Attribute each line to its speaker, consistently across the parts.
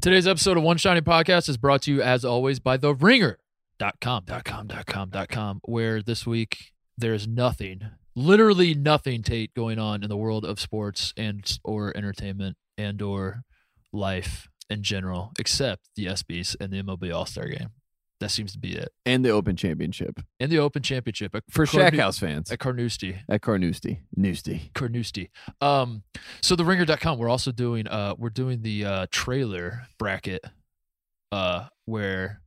Speaker 1: Today's episode of One Shiny Podcast is brought to you, as always, by The Ringer. Dot com, dot com, dot com, dot com, where this week there's nothing, literally nothing, Tate, going on in the world of sports and or entertainment and or life in general, except the ESPYs and the MLB All-Star Game. That seems to be it.
Speaker 2: and the Open Championship
Speaker 1: And the Open Championship at
Speaker 2: for
Speaker 1: Cornu-
Speaker 2: Shack House fans
Speaker 1: At Carnoustie.
Speaker 2: at Carnoustie. Noustie.
Speaker 1: Carnoustie. Um, so the ringer.com, we're also doing uh we're doing the uh trailer bracket uh where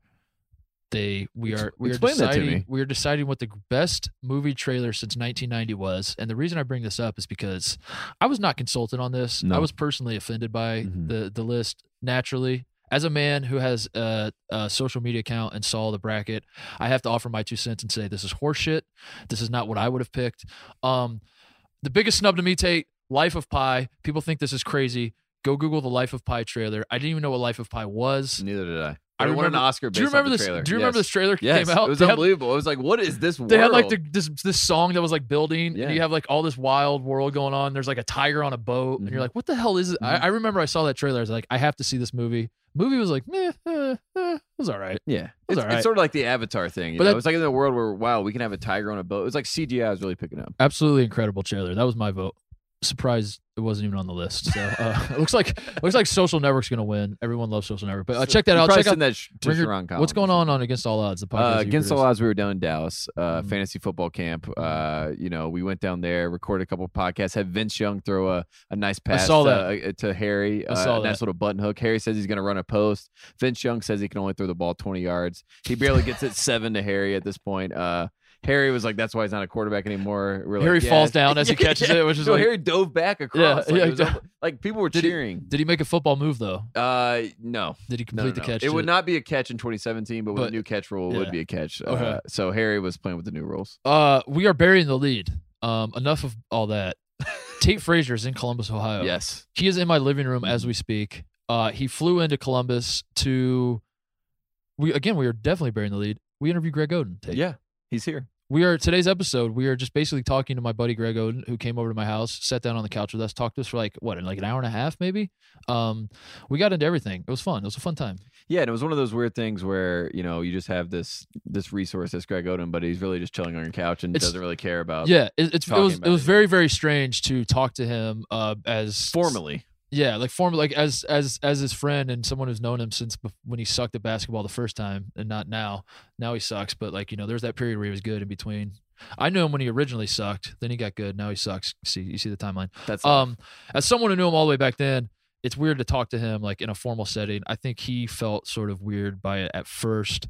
Speaker 1: they we
Speaker 2: Ex-
Speaker 1: are we are
Speaker 2: explain that to
Speaker 1: deciding
Speaker 2: me.
Speaker 1: we are deciding what the best movie trailer since 1990 was and the reason I bring this up is because I was not consulted on this I
Speaker 2: No.
Speaker 1: was personally offended by
Speaker 2: Mhm.
Speaker 1: the the list naturally as a man who has a, a social media account and saw the bracket I have to offer my two cents and say this is horseshit this is not what I would have picked um the biggest snub to me, Tate, Life of Pi. People think this is crazy. Go Google the Life of Pi trailer. I didn't even know what Life of Pi was.
Speaker 2: Neither did I.
Speaker 1: I
Speaker 2: I won an
Speaker 1: remember-
Speaker 2: Oscar.
Speaker 1: Do you
Speaker 2: based off
Speaker 1: remember
Speaker 2: the
Speaker 1: this?
Speaker 2: Trailer.
Speaker 1: Do you remember
Speaker 2: Yes.
Speaker 1: this trailer
Speaker 2: Yes.
Speaker 1: came out?
Speaker 2: It was
Speaker 1: They had-
Speaker 2: unbelievable. I was like, what is this?
Speaker 1: they had like
Speaker 2: world?
Speaker 1: the, this this song that was like building.
Speaker 2: Yeah.
Speaker 1: And you have like all this wild world going on. There's like a tiger on a boat, and you're
Speaker 2: Mhm.
Speaker 1: like, what the hell is it? I, I remember I saw that trailer. I was like, I have to see this movie. Movie was like, meh, eh, eh, it was all right.
Speaker 2: yeah.
Speaker 1: was
Speaker 2: It's,
Speaker 1: all right.
Speaker 2: it's sort of like the Avatar thing. You
Speaker 1: But
Speaker 2: know?
Speaker 1: that-
Speaker 2: it's like in the world where wow, we can have a tiger on a boat. It's like CGI is really picking up.
Speaker 1: Absolutely incredible trailer. That was my vote. Surprised it wasn't even on the list. So uh, it looks like it looks like Social Network's gonna win. Everyone loves Social Network, but uh, check that
Speaker 2: You
Speaker 1: out.
Speaker 2: probably
Speaker 1: Check out
Speaker 2: send that sh- to
Speaker 1: Ringer-
Speaker 2: Sharon Collins.
Speaker 1: What's going on on Against All Odds? The podcast
Speaker 2: Uh,
Speaker 1: you
Speaker 2: against all
Speaker 1: produce?
Speaker 2: odds, we were down in Dallas, uh,
Speaker 1: Mhm.
Speaker 2: fantasy football camp.
Speaker 1: Mm-hmm.
Speaker 2: Uh, you know, we went down there, recorded a couple podcasts, had Vince Young throw a, a nice pass
Speaker 1: saw
Speaker 2: to,
Speaker 1: that.
Speaker 2: uh, to Harry,
Speaker 1: I
Speaker 2: uh,
Speaker 1: saw
Speaker 2: a nice little button hook. Harry says he's going to run a post. Vince Young says he can only throw the ball 20 yards. He barely gets it seven to Harry at this point. Uh, Harry was like, that's why he's not a quarterback anymore. We're like,
Speaker 1: Harry
Speaker 2: "Yeah."
Speaker 1: falls down as he catches it, which is
Speaker 2: So
Speaker 1: like-
Speaker 2: Harry dove back across.
Speaker 1: Yeah,
Speaker 2: like,
Speaker 1: yeah,
Speaker 2: it was
Speaker 1: yeah.
Speaker 2: un- like, people were
Speaker 1: Did he-
Speaker 2: cheering.
Speaker 1: Did he make a football move though?
Speaker 2: Uh, no.
Speaker 1: Did he
Speaker 2: No,
Speaker 1: complete
Speaker 2: no,
Speaker 1: the
Speaker 2: no.
Speaker 1: catch?
Speaker 2: It
Speaker 1: to-
Speaker 2: would not be a catch in 2017, but, with
Speaker 1: But-
Speaker 2: a new catch rule, it
Speaker 1: yeah.
Speaker 2: would be a catch.
Speaker 1: Okay.
Speaker 2: Uh, so Harry was playing with the new rules.
Speaker 1: Uh, we are burying the lead. Um, enough of all that. Tate Frazier is in Columbus, Ohio.
Speaker 2: Yes.
Speaker 1: He is in my living room
Speaker 2: Mm-hmm.
Speaker 1: as we speak. Uh, he flew into Columbus to. We again, we are definitely burying the lead. We interviewed Greg Oden. Tate.
Speaker 2: Yeah. He's here.
Speaker 1: we are today's episode. We are just basically talking to my buddy Greg Oden, who came over to my house, sat down on the couch with us, talked to us for like what, in like an hour and a half, maybe. Um, we got into everything. It was fun. It was a fun time.
Speaker 2: Yeah, and it was one of those weird things where you know you just have this this resource that's Greg Odom, but he's really just chilling on your couch and
Speaker 1: It's-
Speaker 2: doesn't really care about.
Speaker 1: yeah it, it's, it
Speaker 2: Uh, talking
Speaker 1: was it
Speaker 2: about
Speaker 1: was
Speaker 2: it.
Speaker 1: very very strange to talk to him uh as
Speaker 2: Formally,
Speaker 1: yeah like formal like as as as his friend and someone who's known him since bef- when he sucked at basketball the first time and not now now he sucks but like you know there's that period where he was good in between i knew him when he originally sucked then he got good now he sucks see you see the timeline
Speaker 2: that's
Speaker 1: um as someone who knew him all the way back then it's weird to talk to him like in a formal setting i think he felt sort of weird by it at first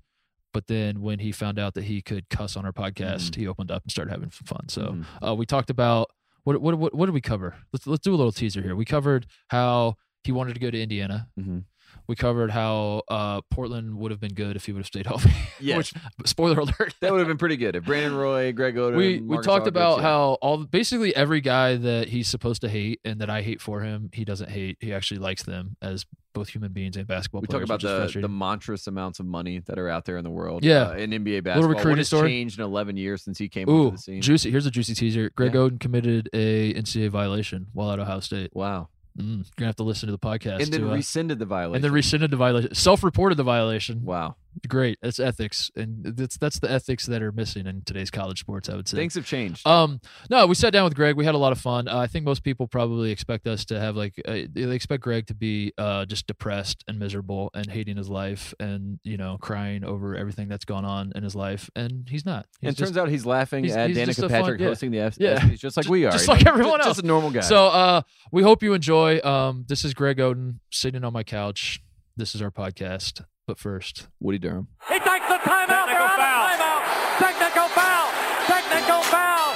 Speaker 1: but then when he found out that he could cuss on our podcast
Speaker 2: Mhm.
Speaker 1: he opened up and started having f- fun so
Speaker 2: Mhm.
Speaker 1: uh, we talked about what, what what what did we cover? Let's let's do a little teaser here. We covered how he wanted to go to Indiana.
Speaker 2: Mhm.
Speaker 1: We covered how uh, Portland would have been good if he would have stayed healthy.
Speaker 2: Yes.
Speaker 1: Which spoiler alert.
Speaker 2: that would have been pretty good if Brandon Roy, Greg Odom.
Speaker 1: We we
Speaker 2: Marcus
Speaker 1: talked
Speaker 2: Aldridge,
Speaker 1: about
Speaker 2: yeah.
Speaker 1: how all basically every guy that he's supposed to hate and that I hate for him, he doesn't hate. He actually likes them as both human beings and basketball
Speaker 2: we talk
Speaker 1: players.
Speaker 2: about
Speaker 1: which is
Speaker 2: the the
Speaker 1: frustrating.
Speaker 2: monstrous amounts of money that are out there in the world.
Speaker 1: Yeah.
Speaker 2: uh, in NBA basketball, what
Speaker 1: recruiting
Speaker 2: has
Speaker 1: story.
Speaker 2: changed in 11 years since he came
Speaker 1: Ooh,
Speaker 2: onto the scene.
Speaker 1: juicy! Here's a juicy teaser. Greg
Speaker 2: Yeah.
Speaker 1: Oden committed a NCAA violation while at Ohio State.
Speaker 2: wow,
Speaker 1: Mm, you're gonna have to listen to the podcast.
Speaker 2: and then
Speaker 1: to, uh,
Speaker 2: rescinded the violation.
Speaker 1: and then rescinded the violation, self-reported the violation.
Speaker 2: wow,
Speaker 1: Great, that's ethics, and that's that's the ethics that are missing in today's college sports. I would say.
Speaker 2: things have changed.
Speaker 1: Um, no, we sat down with Greg. We had a lot of fun. Uh, I think most people probably expect us to have like uh, they expect Greg to be uh, just depressed and miserable and hating his life and you know crying over everything that's gone on in his life, and he's not. He's
Speaker 2: and it
Speaker 1: just-
Speaker 2: turns out he's laughing
Speaker 1: he's-
Speaker 2: at
Speaker 1: he's just a
Speaker 2: Danica
Speaker 1: fun-
Speaker 2: Patrick
Speaker 1: yeah.
Speaker 2: hosting the F-
Speaker 1: Yeah.
Speaker 2: ESPYs, just like we are,
Speaker 1: just
Speaker 2: you
Speaker 1: like
Speaker 2: know,
Speaker 1: everyone
Speaker 2: just-
Speaker 1: else.
Speaker 2: just a normal guy.
Speaker 1: So uh, we hope you enjoy. Um, this is Greg Oden sitting on my couch. This is our podcast. But first,
Speaker 2: Woody Durham.
Speaker 3: He takes the timeout. They're out of timeout. Technical foul. Technical foul.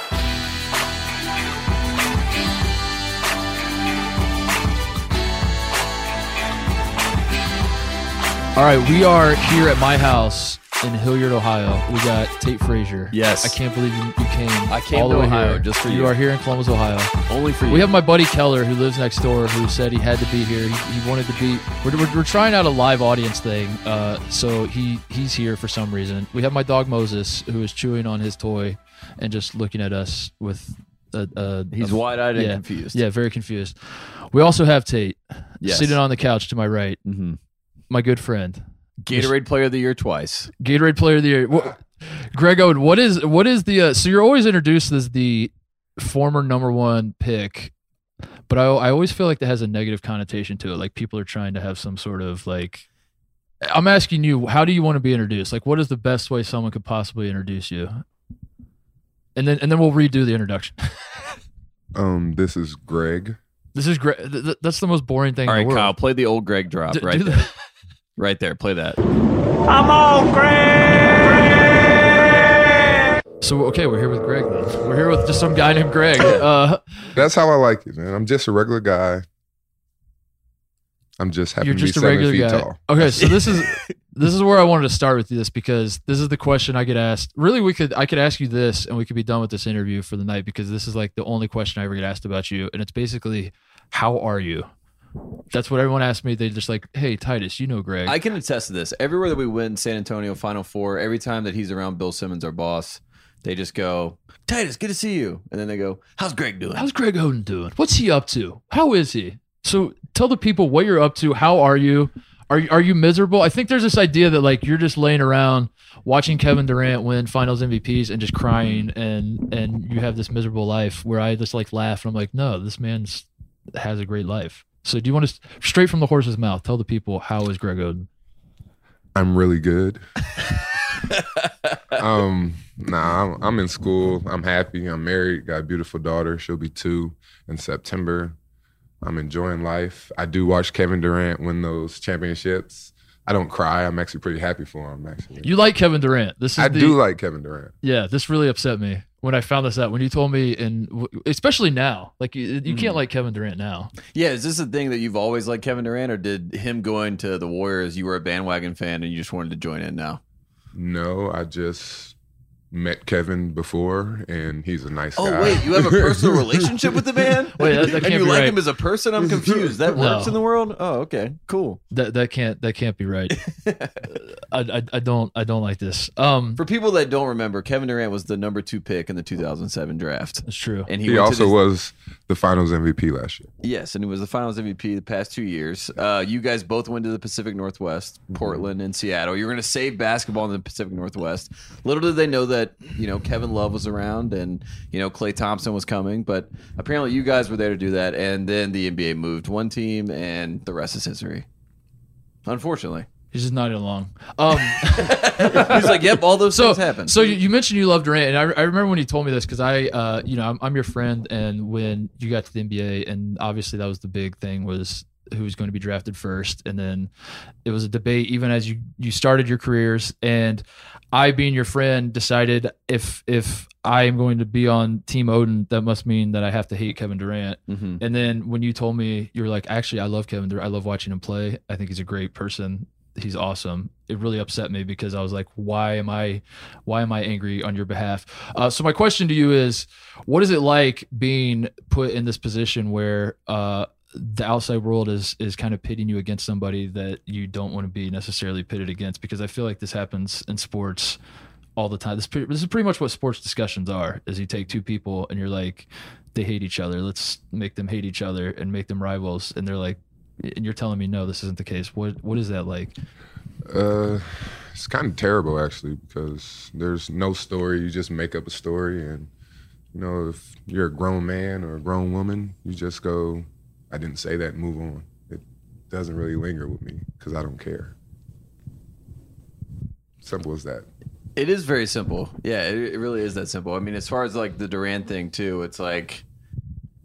Speaker 1: All right, we are here at my house in Hilliard, Ohio. We got Tate Frazier.
Speaker 2: Yes.
Speaker 1: I can't believe you, you came.
Speaker 2: I came
Speaker 1: all the
Speaker 2: to
Speaker 1: way
Speaker 2: Ohio
Speaker 1: here.
Speaker 2: just for
Speaker 1: you.
Speaker 2: you.
Speaker 1: are here in Columbus, Ohio.
Speaker 2: Only for you.
Speaker 1: We have my buddy Keller who lives next door who said he had to be here. He, he wanted to be. We're, we're, we're trying out a live audience thing, uh, so he he's here for some reason. We have my dog Moses who is chewing on his toy and just looking at us with a. a
Speaker 2: He's
Speaker 1: a-
Speaker 2: wide eyed
Speaker 1: yeah.
Speaker 2: and confused.
Speaker 1: Yeah, very confused. We also have Tate
Speaker 2: Yes.
Speaker 1: sitting on the couch to my right
Speaker 2: Mm-hmm.
Speaker 1: my good friend,
Speaker 2: Gatorade Player of the Year twice.
Speaker 1: Gatorade Player of the Year. What, Greg Owen, what is what is the? Uh, so you're always introduced as the former number one pick, but I I always feel like that has a negative connotation to it. Like people are trying to have some sort of like. I'm asking you, how do you want to be introduced? Like, what is the best way someone could possibly introduce you? And then and then we'll redo the introduction.
Speaker 4: Um, this is Greg.
Speaker 1: This is great. Th- th- that's the most boring thing
Speaker 2: All
Speaker 1: in
Speaker 2: right,
Speaker 1: the world.
Speaker 2: Kyle, play the old Greg drop
Speaker 1: D-
Speaker 2: right
Speaker 1: do the-
Speaker 2: there. Right there, play that.
Speaker 5: I'm on Greg.
Speaker 1: So okay, we're here with Greg. Then. We're here with just some guy named Greg. Uh,
Speaker 4: That's how I like it, man. I'm just a regular guy. I'm just happy
Speaker 1: you're
Speaker 4: to
Speaker 1: just
Speaker 4: be
Speaker 1: a
Speaker 4: seven
Speaker 1: regular
Speaker 4: feet
Speaker 1: guy.
Speaker 4: tall.
Speaker 1: Okay, so this is this is where I wanted to start with this because this is the question I get asked. Really, we could I could ask you this and we could be done with this interview for the night because this is like the only question I ever get asked about you, and it's basically how are you? That's what everyone asks me. They just like, hey Titus, you know Greg.
Speaker 2: I can attest to this. Everywhere that we win San Antonio Final Four, every time that he's around Bill Simmons, our boss, they just go, Titus, good to see you. And then they go, How's Greg doing?
Speaker 1: How's Greg Oden doing? What's he up to? How is he? So tell the people what you're up to. How are you? Are you, are you miserable? I think there's this idea that like you're just laying around watching Kevin Durant win Finals MVPs and just crying and and you have this miserable life where I just like laugh and I'm like, no, this man's has a great life. So do you want to straight from the horse's mouth tell the people how is Greg Oden?
Speaker 4: I'm really good. um, nah, I'm, I'm in school. I'm happy. I'm married. Got a beautiful daughter. She'll be two in September. I'm enjoying life. I do watch Kevin Durant win those championships. I don't cry. I'm actually pretty happy for him. Actually,
Speaker 1: You like Kevin Durant? This is
Speaker 4: I
Speaker 1: the,
Speaker 4: do like Kevin Durant.
Speaker 1: Yeah, this really upset me when I found this out. When you told me, and w- especially now, like you, you can't
Speaker 2: Mhm.
Speaker 4: Mm.
Speaker 1: like Kevin Durant now.
Speaker 2: Yeah, is this a thing that you've always liked Kevin Durant, or did him going to the Warriors, you were a bandwagon fan and you just wanted to join in now?
Speaker 4: No, I just met Kevin before, and he's a nice guy.
Speaker 2: Oh, wait, you have a personal relationship with the man?
Speaker 1: Wait, that- that
Speaker 2: and
Speaker 1: can't
Speaker 2: you
Speaker 1: be
Speaker 2: like
Speaker 1: right.
Speaker 2: him as a person? I'm confused. That
Speaker 1: No.
Speaker 2: works in the world? Oh, okay. Cool.
Speaker 1: That that can't that can't be right. I, I I don't I don't like this. Um,
Speaker 2: For people that don't remember, Kevin Durant was the number two pick in the 2007 draft.
Speaker 1: it's true.
Speaker 2: And he,
Speaker 4: He
Speaker 2: went to
Speaker 4: also
Speaker 2: the-
Speaker 4: was the Finals MVP last year.
Speaker 2: Yes, and he was the Finals MVP the past two years. Uh, you guys both went to the Pacific Northwest,
Speaker 1: Mm-hmm.
Speaker 2: Portland and Seattle. You were going to save basketball in the Pacific Northwest. Little did they know that you know Kevin Love was around and you know Clay Thompson was coming, but apparently you guys were there to do that. And then the NBA moved one team, and the rest is history. Unfortunately,
Speaker 1: He's just nodding along. Um,
Speaker 2: he's like, "Yep, all those
Speaker 1: so
Speaker 2: things happen."
Speaker 1: so you, you mentioned you love Durant, and I, I remember when you told me this because I uh you know I'm, I'm your friend, and when you got to the NBA, and obviously that was the big thing was who was going to be drafted first, and then it was a debate even as you you started your careers, and I being your friend decided if if I am going to be on Team Odin, that must mean that I have to hate Kevin Durant.
Speaker 2: Mhm.
Speaker 1: And then when you told me, you were like, actually, I love Kevin Durant. I love watching him play. I think he's a great person. He's awesome. It really upset me because I was like, why am I, why am I angry on your behalf? Uh, so my question to you is, what is it like being put in this position where uh, the outside world is is kind of pitting you against somebody that you don't want to be necessarily pitted against? Because I feel like this happens in sports all the time. This pre- this is pretty much what sports discussions are. Is you take two people and you're like, they hate each other. Let's make them hate each other and make them rivals. And they're like, and you're telling me no, this isn't the case. What what is that like?
Speaker 4: Uh, it's kind of terrible actually because there's no story. You just make up a story, and you know if you're a grown man or a grown woman, you just go, "I didn't say that," and move on. It doesn't really linger with me because I don't care. Simple as that.
Speaker 2: It is very simple. Yeah, it, it really is that simple. I mean, as far as like the Durant thing too, it's like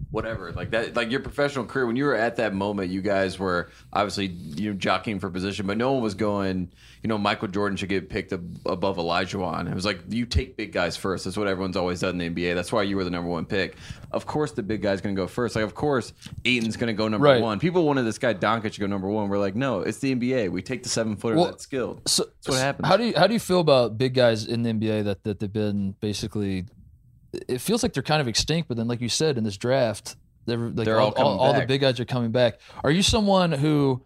Speaker 2: whatever. Like that like your professional career when you were at that moment, you guys were obviously you know jockeying for position, but no one was going, you know, Michael Jordan should get picked ab- above Elijah Wan. It was like you take big guys first. That's what everyone's always done in the NBA. That's why you were the number 1 pick. Of course the big guy's going to go first. Like of course Aiton's going to go number
Speaker 1: Right.
Speaker 2: 1. People wanted this guy Doncic to go number 1. We're like, "No, it's the NBA. We take the 7-footer
Speaker 1: Well,
Speaker 2: that's skilled."
Speaker 1: So
Speaker 2: That's what happens.
Speaker 1: How do you how do you feel about big guys in the NBA that that they've been basically? It feels like they're kind of extinct, but then like you said in this draft, they're like
Speaker 2: They're
Speaker 1: all, all,
Speaker 2: all coming
Speaker 1: all the
Speaker 2: back.
Speaker 1: big guys are coming back. Are you someone who?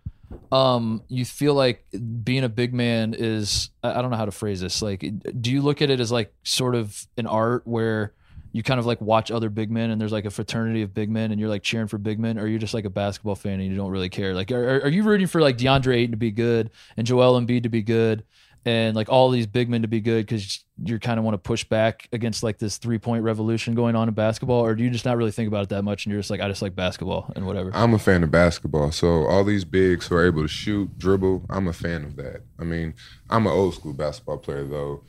Speaker 1: Um, you feel like being a big man is I I don't know how to phrase this. Like, do you look at it as like sort of an art where you kind of like watch other big men and there's like a fraternity of big men and you're like cheering for big men or you're just like a basketball fan and you don't really care? Like, are, are- are you rooting for like DeAndre Ayton to be good and Joel Embiid to be good and like all these big men to be good because you kind of want to push back against like this three point revolution going on in basketball? Or do you just not really think about it that much and you're just like, I just like basketball and whatever?
Speaker 4: I'm a fan of basketball. So all these bigs who are able to shoot, dribble, I'm a fan of that. I mean, I'm an old school basketball player though.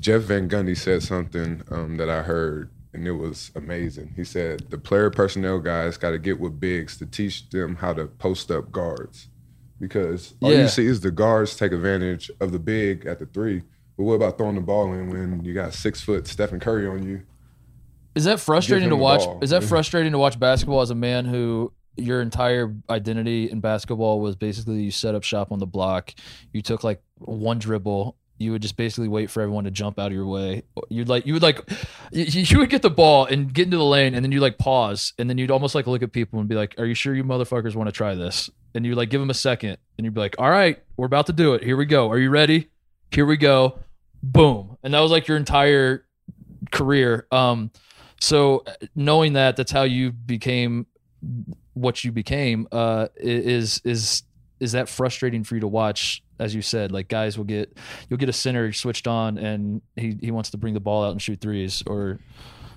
Speaker 4: Jeff Van Gundy said something um, that I heard and it was amazing. He said the player personnel guys got to get with bigs to teach them how to post up guards because all
Speaker 1: Yeah.
Speaker 4: you see is the guards take advantage of the big at the three. But what about throwing the ball in when you got six foot Stephen Curry on you?
Speaker 1: Is that frustrating
Speaker 4: him
Speaker 1: to
Speaker 4: the
Speaker 1: watch?
Speaker 4: ball.
Speaker 1: Is that frustrating to watch basketball as a man who your entire identity in basketball was basically you set up shop on the block, you took like one dribble, you would just basically wait for everyone to jump out of your way. You'd like you would like you, you would get the ball and get into the lane and then you like pause and then you'd almost like look at people and be like, "Are you sure you motherfuckers want to try this?" And you like give them a second and you'd be like, "All right, we're about to do it. Here we go. Are you ready? Here we go." Boom. And that was like your entire career. Um, so uh, knowing that, that's how you became what you became. Uh, i- is is is that frustrating for you to watch? As you said, like guys will get you'll get a center switched on, and he he wants to bring the ball out and shoot threes, or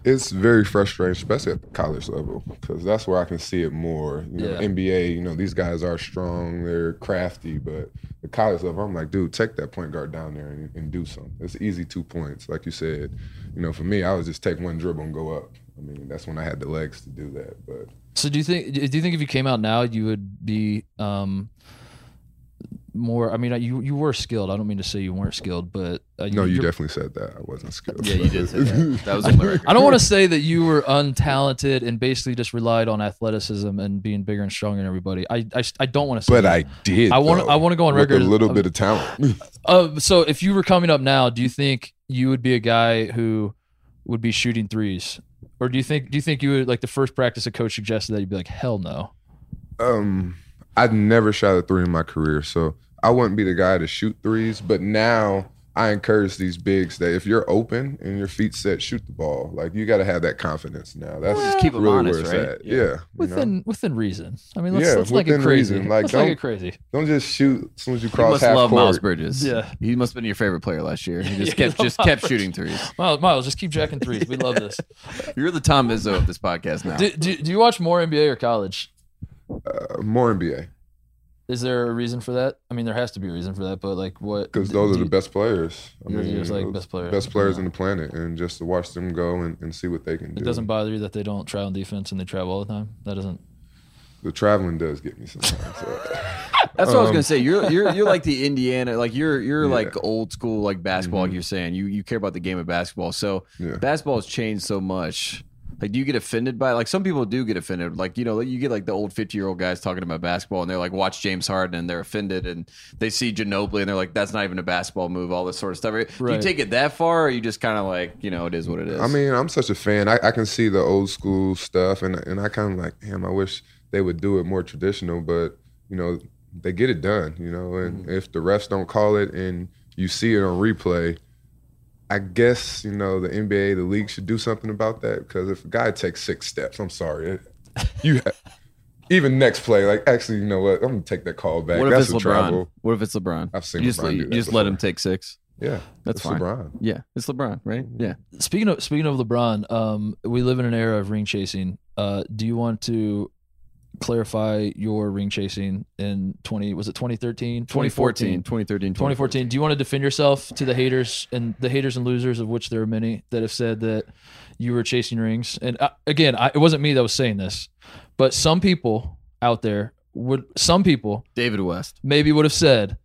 Speaker 4: It's very frustrating, especially at the college level, because that's where I can see it more. You know,
Speaker 1: Yeah.
Speaker 4: NBA, you know, these guys are strong, they're crafty, but the college level, I'm like, dude, take that point guard down there and, and do something. It's easy two points, like you said. You know, for me, I would just take one dribble and go up. I mean, that's when I had the legs to do that. But
Speaker 1: So do you think do you think if you came out now you would be um more I mean you you were skilled. I don't mean to say you weren't skilled, but uh,
Speaker 4: no, you
Speaker 1: you're-
Speaker 4: definitely said that. I wasn't skilled.
Speaker 6: Yeah, you did say that. That was on the record.
Speaker 1: I don't want to say that you were untalented and basically just relied on athleticism and being bigger and stronger than everybody. I I, I don't want to say
Speaker 4: But
Speaker 1: that.
Speaker 4: I did.
Speaker 1: I wanna-
Speaker 4: though,
Speaker 1: I wanna go on
Speaker 4: with
Speaker 1: record-
Speaker 4: A little
Speaker 1: I'm-
Speaker 4: bit of talent.
Speaker 1: Uh, so if you were coming up now, do you think you would be a guy who would be shooting threes, or do you think do you think you would like the first practice a coach suggested that you'd be like hell no?
Speaker 4: Um, I've never shot a three in my career, so I wouldn't be the guy to shoot threes. But now I encourage these bigs that if you're open and your feet set, shoot the ball. Like you got to have that confidence now. That's
Speaker 6: Just keep 'em
Speaker 4: really where
Speaker 6: honest,
Speaker 4: it's
Speaker 6: right?
Speaker 4: at. Yeah, you
Speaker 1: Within
Speaker 4: know?
Speaker 1: within reason. I mean, let's
Speaker 4: Yeah,
Speaker 1: let's not get
Speaker 4: within
Speaker 1: crazy.
Speaker 4: reason. Like,
Speaker 1: let's not
Speaker 4: don't-
Speaker 1: get crazy.
Speaker 4: don't just shoot as soon as you
Speaker 6: You
Speaker 4: cross
Speaker 6: must
Speaker 4: half
Speaker 6: love
Speaker 4: court.
Speaker 6: Miles Bridges.
Speaker 1: Yeah.
Speaker 6: he must have been your favorite player last year. He just
Speaker 1: Yeah,
Speaker 6: kept
Speaker 1: I
Speaker 6: just
Speaker 1: love
Speaker 6: kept
Speaker 1: Miles
Speaker 6: shooting threes.
Speaker 1: Miles, Miles, just keep jacking threes. We love this.
Speaker 6: You're the Tom Izzo of this podcast now.
Speaker 1: Do, do, do you watch more NBA or college?
Speaker 4: Uh, more NBA
Speaker 1: Is there a reason for that? I mean, there has to be a reason for that, but like what?
Speaker 4: because those
Speaker 1: do
Speaker 4: are
Speaker 1: you-
Speaker 4: the best players. I
Speaker 1: Those are just, like,
Speaker 4: those
Speaker 1: best players.
Speaker 4: best players on the planet, and just to watch them go and, and see what they can do.
Speaker 1: It doesn't bother you that they don't try on defense and they travel all the time. That doesn't.
Speaker 4: the traveling does get me sometimes. so.
Speaker 6: That's what I was
Speaker 4: Um,
Speaker 6: gonna say. You're you're you're like the Indiana, like you're you're
Speaker 4: Yeah.
Speaker 6: like old school like basketball. Like you're saying you you care about the game of basketball. So
Speaker 4: Yeah.
Speaker 6: basketball has changed so much. Like, do you get offended by it? like some people do get offended? Like you know, like, you get like the old fifty year old guys talking about basketball, and they're like, watch James Harden, and they're offended, and they see Ginobili, and they're like, that's not even a basketball move. All this sort of stuff. Do you
Speaker 1: Right.
Speaker 6: take it that far, or you just kind of like you know, it is what it is?
Speaker 4: I mean, I'm such a fan. I, I can see the old school stuff, and and I kind of like, damn, I wish they would do it more traditional. But you know, they get it done. You know, and
Speaker 1: Mm-hmm.
Speaker 4: if the refs don't call it, and you see it on replay, I guess you know the NBA, the league should do something about that because if a guy takes six steps, I'm sorry, it- you. Even next play, like actually, you know what? I'm gonna take that call back.
Speaker 6: what if
Speaker 4: That's
Speaker 6: it's
Speaker 4: a
Speaker 6: LeBron?
Speaker 4: travel.
Speaker 6: What if it's LeBron?
Speaker 4: I've seen
Speaker 6: you just,
Speaker 4: LeBron do
Speaker 6: you
Speaker 4: that
Speaker 6: just let
Speaker 4: before.
Speaker 6: him take six.
Speaker 4: Yeah,
Speaker 6: That's
Speaker 4: it's
Speaker 6: fine.
Speaker 4: LeBron. Mm-hmm.
Speaker 6: Yeah, it's LeBron, right? Yeah.
Speaker 1: Speaking of speaking of LeBron, um, we live in an era of ring chasing. Uh, do you want to clarify your ring chasing in twenty? Was it 2013?
Speaker 6: 2014, 2013,
Speaker 1: 2014. Do you want to defend yourself to the haters and the haters and losers of which there are many that have said that you were chasing rings? And uh, again, I, it wasn't me that was saying this, but some people out there would some people
Speaker 6: David West.
Speaker 1: maybe would have said,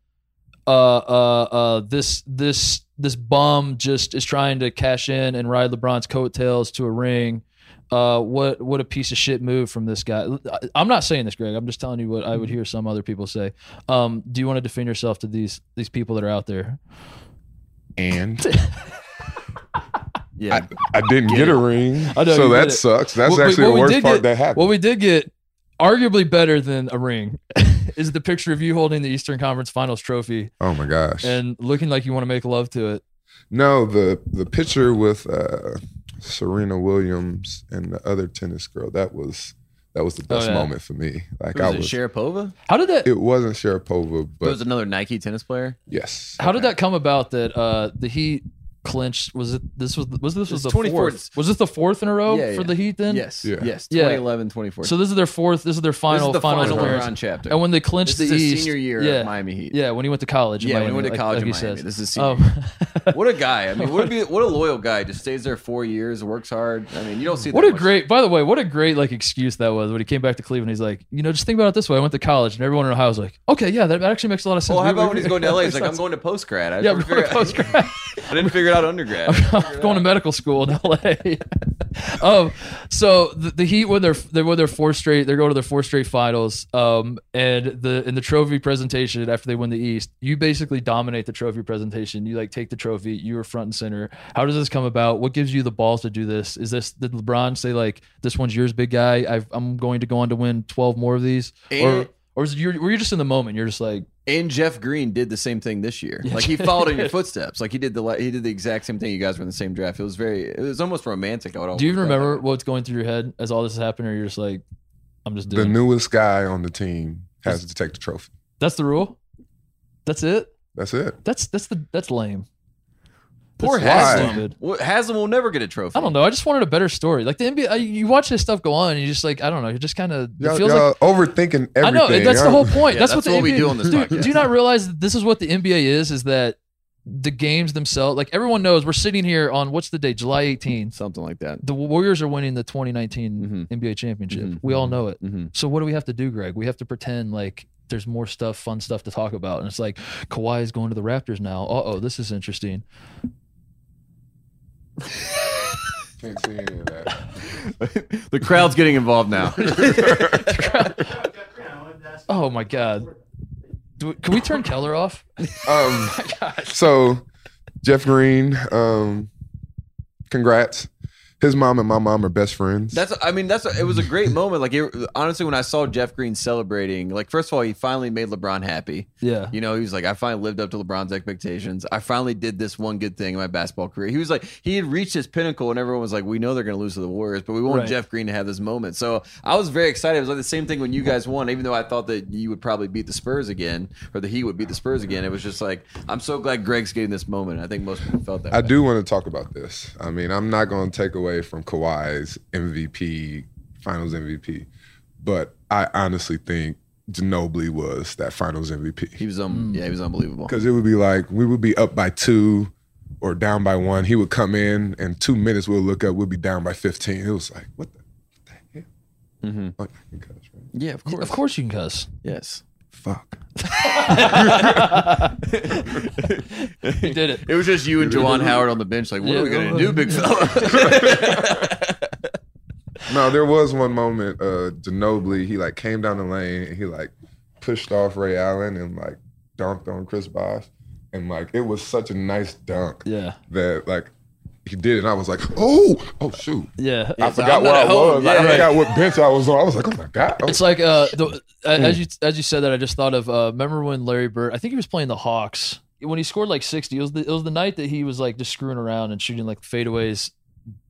Speaker 1: uh, uh, uh, this, this, this bum just is trying to cash in and ride LeBron's coattails to a ring. Uh, what, what a piece of shit move from this guy. I- I'm not saying this, Greg. I'm just telling you what I would hear some other people say. Um, do you want to defend yourself to these these people that are out there?
Speaker 4: And
Speaker 6: Yeah.
Speaker 4: I didn't get,
Speaker 6: it.
Speaker 4: a ring,
Speaker 1: I know,
Speaker 4: so
Speaker 1: you
Speaker 4: that
Speaker 1: did it.
Speaker 4: sucks. That's
Speaker 1: What- but
Speaker 4: actually
Speaker 1: what
Speaker 4: the
Speaker 1: we
Speaker 4: worst
Speaker 1: did
Speaker 4: part
Speaker 1: get-
Speaker 4: that happened.
Speaker 1: What we did get, arguably better than a ring, is the picture of you holding the Eastern Conference Finals trophy
Speaker 4: oh my gosh!
Speaker 1: and looking like you want to make love to it.
Speaker 4: no, the the picture with uh, Serena Williams and the other tennis girl. That was that was the best
Speaker 1: Oh, yeah.
Speaker 4: moment for me. Like I
Speaker 2: was it
Speaker 4: was.
Speaker 2: Sharapova?
Speaker 1: How did that?
Speaker 4: it wasn't Sharapova,
Speaker 2: It
Speaker 4: but
Speaker 2: was another Nike tennis player.
Speaker 4: yes,
Speaker 1: How did that come about that uh, the Heat clinched? Was it this was was this was
Speaker 2: It's
Speaker 1: the
Speaker 2: 24
Speaker 1: fourth? Was this the fourth in a row
Speaker 2: Yeah,
Speaker 1: for
Speaker 2: yeah.
Speaker 1: the Heat? Then
Speaker 2: Yes.
Speaker 4: Yeah.
Speaker 2: Yes.
Speaker 1: Yeah.
Speaker 2: 2011, 2014.
Speaker 1: So this is their fourth. This is their
Speaker 2: This
Speaker 1: final
Speaker 2: is the
Speaker 1: final,
Speaker 2: final
Speaker 1: appearance.
Speaker 2: round chapter.
Speaker 1: And when they
Speaker 2: this
Speaker 1: clinched
Speaker 2: is
Speaker 1: the
Speaker 2: his
Speaker 1: East,
Speaker 2: senior year
Speaker 1: yeah,
Speaker 2: at Miami Heat.
Speaker 1: yeah, when he went to college. in
Speaker 2: Yeah, when he
Speaker 1: Miami,
Speaker 2: went to
Speaker 1: like-
Speaker 2: college
Speaker 1: like
Speaker 2: in
Speaker 1: he
Speaker 2: Miami.
Speaker 1: says.
Speaker 2: This is
Speaker 1: Oh.
Speaker 2: What a guy! I mean, what a be, what a loyal guy. Just stays there four years, works hard. I mean, you don't see
Speaker 1: What
Speaker 2: that
Speaker 1: a
Speaker 2: much.
Speaker 1: great, by the way, what a great like excuse that was when he came back to Cleveland. He's like, you know, just think about it this way. I went to college, and everyone in Ohio was like, okay, yeah, that actually makes a lot of sense.
Speaker 2: Well, how
Speaker 1: We-
Speaker 2: about
Speaker 1: we-
Speaker 2: when he's going to LA? He's like, I'm going to post grad. I,
Speaker 1: yeah,
Speaker 2: didn't
Speaker 1: I'm going to
Speaker 2: figure-
Speaker 1: post grad.
Speaker 2: I didn't figure it out undergrad.
Speaker 1: I'm going to medical school in LA. um, so the, the Heat won their they won their fourth straight. They're going to their fourth straight finals. Um, and the in the trophy presentation after they win the East, you basically dominate the trophy presentation. You like take the trophy. You were front and center. How does this come about? What gives you the balls to do this? Is this did LeBron say like this one's yours, big guy? I've, I'm going to go on to win 12 more of these, or
Speaker 2: And-
Speaker 1: or is it, you're, were you just in the moment? You're just like
Speaker 2: And Jeff Green did the same thing this year.
Speaker 1: Yeah,
Speaker 2: Like he
Speaker 1: he
Speaker 2: followed in your
Speaker 1: did.
Speaker 2: footsteps. Like he did the la- he did the exact same thing. You guys were in the same draft. It was very. It was almost romantic. I would.
Speaker 1: Do you even
Speaker 2: almost-
Speaker 1: remember what's going through your head as all this is happening, or you're just like, I'm just
Speaker 4: the
Speaker 1: doing?
Speaker 4: newest guy on the team has to take the trophy.
Speaker 1: that's the rule. That's it.
Speaker 4: That's it.
Speaker 1: That's that's the that's lame.
Speaker 2: Poor
Speaker 1: That's
Speaker 4: Haslam.
Speaker 1: stupid.
Speaker 2: What, Haslam will never get a trophy.
Speaker 1: I don't know. I just wanted a better story. Like the NBA, I, you watch this stuff go on, and you just like, I don't know. You're just kind of. It
Speaker 4: Y'all,
Speaker 1: feels like
Speaker 4: y'all overthinking everything.
Speaker 1: I know that's the whole
Speaker 4: Y'all-
Speaker 1: point.
Speaker 2: Yeah,
Speaker 1: that's, what,
Speaker 2: that's
Speaker 1: the
Speaker 2: what
Speaker 1: NBA,
Speaker 2: we do on this
Speaker 1: dude,
Speaker 2: podcast.
Speaker 1: Do you not realize that this is what the NBA is? Is that the games themselves? Like everyone knows, we're sitting here on what's the day, July 18th.
Speaker 2: Something like that.
Speaker 1: The Warriors are winning the 2019 NBA championship.
Speaker 2: Mhm.
Speaker 1: We all know it.
Speaker 2: Mm-hmm.
Speaker 1: So what do we have to do, Greg? We have to pretend like there's more stuff, fun stuff to talk about. And it's like Kawhi is going to the Raptors now. Uh oh, this is interesting.
Speaker 4: Can't see any of that.
Speaker 2: the crowd's getting involved now.
Speaker 1: Oh my god. Do we, can we turn Keller off?
Speaker 4: Um,
Speaker 1: Oh
Speaker 4: so Jeff Green, um, congrats. His mom and my mom are best friends.
Speaker 2: That's I mean that's it was a great moment. Like it, honestly, when I saw Jeff Green celebrating, like first of all, he finally made LeBron happy.
Speaker 1: Yeah.
Speaker 2: You know, he was like, I finally lived up to LeBron's expectations. I finally did this one good thing in my basketball career. He was like, he had reached his pinnacle, and everyone was like, we know they're going to lose to the Warriors, but we want
Speaker 1: Right.
Speaker 2: Jeff Green to have this moment. So I was very excited. It was like the same thing when you guys won, even though I thought that you would probably beat the Spurs again or the Heat would beat the Spurs again. It was just like, I'm so glad Greg's getting this moment. I think most people felt that.
Speaker 4: I
Speaker 2: way.
Speaker 4: do want to talk about this. I mean, I'm not going to take away from Kawhi's MVP, Finals MVP, but I honestly think Ginobili was that Finals
Speaker 2: He
Speaker 4: MVP
Speaker 2: was um,
Speaker 1: Mm.
Speaker 2: yeah, he was unbelievable.
Speaker 4: because it would be like we would be up by two or down by one. He would come in, and two minutes we'll look up, we'll be down by 15. It was like, what the, what the hell? Like, I can cuss, right?
Speaker 2: Yeah, of course,
Speaker 1: Of course you can cuss.
Speaker 2: yes.
Speaker 4: Fuck.
Speaker 1: You did it.
Speaker 2: It was just you and Jawan Howard on the bench. Like, what
Speaker 1: Yeah,
Speaker 2: are we
Speaker 1: go
Speaker 2: gonna do,
Speaker 1: ahead.
Speaker 2: big fella?
Speaker 4: No, there was one moment, uh, Ginobili, he like came down the lane and he like pushed off Ray Allen and like dunked on Chris Bosh. And like it was such a nice dunk
Speaker 1: Yeah.
Speaker 4: that like he did it. And I was like, oh, oh shoot.
Speaker 1: Yeah.
Speaker 4: I
Speaker 2: so
Speaker 4: forgot
Speaker 2: I'm
Speaker 4: where
Speaker 2: not
Speaker 4: I
Speaker 2: at home.
Speaker 4: was. Like,
Speaker 2: Yeah,
Speaker 4: I forgot what bench I was on. I was like, oh my God. Oh,
Speaker 1: It's like uh, the, as you as you said that, I just thought of uh, remember when Larry Bird? I think he was playing the Hawks when he scored like sixty. It was the it was the night that he was like just screwing around and shooting like fadeaways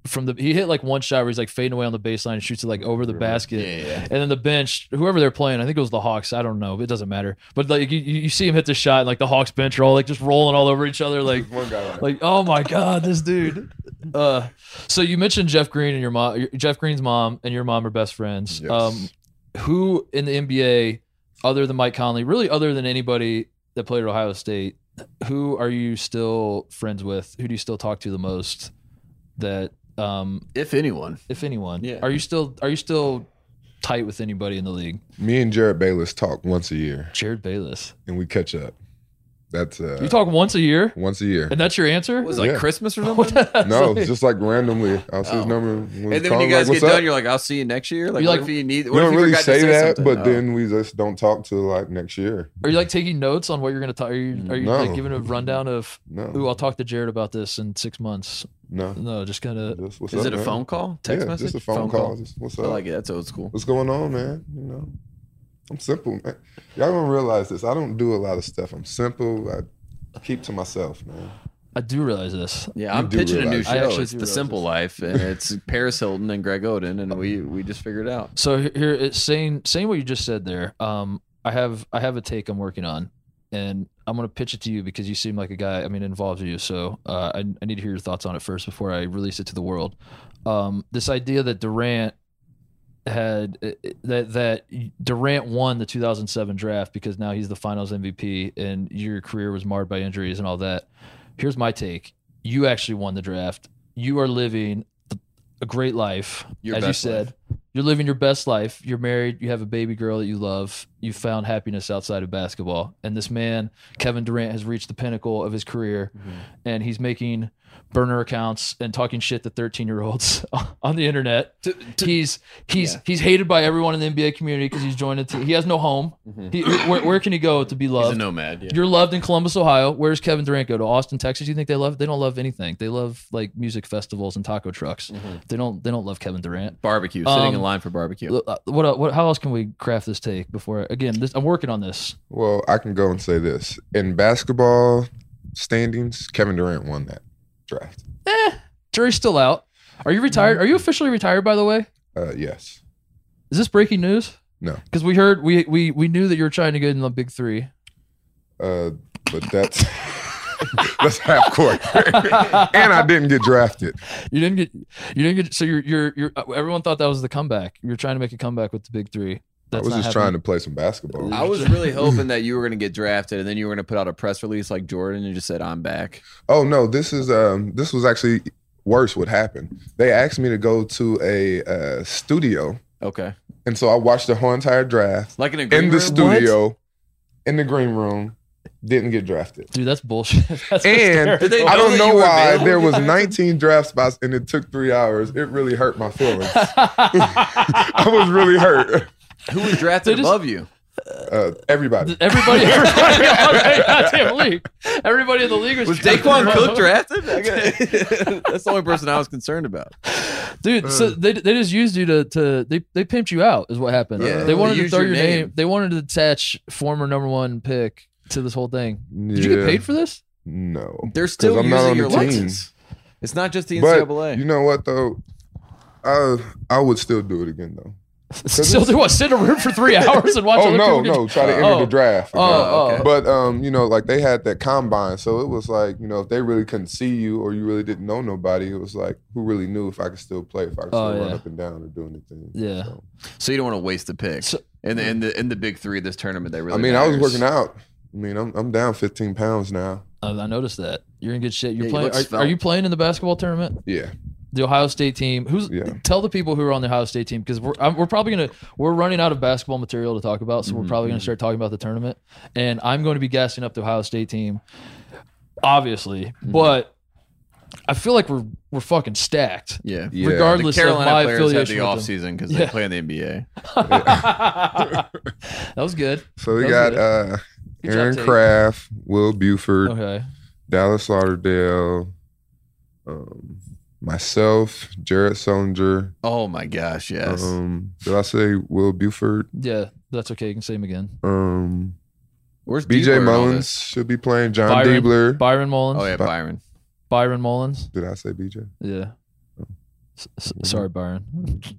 Speaker 1: from the. He hit like one shot where he's like fading away on the baseline and shoots it like over the basket.
Speaker 2: yeah.
Speaker 1: And then the bench, whoever they're playing, I think it was the Hawks. I don't know. It doesn't matter. But like you, you you see him hit the shot, and like the Hawks bench are all like just rolling all over each other, like
Speaker 4: one guy like,
Speaker 1: like oh my god this dude uh so you mentioned jeff green and your mom jeff green's mom and your mom are best friends
Speaker 4: Yes.
Speaker 1: um who in the nba other than mike conley really other than anybody that played at ohio state who are you still friends with who do you still talk to the most that um
Speaker 2: If anyone,
Speaker 1: if anyone
Speaker 2: Yeah.
Speaker 1: are you still are you still tight with anybody in the league
Speaker 4: me and Jared Bayless talk once a year
Speaker 1: jared bayless
Speaker 4: and we catch up. That's uh,
Speaker 1: you talk once a year
Speaker 4: once a year.
Speaker 1: and that's your answer
Speaker 2: was it like
Speaker 4: Yeah.
Speaker 2: Christmas or something?
Speaker 4: No, just like randomly. I'll see his
Speaker 2: Oh.
Speaker 4: number.
Speaker 2: And then when you guys get done, you're like, "I'll see you next year." Like,
Speaker 1: You
Speaker 2: what
Speaker 1: like-
Speaker 2: if you need? What
Speaker 4: we
Speaker 2: if
Speaker 4: don't
Speaker 2: you
Speaker 4: really
Speaker 2: forgot to
Speaker 4: say that,
Speaker 2: something?
Speaker 4: but
Speaker 2: Oh.
Speaker 4: then we just don't talk till like next year.
Speaker 1: Are you like taking notes on what you're gonna talk? Are you are you like
Speaker 4: No.
Speaker 1: giving a rundown of?
Speaker 4: No.
Speaker 1: Ooh, I'll talk to Jared about this in six months.
Speaker 4: No.
Speaker 1: No, just kind of.
Speaker 4: Just, what's
Speaker 2: is
Speaker 4: up,
Speaker 2: it a
Speaker 4: man?
Speaker 2: phone call, text
Speaker 4: yeah,
Speaker 2: message,
Speaker 4: Just a phone, call. uh, Just, what's up?
Speaker 2: I like it. That's old school.
Speaker 4: What's going on, man? You know, I'm simple, man. Y'all don't realize this. I don't do a lot of stuff. I'm simple. I keep to myself, man.
Speaker 1: I do realize this.
Speaker 2: Yeah,
Speaker 4: You
Speaker 2: I'm
Speaker 4: do
Speaker 2: pitching a new
Speaker 4: realize
Speaker 1: that. I
Speaker 2: show.
Speaker 1: actually
Speaker 2: It's
Speaker 1: do
Speaker 2: the
Speaker 1: realize
Speaker 2: Simple
Speaker 1: this.
Speaker 2: Life, and it's Paris Hilton and Greg Oden, and we we just figured it out.
Speaker 1: So he- here, it's saying saying what you just said there. Um, I have I have a take I'm working on, and I'm gonna pitch it to you because you seem like a guy. I mean, it involves you, so uh, I I need to hear your thoughts on it first before I release it to the world. Um, this idea that Durant had that that Durant won the 2007 draft because now he's the Finals MVP, and your career was marred by injuries and all that. Here's my take: You actually won the draft. You are living the, a great life,
Speaker 2: Your
Speaker 1: as
Speaker 2: best
Speaker 1: you said.
Speaker 2: life.
Speaker 1: You're living your best life. You're married. You have a baby girl that you love. You found happiness outside of basketball. And this man, Kevin Durant, has reached the pinnacle of his career,
Speaker 2: Mm-hmm.
Speaker 1: and he's making burner accounts and talking shit to 13 year olds on the internet he's he's
Speaker 2: Yeah.
Speaker 1: he's hated by everyone in the NBA community because he's joined a team. He has no home.
Speaker 2: Mhm.
Speaker 1: He, where, where can he go to be
Speaker 2: He's a
Speaker 1: loved?
Speaker 2: nomad. Yeah.
Speaker 1: You're loved in Columbus, Ohio. Where's Kevin Durant go to Austin, Texas? You think they love? They don't love anything. They love like music festivals and taco trucks.
Speaker 2: Mm-hmm.
Speaker 1: They don't. They don't love Kevin Durant.
Speaker 2: Barbecue, sitting
Speaker 1: Um,
Speaker 2: in line for barbecue.
Speaker 1: Look, uh, What, el- what? How else can we craft this take before? Again, this, I'm working on this.
Speaker 4: Well, I can go and say this. In basketball standings, Kevin Durant won that draft.
Speaker 1: Jury's still out. Are you retired? Are you officially retired? By the way,
Speaker 4: Uh, yes.
Speaker 1: is this breaking news?
Speaker 4: No.
Speaker 1: Because we heard we we we knew that you were trying to get in the big three.
Speaker 4: Uh, but that's that's half court. and I didn't get drafted.
Speaker 1: You didn't get. You didn't get. So you're. You're. You're. uh, Everyone thought that was the comeback. You're trying to make a comeback with the big three. That's
Speaker 4: I was
Speaker 1: not
Speaker 4: just trying to
Speaker 1: happening.
Speaker 4: play some basketball.
Speaker 2: I was really hoping that you were going to get drafted, and then you were going to put out a press release like Jordan, and just said, "I'm back."
Speaker 4: Oh no, this is um this was actually worse what happened. They asked me to go to a uh, studio
Speaker 2: Okay,
Speaker 4: and so I watched the whole entire draft
Speaker 2: like in a green
Speaker 4: in the
Speaker 2: room?
Speaker 4: studio in the green room, didn't get drafted.
Speaker 1: Dude, that's bullshit. That's
Speaker 4: And
Speaker 1: hysterical.
Speaker 2: Did they know
Speaker 4: I don't
Speaker 2: that
Speaker 4: know
Speaker 2: you were
Speaker 4: why
Speaker 2: available?
Speaker 4: there was 19 draft spots and it took 3 hours. It really hurt my feelings. I was really hurt.
Speaker 2: Who was drafted
Speaker 1: They just-
Speaker 2: above you?
Speaker 4: Uh, everybody.
Speaker 1: everybody, everybody, all the goddamn league. Everybody in the league was,
Speaker 2: Was
Speaker 1: trying to
Speaker 2: Daquan
Speaker 1: grow.
Speaker 2: Cook drafted? I got- That's the only person I was concerned about.
Speaker 1: Dude, so they, they just used you to to they, they pimped you out is what happened.
Speaker 2: Yeah,
Speaker 1: they wanted
Speaker 2: they
Speaker 1: to
Speaker 2: used
Speaker 1: throw your
Speaker 2: your
Speaker 1: name.
Speaker 2: name.
Speaker 1: They wanted to attach former number one pick to this whole thing. Did you get
Speaker 4: Yeah.
Speaker 1: paid for this?
Speaker 4: No.
Speaker 2: They're still
Speaker 4: 'Cause I'm not
Speaker 2: using
Speaker 4: on
Speaker 2: your
Speaker 4: the team.
Speaker 2: license. It's not just the
Speaker 4: But
Speaker 2: NCAA.
Speaker 4: you know what though? I I would still do it again though.
Speaker 1: Still, do what? Sit in a room for three hours and watch.
Speaker 4: Oh
Speaker 1: other people
Speaker 4: no,
Speaker 1: get-
Speaker 4: no, try to enter
Speaker 1: Oh.
Speaker 4: the draft.
Speaker 1: Oh,
Speaker 4: again.
Speaker 1: oh,
Speaker 2: okay.
Speaker 4: But um, you know, like they had that combine, so it was like you know, if they really couldn't see you or you really didn't know nobody, it was like who really knew if I could still play, if I could
Speaker 1: Oh,
Speaker 4: still run
Speaker 1: yeah.
Speaker 4: up and down or do anything.
Speaker 1: Yeah.
Speaker 4: So,
Speaker 2: so you don't want to waste the pick.
Speaker 1: So-
Speaker 2: and in the in the big three of this tournament, they really.
Speaker 4: I mean, I was
Speaker 2: matters.
Speaker 4: working out. I mean, I'm I'm down 15 pounds now.
Speaker 1: I, Oh, I noticed that you're in good shape. You're
Speaker 2: Yeah, you
Speaker 1: playing.
Speaker 2: look
Speaker 1: are,
Speaker 2: svelte.
Speaker 1: are you playing in the basketball tournament?
Speaker 4: Yeah.
Speaker 1: The Ohio State team. Who's
Speaker 4: Yeah.
Speaker 1: tell the people who are on the Ohio State team because we're I'm, we're probably gonna we're running out of basketball material to talk about, so
Speaker 2: Mm-hmm.
Speaker 1: we're probably gonna start talking about the tournament. And I'm going to be gassing up the Ohio State team, obviously,
Speaker 2: Mm-hmm.
Speaker 1: but I feel like we're we're fucking stacked.
Speaker 2: Yeah.
Speaker 4: Yeah.
Speaker 2: The
Speaker 1: Regardless of my
Speaker 2: Carolina players had
Speaker 1: affiliation
Speaker 2: the
Speaker 1: with them.
Speaker 2: offseason because
Speaker 1: Yeah.
Speaker 2: they play in the NBA.
Speaker 1: that was good.
Speaker 4: So we
Speaker 1: That's
Speaker 4: got
Speaker 1: good.
Speaker 4: uh,
Speaker 1: Good job,
Speaker 4: Aaron
Speaker 1: Tate.
Speaker 4: Kraft, Will Buford,
Speaker 1: Okay.
Speaker 4: Dallas Lauderdale, um, myself, Jared Solinger.
Speaker 2: Oh my gosh, yes.
Speaker 4: Um, did I say Will Buford?
Speaker 1: Yeah, that's okay. You can say him again.
Speaker 4: Um,
Speaker 2: Where's D-Word
Speaker 4: BJ
Speaker 2: in all
Speaker 4: Mullins
Speaker 2: this?
Speaker 4: should be playing. John
Speaker 1: Byron.
Speaker 4: Diebler.
Speaker 1: Byron Mullins.
Speaker 2: Oh yeah, Byron.
Speaker 1: Byron Mullins.
Speaker 4: Did I say BJ?
Speaker 1: Yeah. S- s-
Speaker 4: Mm-hmm.
Speaker 1: sorry, Byron.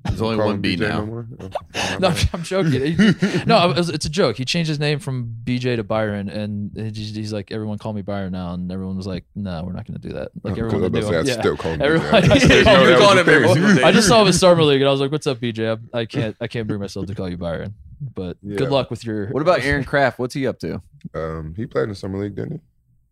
Speaker 2: There's only
Speaker 4: Call
Speaker 2: one
Speaker 4: him
Speaker 2: B
Speaker 4: BJ no
Speaker 2: now.
Speaker 4: more? Oh,
Speaker 1: No, I'm, I'm joking. He- no, I was- it's a joke. He changed his name from BJ to Byron, and he's, he's like, "Everyone call me Byron now,w," and everyone was like, "No, we're not going to do that." Like
Speaker 4: because
Speaker 1: everyone
Speaker 4: I was
Speaker 1: would
Speaker 4: about
Speaker 1: do it.
Speaker 4: to say, I
Speaker 1: Yeah.
Speaker 4: still call him
Speaker 1: Everybody-
Speaker 4: BJ. I still
Speaker 1: You
Speaker 4: know that
Speaker 2: call
Speaker 4: was
Speaker 2: him
Speaker 4: the
Speaker 2: every
Speaker 4: thing.
Speaker 2: single day.
Speaker 1: I just saw him at Summer League, and I was like, "What's up, BJ? I'm- I can't, I can't bring myself to call you Byron." But
Speaker 4: Yeah.
Speaker 1: good luck with your.
Speaker 2: What about Aaron Kraft? What's he up to?
Speaker 4: Um, he played in the summer league, didn't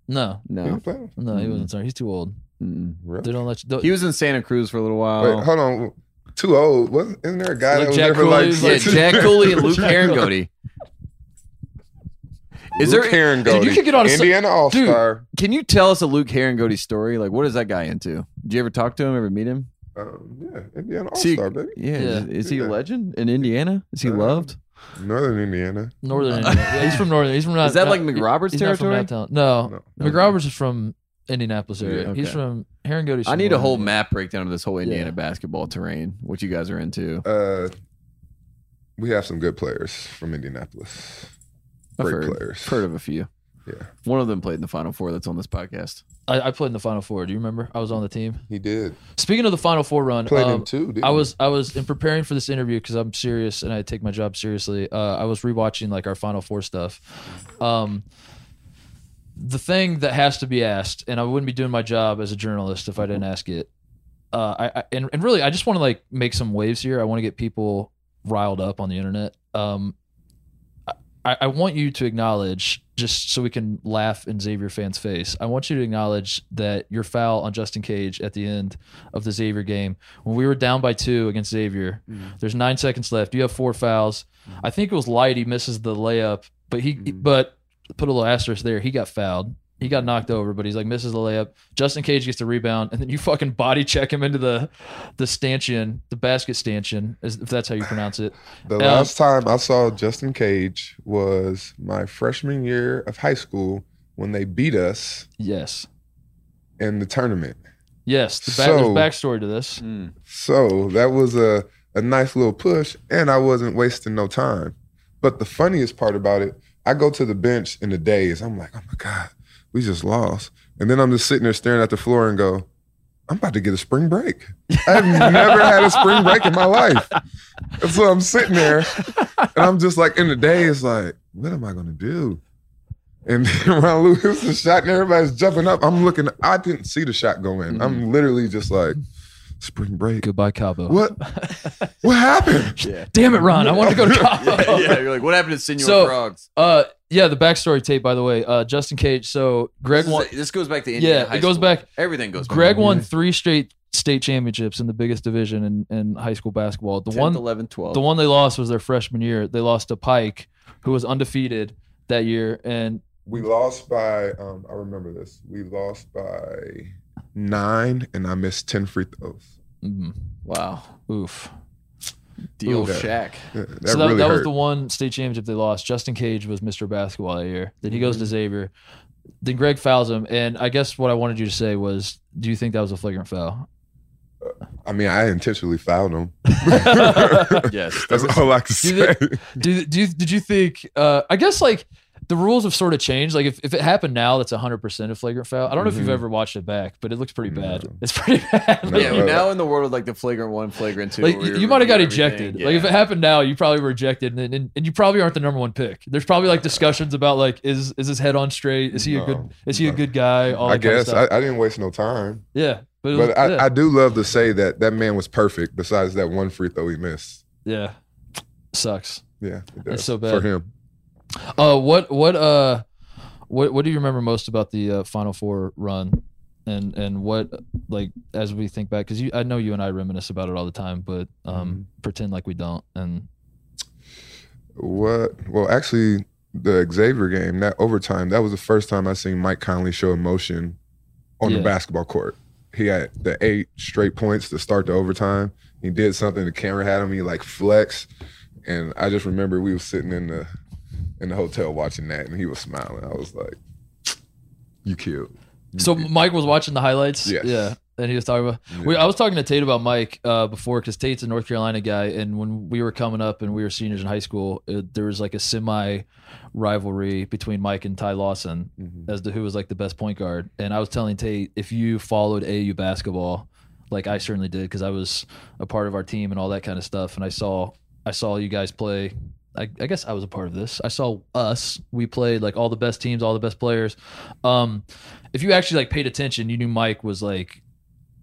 Speaker 1: No,
Speaker 4: he? He
Speaker 2: No.
Speaker 4: played.
Speaker 1: no, he wasn't. Sorry, he's too old.
Speaker 2: Mm-mm.
Speaker 1: They
Speaker 4: Really?
Speaker 1: don't let you. Don't,
Speaker 2: He was in Santa Cruz for a little while.
Speaker 4: Wait, hold on. Too old. Wasn't, isn't there a
Speaker 1: Like
Speaker 4: guy that was
Speaker 1: Jack
Speaker 4: there for like?
Speaker 1: Cooley?
Speaker 2: yeah,
Speaker 4: six-
Speaker 2: Jack Cooley and Luke Herringody. Is
Speaker 4: Luke
Speaker 2: there?
Speaker 4: Herringody,
Speaker 1: Dude, you could get on a-
Speaker 4: Indiana All Star?
Speaker 2: Can you tell us a Luke Herringody story? Like, what is that guy into? Did you ever talk to him? Ever meet him?
Speaker 4: Um, yeah, Indiana All
Speaker 2: See-
Speaker 4: Star, baby.
Speaker 2: Yeah. Is,
Speaker 1: Yeah.
Speaker 2: is he a
Speaker 4: Yeah.
Speaker 2: legend in Indiana? Is he
Speaker 4: Uh,
Speaker 2: loved?
Speaker 4: Northern Indiana.
Speaker 1: Northern. Indiana. Yeah, he's from Northern. He's from. Not,
Speaker 2: Is that
Speaker 1: not-
Speaker 2: like
Speaker 1: he-
Speaker 2: McRoberts
Speaker 1: he's not from
Speaker 2: territory?
Speaker 1: downtown. No,
Speaker 4: No.
Speaker 1: McRoberts is from Indianapolis area.
Speaker 2: Yeah,
Speaker 1: He's
Speaker 2: okay.
Speaker 1: from Herringody.
Speaker 2: I need a whole map breakdown of this whole Indiana
Speaker 1: Yeah.
Speaker 2: basketball terrain. What you guys are into?
Speaker 4: Uh, we have some good players from Indianapolis.
Speaker 2: I've
Speaker 4: Great
Speaker 2: heard,
Speaker 4: players.
Speaker 2: heard of a few.
Speaker 4: Yeah.
Speaker 6: One of them played in the Final Four. That's on this podcast.
Speaker 1: I, I played in the Final Four. Do you remember? I was on the team.
Speaker 4: He did.
Speaker 1: Speaking of the Final Four run,
Speaker 4: Played
Speaker 1: um,
Speaker 4: him too, didn't
Speaker 1: I
Speaker 4: he?
Speaker 1: was I was in preparing for this interview because I'm serious and I take my job seriously. Uh, I was rewatching like our Final Four stuff. Um, the thing that has to be asked, and I wouldn't be doing my job as a journalist if I didn't ask it. Uh, I, I and, and really, I just want to like make some waves here. I want to get people riled up on the internet. Um, I, I want you to acknowledge, just so we can laugh in Xavier fans' face. I want you to acknowledge that your foul on Justin Cage at the end of the Xavier game, when we were down by two against Xavier,
Speaker 4: Mm.
Speaker 1: there's nine seconds left. You have four fouls.
Speaker 6: Mm-hmm.
Speaker 1: I think it was Light. He misses the layup, but he but put a little asterisk there. He got fouled. He got knocked over, but he's like misses the layup. Justin Cage gets the rebound, and then you fucking body check him into the the stanchion, the basket stanchion, is- if that's how you pronounce it.
Speaker 4: The
Speaker 1: Yeah.
Speaker 4: last time I saw Justin Cage was my freshman year of high school when they beat us
Speaker 1: Yes,
Speaker 4: in the tournament.
Speaker 1: yes. The back,
Speaker 4: So-
Speaker 1: there's backstory to this.
Speaker 6: Mm.
Speaker 4: So that was a, a nice little push, and I wasn't wasting no time. But the funniest part about it, I go to the bench in the days. I'm like, oh my God, we just lost. And then I'm just sitting there staring at the floor and go, I'm about to get a spring break. I've never had a spring break in my life. And so I'm sitting there and I'm just like, in the days, like, what am I going to do? And then Ron Lewis hits the shot and everybody's jumping up. I'm looking, I didn't see the shot go in. I'm literally just like, spring break.
Speaker 1: Goodbye, Cabo.
Speaker 4: What? what happened?
Speaker 6: Yeah.
Speaker 1: Damn it, Ron! I want to go to Cabo.
Speaker 6: yeah, yeah. You're like, what happened to Senor
Speaker 1: So,
Speaker 6: Frogs?
Speaker 1: Uh, yeah, the backstory tape, by the way. Uh, Justin Cage. So Greg
Speaker 6: This,
Speaker 1: won.
Speaker 6: is- this goes back to Indiana
Speaker 1: Yeah,
Speaker 6: high
Speaker 1: it goes
Speaker 6: school.
Speaker 1: back.
Speaker 6: Everything goes back.
Speaker 1: Greg won three straight state championships in the biggest division in, in high school basketball. The
Speaker 6: 10th,
Speaker 1: one,
Speaker 6: 11th, 12th.
Speaker 1: the one they lost was their freshman year. They lost to Pike, who was undefeated that year, and
Speaker 4: We lost by, um, I remember this. We lost by nine, and I missed 10 free throws.
Speaker 1: mm,
Speaker 6: Wow.
Speaker 1: oof.
Speaker 6: Deal
Speaker 4: Ooh.
Speaker 6: Shaq.
Speaker 4: Yeah, That
Speaker 1: so that,
Speaker 4: really
Speaker 1: that was
Speaker 4: hurt.
Speaker 1: the one state championship they lost. Justin Cage was Mr. Basketball that year. Then he goes to Xavier. Then Greg fouls him, and I guess what I wanted you to say was, do you think that was a flagrant foul?
Speaker 4: I mean, I intentionally fouled him.
Speaker 6: Yes.
Speaker 4: That's all I can
Speaker 1: You
Speaker 4: say.
Speaker 1: do, do you, did you think uh i guess like the rules have sort of changed like if, if it happened now that's 100% a flagrant foul i don't know if you've
Speaker 4: Mhm.
Speaker 1: ever watched it back but it looks pretty bad
Speaker 4: No.
Speaker 1: it's pretty bad
Speaker 4: No.
Speaker 1: like,
Speaker 6: Yeah,
Speaker 1: you-
Speaker 6: we're now in the world of like the flagrant one, flagrant two.
Speaker 1: like,
Speaker 6: where
Speaker 1: you,
Speaker 6: we
Speaker 1: might have got
Speaker 6: review everything.
Speaker 1: ejected like if
Speaker 6: Yeah.
Speaker 1: it happened now you probably were ejected and, and, and you probably aren't the number one pick there's probably like discussions about like is is his head on straight is he a good
Speaker 4: Uh, No.
Speaker 1: is he a
Speaker 4: Um, No.
Speaker 1: good guy all
Speaker 4: I
Speaker 1: that kind of
Speaker 4: guess I,
Speaker 1: stuff.
Speaker 4: I didn't waste no time.
Speaker 1: yeah but, it was-
Speaker 4: But I,
Speaker 1: yeah,
Speaker 4: I do love to say that that man was perfect besides that one free throw he missed.
Speaker 1: yeah. sucks
Speaker 4: Yeah. it
Speaker 1: That's
Speaker 4: does.
Speaker 1: so bad.
Speaker 4: For him.
Speaker 1: uh what what uh what what do you remember most about the uh, final four run and and what like as we think back because you i know you and i reminisce about it all the time but um pretend like we don't and
Speaker 4: What? Well, actually, the Xavier game, that overtime, that was the first time I seen Mike Conley show emotion on
Speaker 1: Yeah.
Speaker 4: the basketball court. He had the eight straight points to start the overtime. He did something. The camera had him. He like flexed, and I just remember we was sitting in the in the hotel watching that, and he was smiling. I was like, "You killed."
Speaker 1: so mike was watching the highlights
Speaker 4: Yes.
Speaker 1: yeah and he was talking about we, i was talking to tate about mike uh, before because tate's a north carolina guy and when we were coming up and we were seniors in high school it, there was like a semi rivalry between mike and ty lawson
Speaker 4: Mhm.
Speaker 1: as to who was like the best point guard. And I was telling Tate, if you followed AU basketball, like I certainly did, because I was a part of our team and all that kind of stuff. And I saw, I saw you guys play. I, I guess I was a part of this. I saw us. We played like all the best teams, all the best players. Um, if you actually like paid attention, you knew Mike was like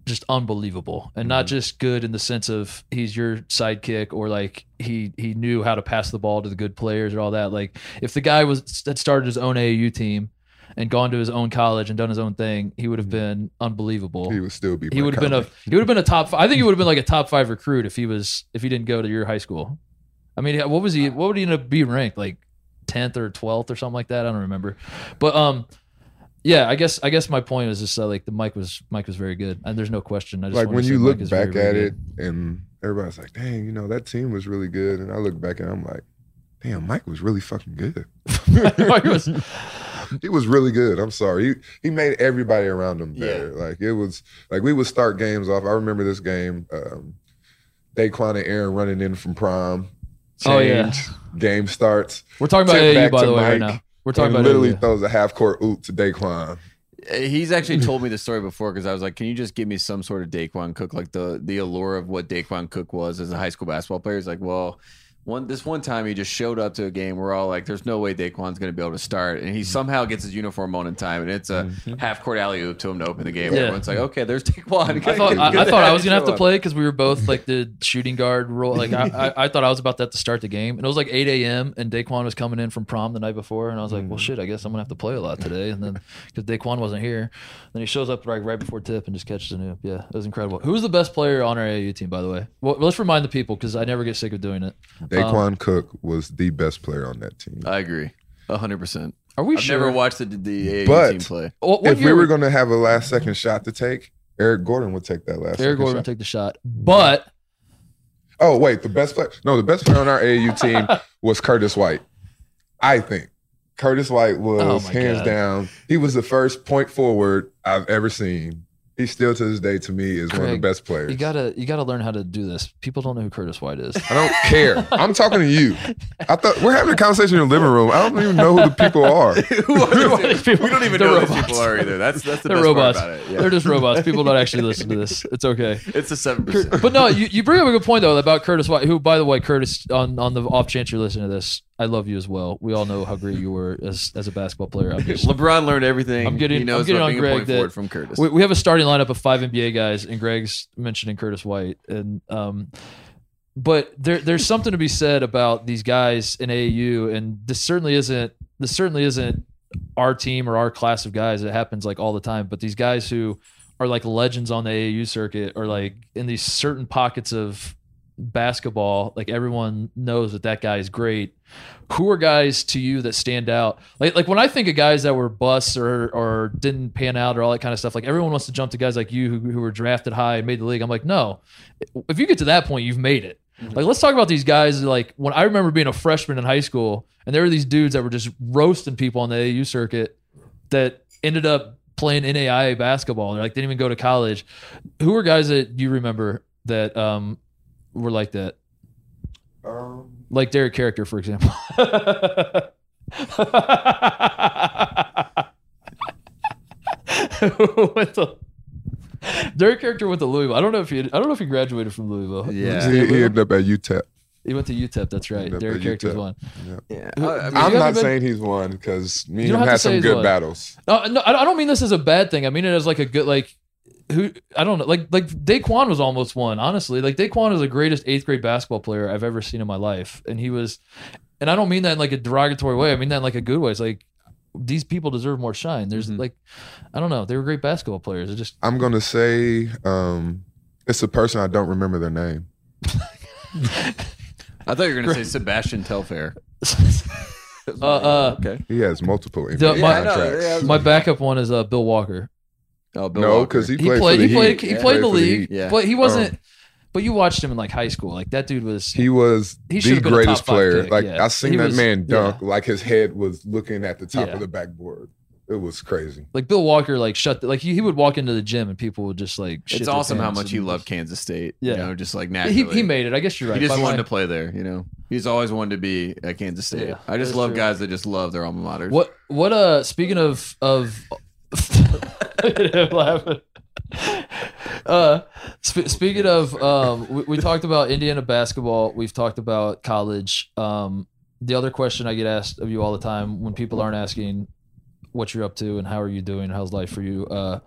Speaker 1: just unbelievable and not just good in the sense of he's your sidekick or like he he knew how to pass the ball to the good players and all that like if the guy was had started his own AAU team and gone to his own college and done his own thing he would have been unbelievable
Speaker 4: He would still be.
Speaker 1: he would have been a he would have been a top five, I think he would have been like a top 5 recruit if he was if he didn't go to your high school I mean what was he
Speaker 4: Uh,
Speaker 1: what would he end up being ranked like 10th or 12th or something like that I don't remember but um yeah, I guess I guess my point was just uh, like the Mike was Mike was very good, and there's no question. I just
Speaker 4: like
Speaker 1: wanted
Speaker 4: when
Speaker 1: to say
Speaker 4: you
Speaker 1: Mike
Speaker 4: look
Speaker 1: is very,
Speaker 4: back
Speaker 1: very
Speaker 4: at
Speaker 1: good.
Speaker 4: it and everybody's like dang you know that team was really good and i look back and i'm like damn mike was really fucking good
Speaker 1: Mike was-
Speaker 4: he was really good i'm sorry he, he made everybody around him
Speaker 6: Yeah.
Speaker 4: better like it was like we would start games off i remember this game um Daquan and Aaron running in from prom.
Speaker 1: Oh, yeah.
Speaker 4: Change. Game starts.
Speaker 1: we're talking about AAU
Speaker 4: Tip back
Speaker 1: by
Speaker 4: to
Speaker 1: the way right
Speaker 4: Mike.
Speaker 1: now. We're talking about
Speaker 4: He
Speaker 1: Um,
Speaker 4: literally
Speaker 1: Ilya.
Speaker 4: throws a half court oop to Daquan.
Speaker 2: He's actually told me the story before because I was like, "Can you just give me some sort of Daquan Cook, like the the allure of what Daquan Cook was as a high school basketball player?" He's like, "Well, one this one time he just showed up to a game. We're all like, there's no way Daquan's going to be able to start, and he
Speaker 1: Mm-hmm.
Speaker 2: somehow gets his uniform on in time, and it's a half court alley oop to him to open the game.
Speaker 1: Yeah.
Speaker 2: Everyone's like, "Okay, there's Daquan."
Speaker 1: I thought I, I thought I was gonna have to play because we were both like the shooting guard role. Like I, I, I thought I was about to have to start the game, and it was like 8 a.m. and Daquan was coming in from prom the night before, and I was like,
Speaker 2: Mm-hmm.
Speaker 1: well, shit, I guess I'm gonna have to play a lot today. And then because Daquan wasn't here, then he shows up right right before tip and just catches an oop. Yeah, it was incredible. Who was the best player on our AAU team, by the way? Well, let's remind the people because I never get sick of doing it.
Speaker 4: Daquan Cook was the best player on that team.
Speaker 1: uh,
Speaker 2: I agree, hundred percent.
Speaker 1: Are we
Speaker 2: I've
Speaker 1: sure?
Speaker 2: never watched the the AAU
Speaker 4: But-
Speaker 2: team play.
Speaker 1: What, what
Speaker 4: if we
Speaker 1: year
Speaker 4: were
Speaker 1: would-
Speaker 4: going to have a last second shot to take, Eric Gordon would take that
Speaker 1: Eric
Speaker 4: last second
Speaker 1: Gordon
Speaker 4: shot.
Speaker 1: would take the shot, but
Speaker 4: oh, wait, the best player. No, the best player on our AAU team was Curtis White. I think Curtis White was
Speaker 1: Oh my
Speaker 4: hands
Speaker 1: God.
Speaker 4: down. He was the first point forward I've ever seen. He still to this day to me is one of the
Speaker 1: Craig,
Speaker 4: best players.
Speaker 1: you gotta you gotta learn how to do this. People don't know who Curtis White is.
Speaker 4: I don't care. I'm talking to you. I thought we're having a conversation in the living room. I don't even know who the people are.
Speaker 2: Who are these
Speaker 1: People-
Speaker 2: people? We don't even
Speaker 1: they're
Speaker 2: know who
Speaker 1: robots.
Speaker 2: these people are either. That's that's the
Speaker 1: They're
Speaker 2: best
Speaker 1: robots.
Speaker 2: part about it.
Speaker 1: They're
Speaker 2: Yeah.
Speaker 1: just robots. People don't actually listen to this. It's okay.
Speaker 2: It's a seven
Speaker 1: Cur-
Speaker 2: percent.
Speaker 1: But no, you, you bring up a good point though about Curtis White. Who, by the way, Curtis, on, on the off chance you're listening to this, I love you as well. We all know how great you were as as a basketball player. Obviously,
Speaker 2: LeBron learned everything.
Speaker 1: I'm getting-
Speaker 2: he knows
Speaker 1: I'm getting
Speaker 2: about
Speaker 1: on
Speaker 2: being
Speaker 1: Greg
Speaker 2: a point
Speaker 1: that-
Speaker 2: forward from Curtis.
Speaker 1: we, we have a starting lineup of five NBA guys, and Greg's mentioning Curtis White, and um, but there there's something to be said about these guys in AAU, and this certainly isn't this certainly isn't our team or our class of guys. It happens like all the time, but these guys who are like legends on the AAU circuit or like in these certain pockets of basketball, like everyone knows that that guy is great. Who are guys to you that stand out? Like like when I think of guys that were busts or or didn't pan out or all that kind of stuff, like everyone wants to jump to guys like you who, who were drafted high and made the league. I'm like, no, if you get to that point, you've made it. Like let's talk about these guys. Like when I remember being a freshman in high school, and there were these dudes that were just roasting people on the AAU circuit that ended up playing NAIA basketball. They like didn't even go to college. Who were guys that you remember that um were like that?
Speaker 4: Um,
Speaker 1: Like Derek Character, for example. what the? Derek Character went to Louisville. I don't know if he. I don't know if he graduated from Louisville.
Speaker 2: Yeah.
Speaker 4: he, he ended up at UTEP.
Speaker 1: He went to UTEP. That's right.
Speaker 4: Ended up
Speaker 1: Derek
Speaker 4: at
Speaker 1: Character's
Speaker 4: UTEP.
Speaker 1: one.
Speaker 2: yeah.
Speaker 1: Who-
Speaker 2: I-
Speaker 1: You
Speaker 2: I mean,
Speaker 4: I'm
Speaker 1: haven't
Speaker 4: not
Speaker 1: been-
Speaker 4: saying he's won because me
Speaker 1: You
Speaker 4: and
Speaker 1: don't have
Speaker 4: him
Speaker 1: to
Speaker 4: had
Speaker 1: say
Speaker 4: some
Speaker 1: he's
Speaker 4: good
Speaker 1: won.
Speaker 4: battles.
Speaker 1: No, no, I I don't mean this as a bad thing. I mean it as like a good like who I don't know. Like like Daquan was almost one, honestly. Like Daquan is the greatest eighth grade basketball player I've ever seen in my life. And he was and I don't mean that in like a derogatory way. I mean that in like a good way. It's like these people deserve more shine. There's
Speaker 2: Mhm.
Speaker 1: like I don't know. They were great basketball players. It just
Speaker 4: I'm gonna say um, it's a person I don't remember their name.
Speaker 2: I thought you were going to say Sebastian Telfair.
Speaker 1: Uh, uh,
Speaker 2: okay.
Speaker 4: He has multiple NBA
Speaker 1: The- my-
Speaker 2: Yeah, I know.
Speaker 4: contracts.
Speaker 2: Yeah.
Speaker 1: my backup one is uh, Bill Walker.
Speaker 2: Oh, Bill
Speaker 4: no,
Speaker 2: Walker.
Speaker 4: because he
Speaker 1: He
Speaker 4: played.
Speaker 1: played
Speaker 4: for the
Speaker 1: he played
Speaker 4: Heat.
Speaker 1: he played the
Speaker 2: Yeah.
Speaker 4: Played for the
Speaker 1: league,
Speaker 2: Heat. Yeah.
Speaker 1: but he wasn't
Speaker 4: Um,
Speaker 1: but you watched him in like high school. Like that dude was
Speaker 4: He was
Speaker 1: He
Speaker 4: the
Speaker 1: should've been a
Speaker 4: greatest
Speaker 1: top five
Speaker 4: player.
Speaker 1: pick,
Speaker 4: like
Speaker 1: yeah.
Speaker 4: I seen
Speaker 1: He
Speaker 4: that
Speaker 1: was-
Speaker 4: man dunk.
Speaker 1: yeah.
Speaker 4: Like his head was looking at the top
Speaker 1: Yeah.
Speaker 4: of the backboard. It was crazy.
Speaker 1: like Bill Walker, like shut, the, like he, he would walk into the gym and people would just like. shit
Speaker 2: It's
Speaker 1: their
Speaker 2: awesome how
Speaker 1: pants
Speaker 2: much
Speaker 1: and
Speaker 2: he
Speaker 1: just-
Speaker 2: loved Kansas State.
Speaker 1: Yeah.
Speaker 2: You know, just like
Speaker 1: Yeah,
Speaker 2: naturally.
Speaker 1: He, he made it. I guess you're right.
Speaker 2: He just
Speaker 1: By
Speaker 2: wanted
Speaker 1: my-
Speaker 2: to play there, you know. He's always wanted to be at Kansas State.
Speaker 1: Yeah,
Speaker 2: I just
Speaker 1: that's
Speaker 2: love
Speaker 1: true.
Speaker 2: guys that just love their alma maters.
Speaker 1: What what uh? Speaking of of. Look at him laughing. Uh, sp- speaking of, um, we, we talked about Indiana basketball. We've talked about college. Um, the other question I get asked of you all the time when people aren't asking what you're up to and how are you doing, how's life for you. Uh,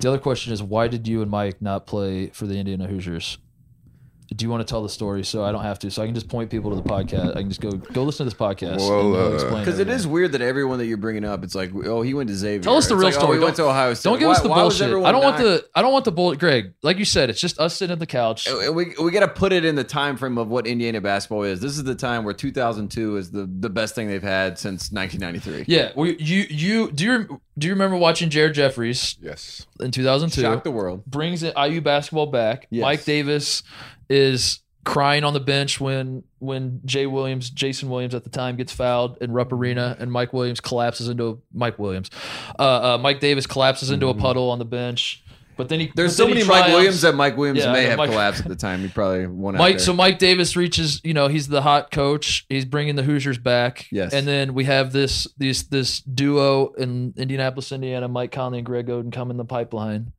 Speaker 1: the other question is why did you and Mike not play for the Indiana Hoosiers? Do you want to tell the story so I don't have to? So I can just point people to the podcast. I can just go go listen to this podcast.
Speaker 4: Well,
Speaker 1: and he'll
Speaker 4: uh,
Speaker 1: explain
Speaker 2: Because it
Speaker 1: everything.
Speaker 2: is weird that everyone that you're bringing up, it's like, oh, he went to Xavier.
Speaker 1: Tell us the
Speaker 2: It's
Speaker 1: real
Speaker 2: like, oh,
Speaker 1: story.
Speaker 2: he went to
Speaker 1: Don't-
Speaker 2: Ohio State.
Speaker 1: Don't give
Speaker 2: Why-
Speaker 1: us the
Speaker 2: why was
Speaker 1: bullshit.
Speaker 2: everyone
Speaker 1: I don't want
Speaker 2: not-
Speaker 1: the. I don't want the bull. Greg, like you said, it's just us sitting at the couch.
Speaker 2: And we we got to put it in the time frame of what Indiana basketball is. This is the time where 2002 is the, the best thing they've had since 1993.
Speaker 1: Yeah, we, you you do you do you remember watching Jared Jeffries
Speaker 4: Yes.
Speaker 1: in 2002?
Speaker 2: Shocked the world.
Speaker 1: brings in IU basketball back.
Speaker 2: Yes.
Speaker 1: Mike Davis is crying on the bench when when Jay Williams, Jason Williams at the time gets fouled in Rupp Arena, and Mike Williams collapses into Mike Williams. Uh, uh, Mike Davis collapses into a puddle on the bench. But then he
Speaker 2: Mm. There's
Speaker 1: but
Speaker 2: so
Speaker 1: then he
Speaker 2: many Mike
Speaker 1: triumphs.
Speaker 2: Williams that Mike Williams
Speaker 1: Yeah, I
Speaker 2: may
Speaker 1: know,
Speaker 2: have
Speaker 1: Mike-
Speaker 2: collapsed at the time. He probably won. out
Speaker 1: Mike,
Speaker 2: there.
Speaker 1: so Mike Davis reaches. You know, he's the hot coach. He's bringing the Hoosiers back.
Speaker 2: Yes.
Speaker 1: And then we have this these this duo in Indianapolis, Indiana. Mike Conley and Greg Oden come in the pipeline.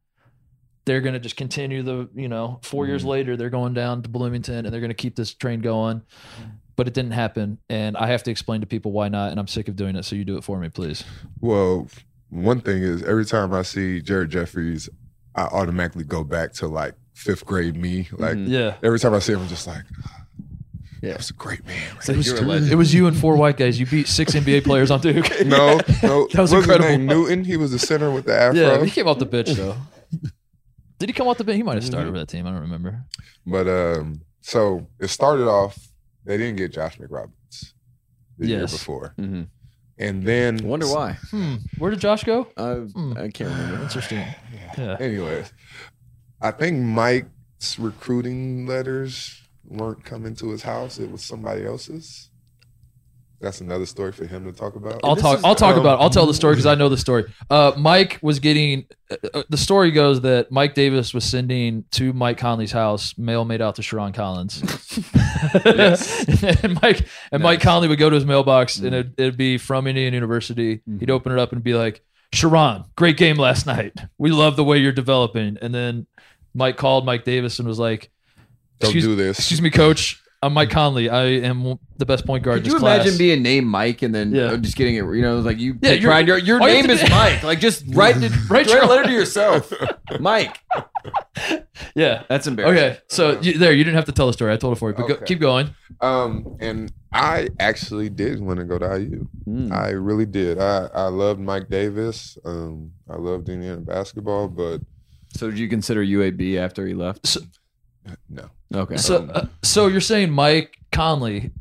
Speaker 1: They're going to just continue the you know 4
Speaker 2: Mm-hmm.
Speaker 1: years later they're going down to Bloomington and they're going to keep this train going.
Speaker 2: Mm-hmm.
Speaker 1: But it didn't happen, and I have to explain to people why not, and I'm sick of doing it. So you do it for me, please.
Speaker 4: Well, one thing is every time I see Jared Jeffries, I automatically go back to like fifth grade me. Like
Speaker 2: Mhm.
Speaker 1: Yeah.
Speaker 4: every time I see him, I'm just like,
Speaker 2: Yeah.
Speaker 4: yeah, was a great man.
Speaker 2: It's like,
Speaker 1: was
Speaker 2: you're a
Speaker 1: three-
Speaker 2: legend.
Speaker 1: It was you and four white guys. You beat six NBA players on Duke.
Speaker 4: No, no,
Speaker 1: That was
Speaker 4: what his
Speaker 1: incredible.
Speaker 4: name? Newton. He was the center with the afro.
Speaker 1: Yeah, he came off the bench though. Did he come off the bench? He might have started with that team. I don't remember.
Speaker 4: But um, so it started off. They didn't get Josh McRoberts the year
Speaker 1: Yes.
Speaker 4: before,
Speaker 2: Mhm.
Speaker 4: and then
Speaker 2: Wonder why?
Speaker 1: Hmm. Where did Josh go?
Speaker 2: Uh,
Speaker 1: Mm.
Speaker 2: I can't remember.
Speaker 1: Interesting. Yeah.
Speaker 4: Anyways, I think Mike's recruiting letters weren't coming to his house. It was somebody else's. That's another story for him to talk about.
Speaker 1: I'll
Speaker 2: this
Speaker 1: talk.
Speaker 2: is-
Speaker 1: I'll talk
Speaker 4: um,
Speaker 1: about. It. I'll tell the story because I know the story. Uh, Mike was getting. uh, Uh, the story goes that Mike Davis was sending to Mike Conley's house mail made out to Sharon Collins. and Mike and Mike
Speaker 2: Nice. Mm-hmm.
Speaker 1: Conley would go to his mailbox and it'd, it'd be from Indiana University. He'd open it up and be like, "Sharon, great game last night. We love the way you're developing." And then Mike called Mike Davis and was like,
Speaker 4: Don't
Speaker 1: excuse,
Speaker 4: do this.
Speaker 1: Excuse me, coach. I'm Mike Conley. I am the best point guard.
Speaker 2: Could
Speaker 1: in
Speaker 2: you
Speaker 1: this
Speaker 2: imagine
Speaker 1: class."
Speaker 2: being named Mike and then
Speaker 1: Yeah.
Speaker 2: uh, just getting it? You know, like you
Speaker 1: Yeah,
Speaker 2: take
Speaker 1: you're-
Speaker 2: pride- your your
Speaker 1: all you
Speaker 2: name
Speaker 1: have
Speaker 2: is
Speaker 1: to do-
Speaker 2: Mike. Like just write the
Speaker 1: Write
Speaker 2: write,
Speaker 1: your-
Speaker 2: a letter to yourself, Mike.
Speaker 1: Yeah.
Speaker 2: That's embarrassing.
Speaker 1: Okay. So you, there, you didn't have to tell the story. I told it for you. But go,
Speaker 4: Uh-huh. Okay.
Speaker 1: keep going.
Speaker 4: Um, and I actually did want to go to IU.
Speaker 2: Mm.
Speaker 4: I really did. I, I loved Mike Davis. Um, I loved Indiana basketball, but
Speaker 2: So did you consider UAB after he left?
Speaker 4: no.
Speaker 2: Okay.
Speaker 4: Um,
Speaker 1: So, uh, so you're saying Mike Conley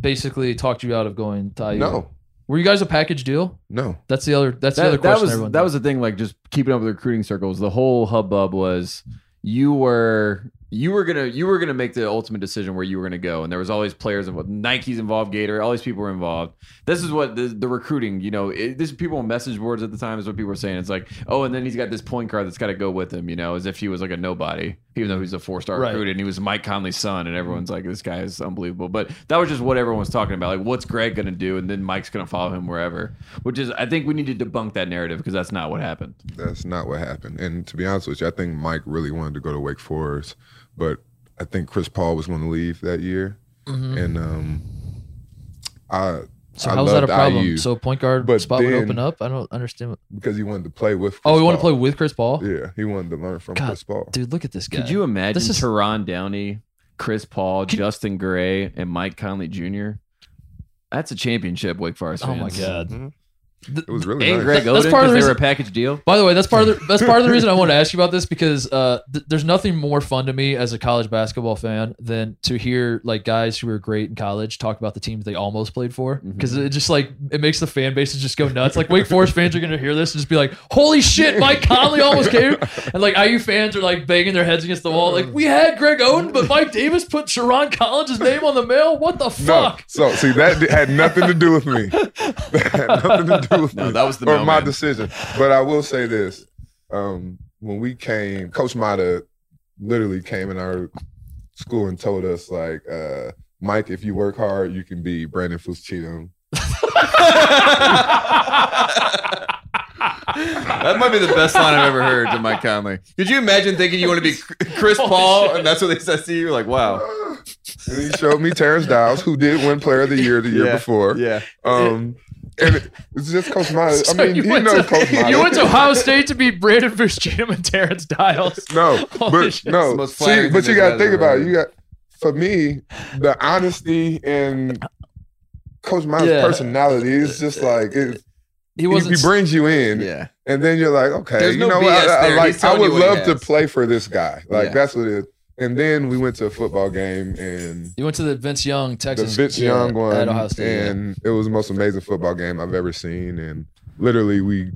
Speaker 1: basically talked you out of going to IU?
Speaker 4: No,
Speaker 1: Were you guys a package deal?
Speaker 4: no.
Speaker 1: That's the other. That's the other
Speaker 2: that, that
Speaker 1: question.
Speaker 2: was
Speaker 1: everyone
Speaker 2: that was the thing. Like just keeping up with the recruiting circles. The whole hubbub was you were you were gonna you were gonna make the ultimate decision where you were gonna go, and there was all these players involved. Nike's involved, Gator, all these people were involved. This is what the, the recruiting. You know, it, this is people on message boards at the time is what people were saying. It's like, oh, and then he's got this point guard that's got to go with him. You know, as if he was like a nobody, even though he's a four star
Speaker 1: Right.
Speaker 2: recruit and he was Mike Conley's son, and everyone's like, this guy is unbelievable. But that was just what everyone was talking about. Like, what's Greg gonna do? And then Mike's gonna follow him wherever. Which is, I think we need to debunk that narrative because that's not what happened.
Speaker 4: That's not what happened. And to be honest with you, I think Mike really wanted to go to Wake Forest, but I think Chris Paul was going to leave that year.
Speaker 2: Mm-hmm.
Speaker 1: Mm-hmm.
Speaker 4: And um, I
Speaker 1: So
Speaker 4: I
Speaker 1: how's that a
Speaker 4: loved
Speaker 1: problem?
Speaker 4: IU.
Speaker 1: So point guard
Speaker 4: But
Speaker 1: spot would
Speaker 4: then-
Speaker 1: open up. I don't understand. What,
Speaker 4: because he wanted to play with. Chris
Speaker 1: oh, we want to play
Speaker 4: Paul.
Speaker 1: with Chris Paul.
Speaker 4: Yeah, he wanted to learn from
Speaker 1: God,
Speaker 4: Chris Paul.
Speaker 1: Dude, look at this guy.
Speaker 2: Could you imagine
Speaker 1: This is-
Speaker 2: Teron Downey, Chris Paul, Justin Gray, and Mike Conley Jr.? That's a championship, Wake Forest
Speaker 1: Oh
Speaker 2: fans.
Speaker 1: my god.
Speaker 4: Mhm.
Speaker 1: Th-
Speaker 4: It was really
Speaker 2: And
Speaker 4: nice.
Speaker 2: Greg Oden,
Speaker 1: That's part of the
Speaker 2: because they were
Speaker 1: reason-
Speaker 2: a package deal.
Speaker 1: By the way, that's part of the that's part of the reason I want to ask you about this because uh, th- there's nothing more fun to me as a college basketball fan than to hear like guys who were great in college talk about the teams they almost played for
Speaker 4: Mm-hmm.
Speaker 1: because it just like it makes the fan bases just go nuts. Like Wake Forest fans are gonna hear this and just be like, "Holy shit, Mike Conley almost came!" And like IU fans are like banging their heads against the wall, like, "We had Greg Oden, but Mike Davis put Sharon Collins' name on the mail. What the
Speaker 4: No,
Speaker 1: fuck?"
Speaker 4: so see that di- had nothing to do with me. That had nothing to do with
Speaker 2: No,
Speaker 4: me.
Speaker 2: that was the
Speaker 4: or my
Speaker 2: mailman.
Speaker 4: decision. But I will say this: um, when we came, Coach Mata literally came in our school and told us, like, uh, Mike, if you work hard, you can be Brandon Fuschito.
Speaker 2: That might be the best line I've ever heard to Mike Conley. Could you imagine thinking you want to be Chris Paul, and that's what they said to you? Like, wow.
Speaker 4: And he showed me Terrence Dials, who did win Player of the Year the year
Speaker 2: Yeah,
Speaker 4: before.
Speaker 2: Yeah.
Speaker 4: Um, and it- it's just Coach Mata.
Speaker 1: So
Speaker 4: Uh, I mean,
Speaker 1: you
Speaker 4: you,
Speaker 1: went
Speaker 4: know
Speaker 1: to-
Speaker 4: Coach Mata.
Speaker 1: You went to Ohio State to beat Brandon Fischum and Terrence Dials.
Speaker 4: No,
Speaker 1: Holy
Speaker 4: but
Speaker 1: shit.
Speaker 2: It's the
Speaker 4: no.
Speaker 2: most flattering
Speaker 4: See, but
Speaker 2: thing that
Speaker 4: you got to
Speaker 2: I've
Speaker 4: think
Speaker 2: ever
Speaker 4: about
Speaker 2: heard.
Speaker 4: it. You got for me the honesty and Coach Miles'
Speaker 1: Yeah.
Speaker 4: personality is just like it,
Speaker 1: He
Speaker 4: he,
Speaker 1: wasn't.
Speaker 4: he brings you in,
Speaker 2: Yeah.
Speaker 4: and then you're like, okay,
Speaker 2: There's
Speaker 4: you
Speaker 2: no
Speaker 4: know
Speaker 2: BS
Speaker 4: what? I- I,
Speaker 2: there. He's
Speaker 4: like I
Speaker 2: telling
Speaker 4: would
Speaker 2: you what he
Speaker 4: love to
Speaker 2: has.
Speaker 4: play for this guy. Like
Speaker 2: Yeah.
Speaker 4: that's what it is. And then we went to a football game and.
Speaker 1: You went to the Vince Young,
Speaker 4: The
Speaker 1: Texas.
Speaker 4: Vince
Speaker 1: yeah,
Speaker 4: Young one,
Speaker 1: at Ohio State. yeah.
Speaker 4: and it was the most amazing football game I've ever seen. And literally, we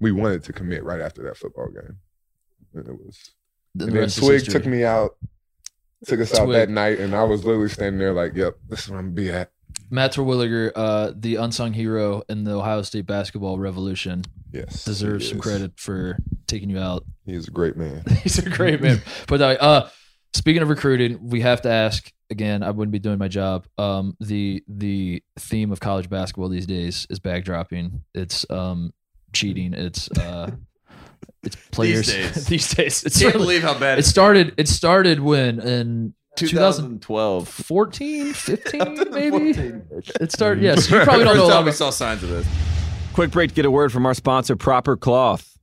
Speaker 4: we wanted to commit right after that football game. And it was
Speaker 1: The
Speaker 4: And then
Speaker 1: rest is
Speaker 4: Swig
Speaker 1: history.
Speaker 4: took me out, took us out
Speaker 1: Swig.
Speaker 4: that night, and I was literally standing there like, "Yep, this is where I'm gonna be at."
Speaker 1: Matt Terwilliger, uh, the unsung hero in the Ohio State basketball revolution,
Speaker 4: Yes,
Speaker 1: deserves some
Speaker 4: yes.
Speaker 1: credit for taking you out.
Speaker 4: He's a great man.
Speaker 1: He's a great man. But uh, uh, speaking of recruiting, we have to ask again. I wouldn't be doing my job. Um, the the theme of college basketball these days is bag dropping. It's um, cheating. It's uh, it's players
Speaker 2: days.
Speaker 1: these days. It's
Speaker 2: Can't
Speaker 1: certainly-
Speaker 2: believe how
Speaker 1: it
Speaker 2: bad it's
Speaker 1: started. It started when in
Speaker 2: 2012.
Speaker 1: 2014, 15, maybe.
Speaker 2: 14.
Speaker 1: It started. Yes, you probably don't know a lot. about-
Speaker 2: saw signs of this. Quick break to get a word from our sponsor, Proper Cloth.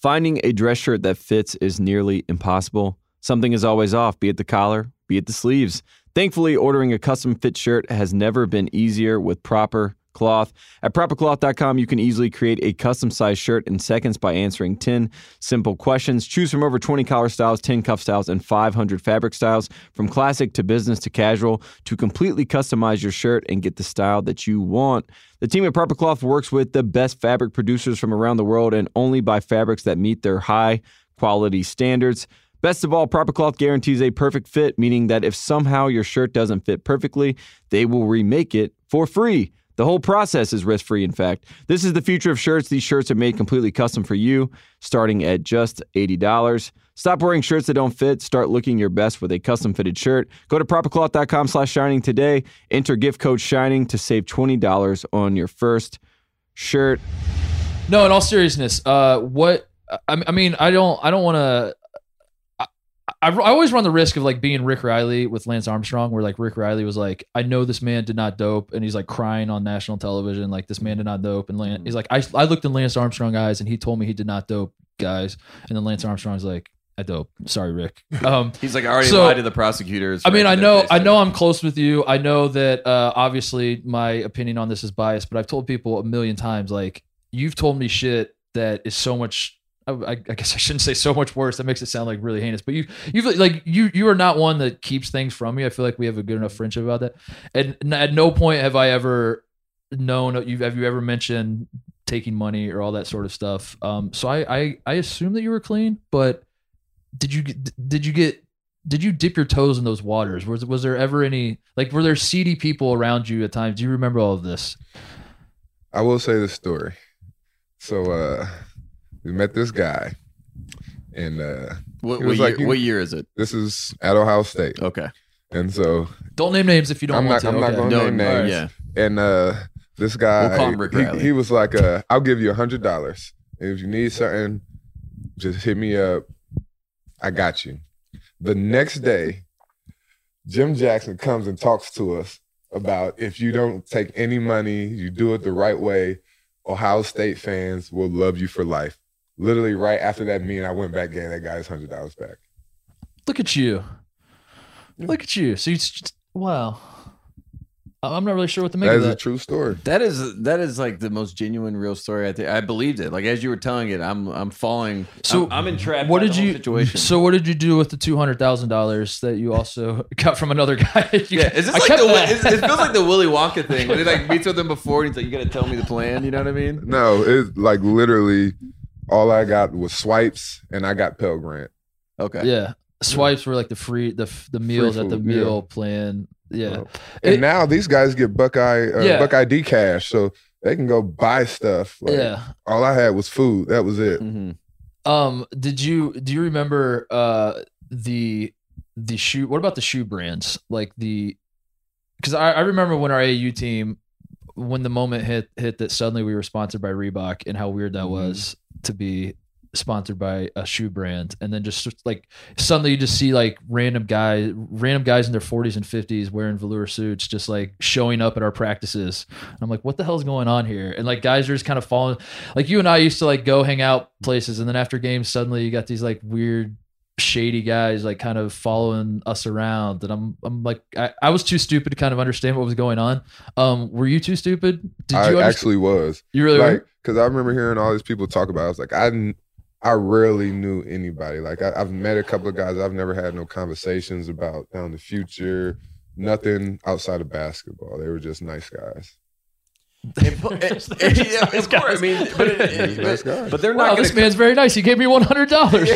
Speaker 2: Finding a dress shirt that fits is nearly impossible. Something is always off, be it the collar, be it the sleeves. Thankfully, ordering a custom fit shirt has never been easier with Proper Cloth. At propercloth.com, you can easily create a custom sized shirt in seconds by answering 10 simple questions. Choose from over 20 collar styles, 10 cuff styles, and 500 fabric styles, from classic to business to casual, to completely customize your shirt and get the style that you want. The team at Proper Cloth works with the best fabric producers from around the world and only buy fabrics that meet their high quality standards. Best of all, Proper Cloth guarantees a perfect fit, meaning that if somehow your shirt doesn't fit perfectly, they will remake it for free. The whole process is risk free, in fact. This is the future of shirts. These shirts are made completely custom for you, starting at just $80. Stop wearing shirts that don't fit. Start looking your best with a custom fitted shirt. Go to propercloth.com slash shining today. Enter gift code shining to save $20 on your first shirt.
Speaker 1: No, in all seriousness, uh, what I, I mean, I don't, I don't want to. I, I always run the risk of like being Rick Riley with Lance Armstrong, where like Rick Riley was like, "I know this man did not dope," and he's like crying on national television, like this man did not dope, and Lance, he's like, "I I looked in Lance Armstrong's eyes, and he told me he did not dope, guys," and then Lance Armstrong's like, "I dope, sorry, Rick." Um,
Speaker 2: He's like, I already
Speaker 1: So-
Speaker 2: lied to the prosecutors.
Speaker 1: I mean, I know, I know, I'm close with you. I know that uh, obviously my opinion on this is biased, but I've told people a million times, like you've told me shit that is so much. I, I I guess I shouldn't say so much worse. That makes it sound like really heinous. But you, you've like you, you are not one that keeps things from me. I feel like we have a good enough friendship about that. And n- at no point have I ever known you. Have you ever mentioned taking money or all that sort of stuff? Um, so I, I, I assume that you were clean, but did you, get- did you get did you dip your toes in those waters? Was was there ever any like were there seedy people around you at times? Do you remember all of this?
Speaker 4: I will say this story. So uh we met this guy and uh
Speaker 2: What,
Speaker 4: It was
Speaker 2: what
Speaker 4: like
Speaker 2: year,
Speaker 4: you-
Speaker 2: what year is it?
Speaker 4: this is at Ohio State.
Speaker 2: Okay.
Speaker 4: And so
Speaker 1: Don't name names if you don't
Speaker 4: I'm
Speaker 1: want
Speaker 4: not-
Speaker 1: to.
Speaker 4: I'm not
Speaker 1: okay.
Speaker 4: gonna-
Speaker 2: No,
Speaker 4: name names.
Speaker 2: yeah.
Speaker 4: and uh this guy
Speaker 2: We'll call him Rick
Speaker 4: he-
Speaker 2: Riley.
Speaker 4: He, was like uh I'll give you a hundred dollars. If you need something, just hit me up. I got you. The next day, Jim Jackson comes and talks to us about if you don't take any money, you do it the right way, Ohio State fans will love you for life. Literally right after that meeting, I went back gave that guy his hundred dollars back.
Speaker 1: Look at you. Look at you. So you just, wow. I- I'm not really sure what to make
Speaker 4: That
Speaker 1: of
Speaker 4: is a
Speaker 1: that.
Speaker 4: true story.
Speaker 2: That is that is like the most genuine, real story. I think I believed it. Like as you were telling it, I'm I'm falling.
Speaker 1: So,
Speaker 2: I'm, I'm entrapped.
Speaker 1: what
Speaker 2: by the
Speaker 1: did
Speaker 2: whole
Speaker 1: you-
Speaker 2: Situation.
Speaker 1: So what did you do with the two hundred thousand dollars that you also got from another guy? You-
Speaker 2: yeah, is this
Speaker 1: I
Speaker 2: like
Speaker 1: kept
Speaker 2: the,
Speaker 1: that.
Speaker 2: is- it feels like the Willy Wonka thing. When he like meets with him before, and he's like, "You gotta tell me the plan." You know what I mean?
Speaker 4: No, it's like literally all I got was swipes and I got Pell Grant.
Speaker 2: Okay.
Speaker 1: yeah. Swipes were like the free the f- the meals at the
Speaker 4: food, yeah.
Speaker 1: meal plan. Yeah.
Speaker 4: Well, And
Speaker 1: It-
Speaker 4: now these guys get Buckeye uh,
Speaker 1: Yeah.
Speaker 4: Buckeye D cash, so they can go buy stuff. Like,
Speaker 1: yeah.
Speaker 4: All I had was food. That was it.
Speaker 2: hmm
Speaker 1: Um, did you do you remember uh the the shoe what about the shoe brands? Like the because I, I remember when our AU team when the moment hit hit that suddenly we were sponsored by Reebok and how weird that
Speaker 2: Mhm.
Speaker 1: was to be sponsored by a shoe brand and then just like suddenly you just see like random guys random guys in their 40s and 50s wearing velour suits just like showing up at our practices i'm like what the hell's going on here and like guys are just kind of falling like you and i used to like go hang out places and then after games suddenly you got these like weird shady guys like kind of following us around and i'm i'm like i, I was too stupid to kind of understand what was going on um were you too stupid did
Speaker 4: I
Speaker 1: you understand?
Speaker 4: actually was
Speaker 1: you really
Speaker 4: like
Speaker 1: were?
Speaker 4: because I remember hearing all these people talk about. It. I was like, I, n- I rarely knew anybody. Like I, I've met a couple of guys. I've never had no conversations about down the future. Nothing outside of basketball. They were just nice guys.
Speaker 6: And pu- and- and- yeah, of course. I mean, but, it- it-
Speaker 4: Nice
Speaker 6: but,
Speaker 4: guys.
Speaker 6: but they're
Speaker 1: Wow,
Speaker 6: not.
Speaker 1: this
Speaker 6: gonna
Speaker 1: man's very nice. He gave me one hundred dollars.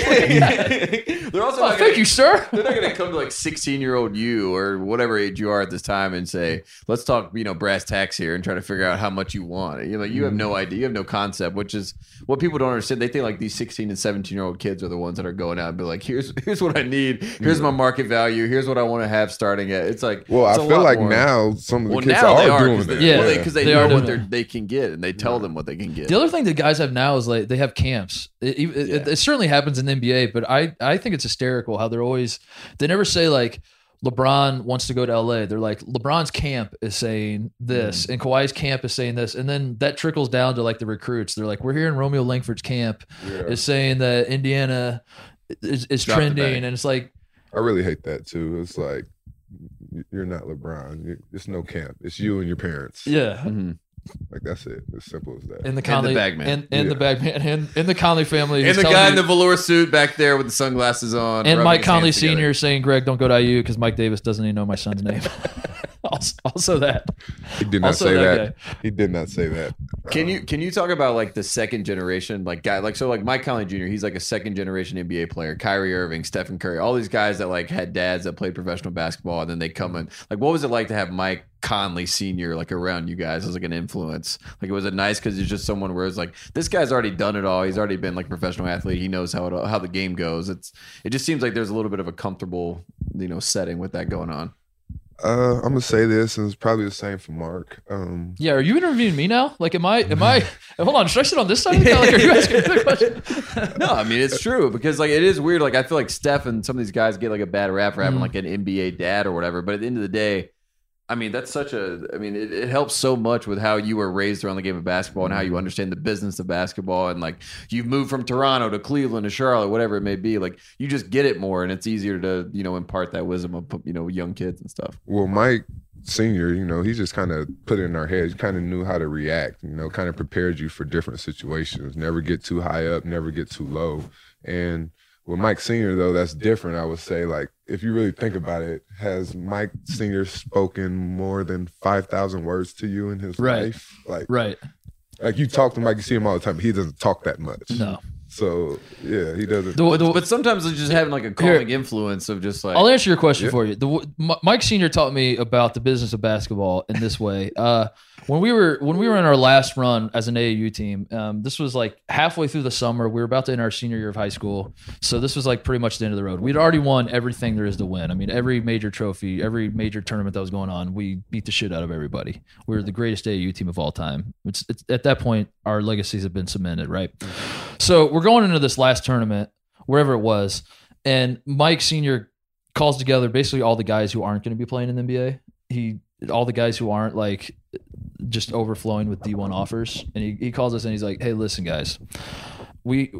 Speaker 6: they're also not gonna-
Speaker 1: Thank you, sir.
Speaker 6: They're not going to come to like 16 year old you or whatever age you are at this time and say, let's talk, you know, brass tacks here and try to figure out how much you want. You know, you have
Speaker 4: Mm-hmm.
Speaker 6: no idea. You have no concept, which is what people don't understand. They think like these 16 and 17 year old kids are the ones that are going out and be like, here's, here's what I need. Here's my market value. Here's what I want to have starting at. It's like,
Speaker 4: Mm. Well, I
Speaker 6: it's a
Speaker 4: feel
Speaker 6: lot
Speaker 4: like
Speaker 6: more-
Speaker 4: now some of the
Speaker 6: well,
Speaker 4: kids
Speaker 6: now they
Speaker 4: are,
Speaker 6: are
Speaker 4: doing
Speaker 6: because
Speaker 4: that.
Speaker 6: they,
Speaker 1: Yeah.
Speaker 6: well, they- 'cause they
Speaker 1: They
Speaker 6: know
Speaker 1: are
Speaker 6: what
Speaker 1: doing
Speaker 6: they're,
Speaker 1: that.
Speaker 6: they can get and they tell them what they can get.
Speaker 1: The other thing that guys have now is like they have camps. It, it, it-
Speaker 6: Yeah.
Speaker 1: it certainly happens in the NBA, but I I think it's hysterical how they're always they never say like LeBron wants to go to LA. They're like LeBron's camp is saying this,
Speaker 6: Mm.
Speaker 1: and Kawhi's camp is saying this, and then that trickles down to like the recruits. They're like, we're here in Romeo Langford's camp
Speaker 4: Yeah.
Speaker 1: is saying that Indiana is, is
Speaker 6: Drop the
Speaker 1: trending,
Speaker 6: bag.
Speaker 1: and it's like
Speaker 4: I really hate that too. It's like y- you're not LeBron. You- It's no camp. It's you and your parents.
Speaker 1: yeah,
Speaker 6: Mhm.
Speaker 4: Like that's it. As simple as that.
Speaker 1: in the
Speaker 6: the
Speaker 1: Conley
Speaker 6: bag man.
Speaker 1: and, and the
Speaker 4: Yeah.
Speaker 1: Bagman and, and the Conley family who's
Speaker 6: And the
Speaker 1: telling
Speaker 6: guy
Speaker 1: you-
Speaker 6: in the velour suit back there with the sunglasses on.
Speaker 1: And
Speaker 6: rubbing
Speaker 1: Mike
Speaker 6: his hands
Speaker 1: Conley
Speaker 6: together.
Speaker 1: Sr. saying, Greg, don't go to IU because Mike Davis doesn't even know my son's name. also, also that.
Speaker 4: he did not
Speaker 1: also
Speaker 4: say
Speaker 1: that
Speaker 4: that. He did not say that.
Speaker 6: Can you can you talk about like the second generation like guy like so like Mike Conley Jr. He's like a second generation NBA player. Kyrie Irving, Stephen Curry, all these guys that like had dads that played professional basketball, and then they come in. Like, what was it like to have Mike Conley Sr. like around you guys as like an influence? Like, was it nice because it's just someone where it's like this guy's already done it all. He's already been like a professional athlete. He knows how it, how the game goes. It's it just seems like there's a little bit of a comfortable you know setting with that going on.
Speaker 4: Uh, I'm gonna say this, and it's probably the same for Mark. Um,
Speaker 1: Yeah, are you interviewing me now? Like, am I, am I, hold on, should I sit on this side of the guy? Like, are you asking me the question?
Speaker 6: No, I mean it's true because like it is weird. Like I feel like Steph and some of these guys get like a bad rap for having
Speaker 1: Mm.
Speaker 6: like an NBA dad or whatever. But at the end of the day, I mean that's such a. I mean it, it helps so much with how you were raised around the game of basketball and how
Speaker 1: Mm.
Speaker 6: you understand the business of basketball and like you've moved from Toronto to Cleveland to Charlotte, whatever it may be. Like you just get it more and it's easier to you know impart that wisdom of you know young kids and stuff.
Speaker 4: well, Mike Senior, you know, he just kind of put it in our heads. Kind of knew how to react. You know, kind of prepared you for different situations. Never get too high up. Never get too low. And with Mike Senior, though, that's different. I would say, like, if you really think about it, has Mike Senior spoken more than five thousand words to you in his
Speaker 1: Right.
Speaker 4: life? Like,
Speaker 1: Right.
Speaker 4: like you talk to Mike, you see him all the time. But he doesn't talk that much.
Speaker 1: No.
Speaker 4: So yeah, he doesn't.
Speaker 1: The, the,
Speaker 6: But sometimes it's just having like a
Speaker 1: Here.
Speaker 6: calming influence of just like
Speaker 1: I'll answer your question
Speaker 4: Yeah.
Speaker 1: for you. The, w- M- Mike Senior taught me about the business of basketball in this way. Uh, when we were when we were in our last run as an AAU team, um, this was like halfway through the summer. We were about to end our senior year of high school, so this was like pretty much the end of the road. We'd already won everything there is to win. I mean, every major trophy, every major tournament that was going on, we beat the shit out of everybody. We were the greatest AAU team of all time. It's, it's at that point our legacies have been cemented, right? So we're going into this last tournament, wherever it was, and Mike Senior calls together basically all the guys who aren't going to be playing in the NBA. He all the guys who aren't like just overflowing with D1 offers, and he, he calls us and he's like, "Hey, listen, guys, we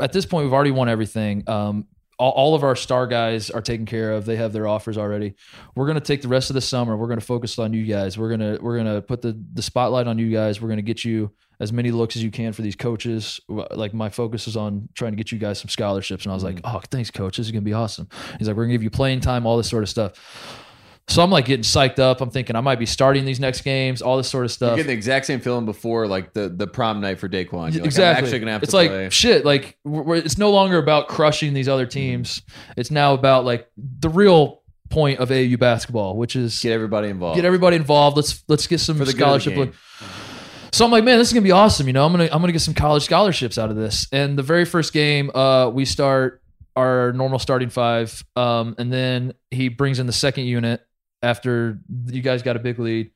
Speaker 1: at this point we've already won everything. Um, all, all of our star guys are taken care of. They have their offers already. We're gonna take the rest of the summer. We're gonna focus on you guys. We're gonna we're gonna put the the spotlight on you guys. We're gonna get you." As many looks as you can for these coaches. Like my focus is on trying to get you guys some scholarships, and I was like, "Oh, thanks, coach. This is gonna be awesome." He's like, "We're gonna give you playing time, all this sort of stuff." So I'm like getting psyched up. I'm thinking I might be starting these next games, all this sort of
Speaker 6: you
Speaker 1: stuff.
Speaker 6: get the exact same feeling before like the the prom night for Daquan. You're like, I'm
Speaker 1: exactly.
Speaker 6: actually gonna have
Speaker 1: it's
Speaker 6: to
Speaker 1: like
Speaker 6: play.
Speaker 1: shit. Like we're, we're- it's no longer about crushing these other teams. It's now about like the real point of AU basketball, which is
Speaker 6: get everybody involved.
Speaker 1: get everybody involved. Let's let's get some
Speaker 6: For the good of the
Speaker 1: scholarship.
Speaker 6: game.
Speaker 1: look. So I'm like, man, this is gonna be awesome. You know, I'm gonna I'm gonna get some college scholarships out of this. And the very first game, uh, we start our normal starting five, um, and then he brings in the second unit after you guys got a big lead,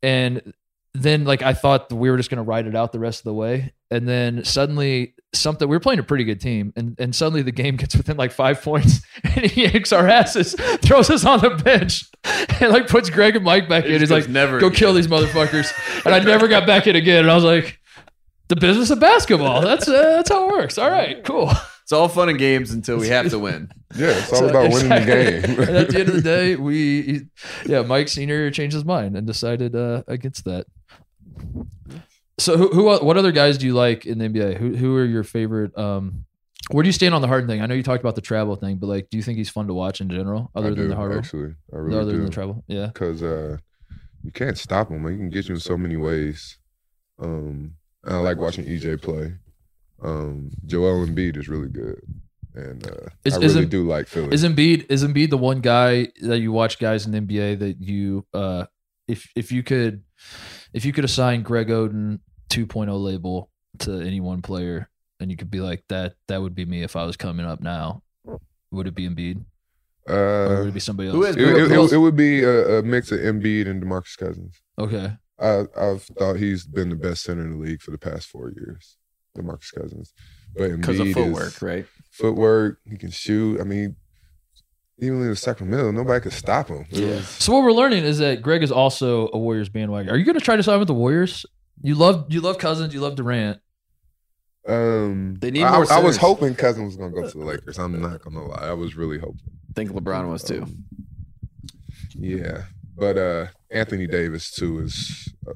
Speaker 1: and then like I thought we were just gonna ride it out the rest of the way, and then suddenly something we were playing a pretty good team, and and suddenly the game gets within like five points, and he yanks our asses, throws us on the bench, and like puts Greg and Mike back in. He's
Speaker 6: just
Speaker 1: like,
Speaker 6: goes, "Never
Speaker 1: go
Speaker 6: again."
Speaker 1: kill these motherfuckers, and I never got back in again. And I was like, the business of basketball. That's uh, that's how it works. All right, cool.
Speaker 6: It's all fun and games until we have to win.
Speaker 4: yeah, it's all about winning
Speaker 1: Exactly.
Speaker 4: the
Speaker 1: and
Speaker 4: game.
Speaker 1: at the end of the day, we, yeah, Mike Senior changed his mind and decided uh, against that. So, who, who, what other guys do you like in the NBA? Who, who are your favorite? Um, where do you stand on the Harden thing? I know you talked about the travel thing, but like, do you think he's fun to watch in general, other
Speaker 4: I
Speaker 1: than
Speaker 4: do,
Speaker 1: the Harden,
Speaker 4: actually, I really
Speaker 1: other
Speaker 4: do.
Speaker 1: than the travel? Yeah,
Speaker 4: because uh, you can't stop him. He can get you in so many ways. Um, and I like watching EJ play. Um, Joel Embiid is really good, and uh,
Speaker 1: Is-
Speaker 4: I really
Speaker 1: isn't-
Speaker 4: do like Philly.
Speaker 1: Is Embiid is Embiid the one guy that you watch guys in the NBA that you uh if if you could if you could assign Greg Oden 2.0 label to any one player and you could be like that that would be me if I was coming up now would it be Embiid or would
Speaker 4: uh,
Speaker 1: it be somebody else?
Speaker 6: who has
Speaker 4: it, it- it- it would be a, a mix of Embiid and Demarcus Cousins.
Speaker 1: okay.
Speaker 4: I, I've thought he's been the best center in the league for the past four years, DeMarcus Cousins. But
Speaker 6: because of
Speaker 4: Embiid
Speaker 6: footwork,
Speaker 4: is
Speaker 6: right?
Speaker 4: footwork. He can shoot. I mean, even in Sacramento, nobody could stop him. It
Speaker 6: Yeah.
Speaker 4: was-
Speaker 1: So what we're learning is that Greg is also a Warriors bandwagon. Are you going to try to sign with the Warriors? You love you love Cousins, you love Durant.
Speaker 4: um,
Speaker 6: They need
Speaker 4: I,
Speaker 6: more
Speaker 4: I was
Speaker 6: centers.
Speaker 4: hoping Cousins was gonna go to the Lakers. I'm not gonna lie. I was really hoping.
Speaker 6: I think LeBron was too.
Speaker 4: Um, yeah, but uh, Anthony Davis too is. Uh,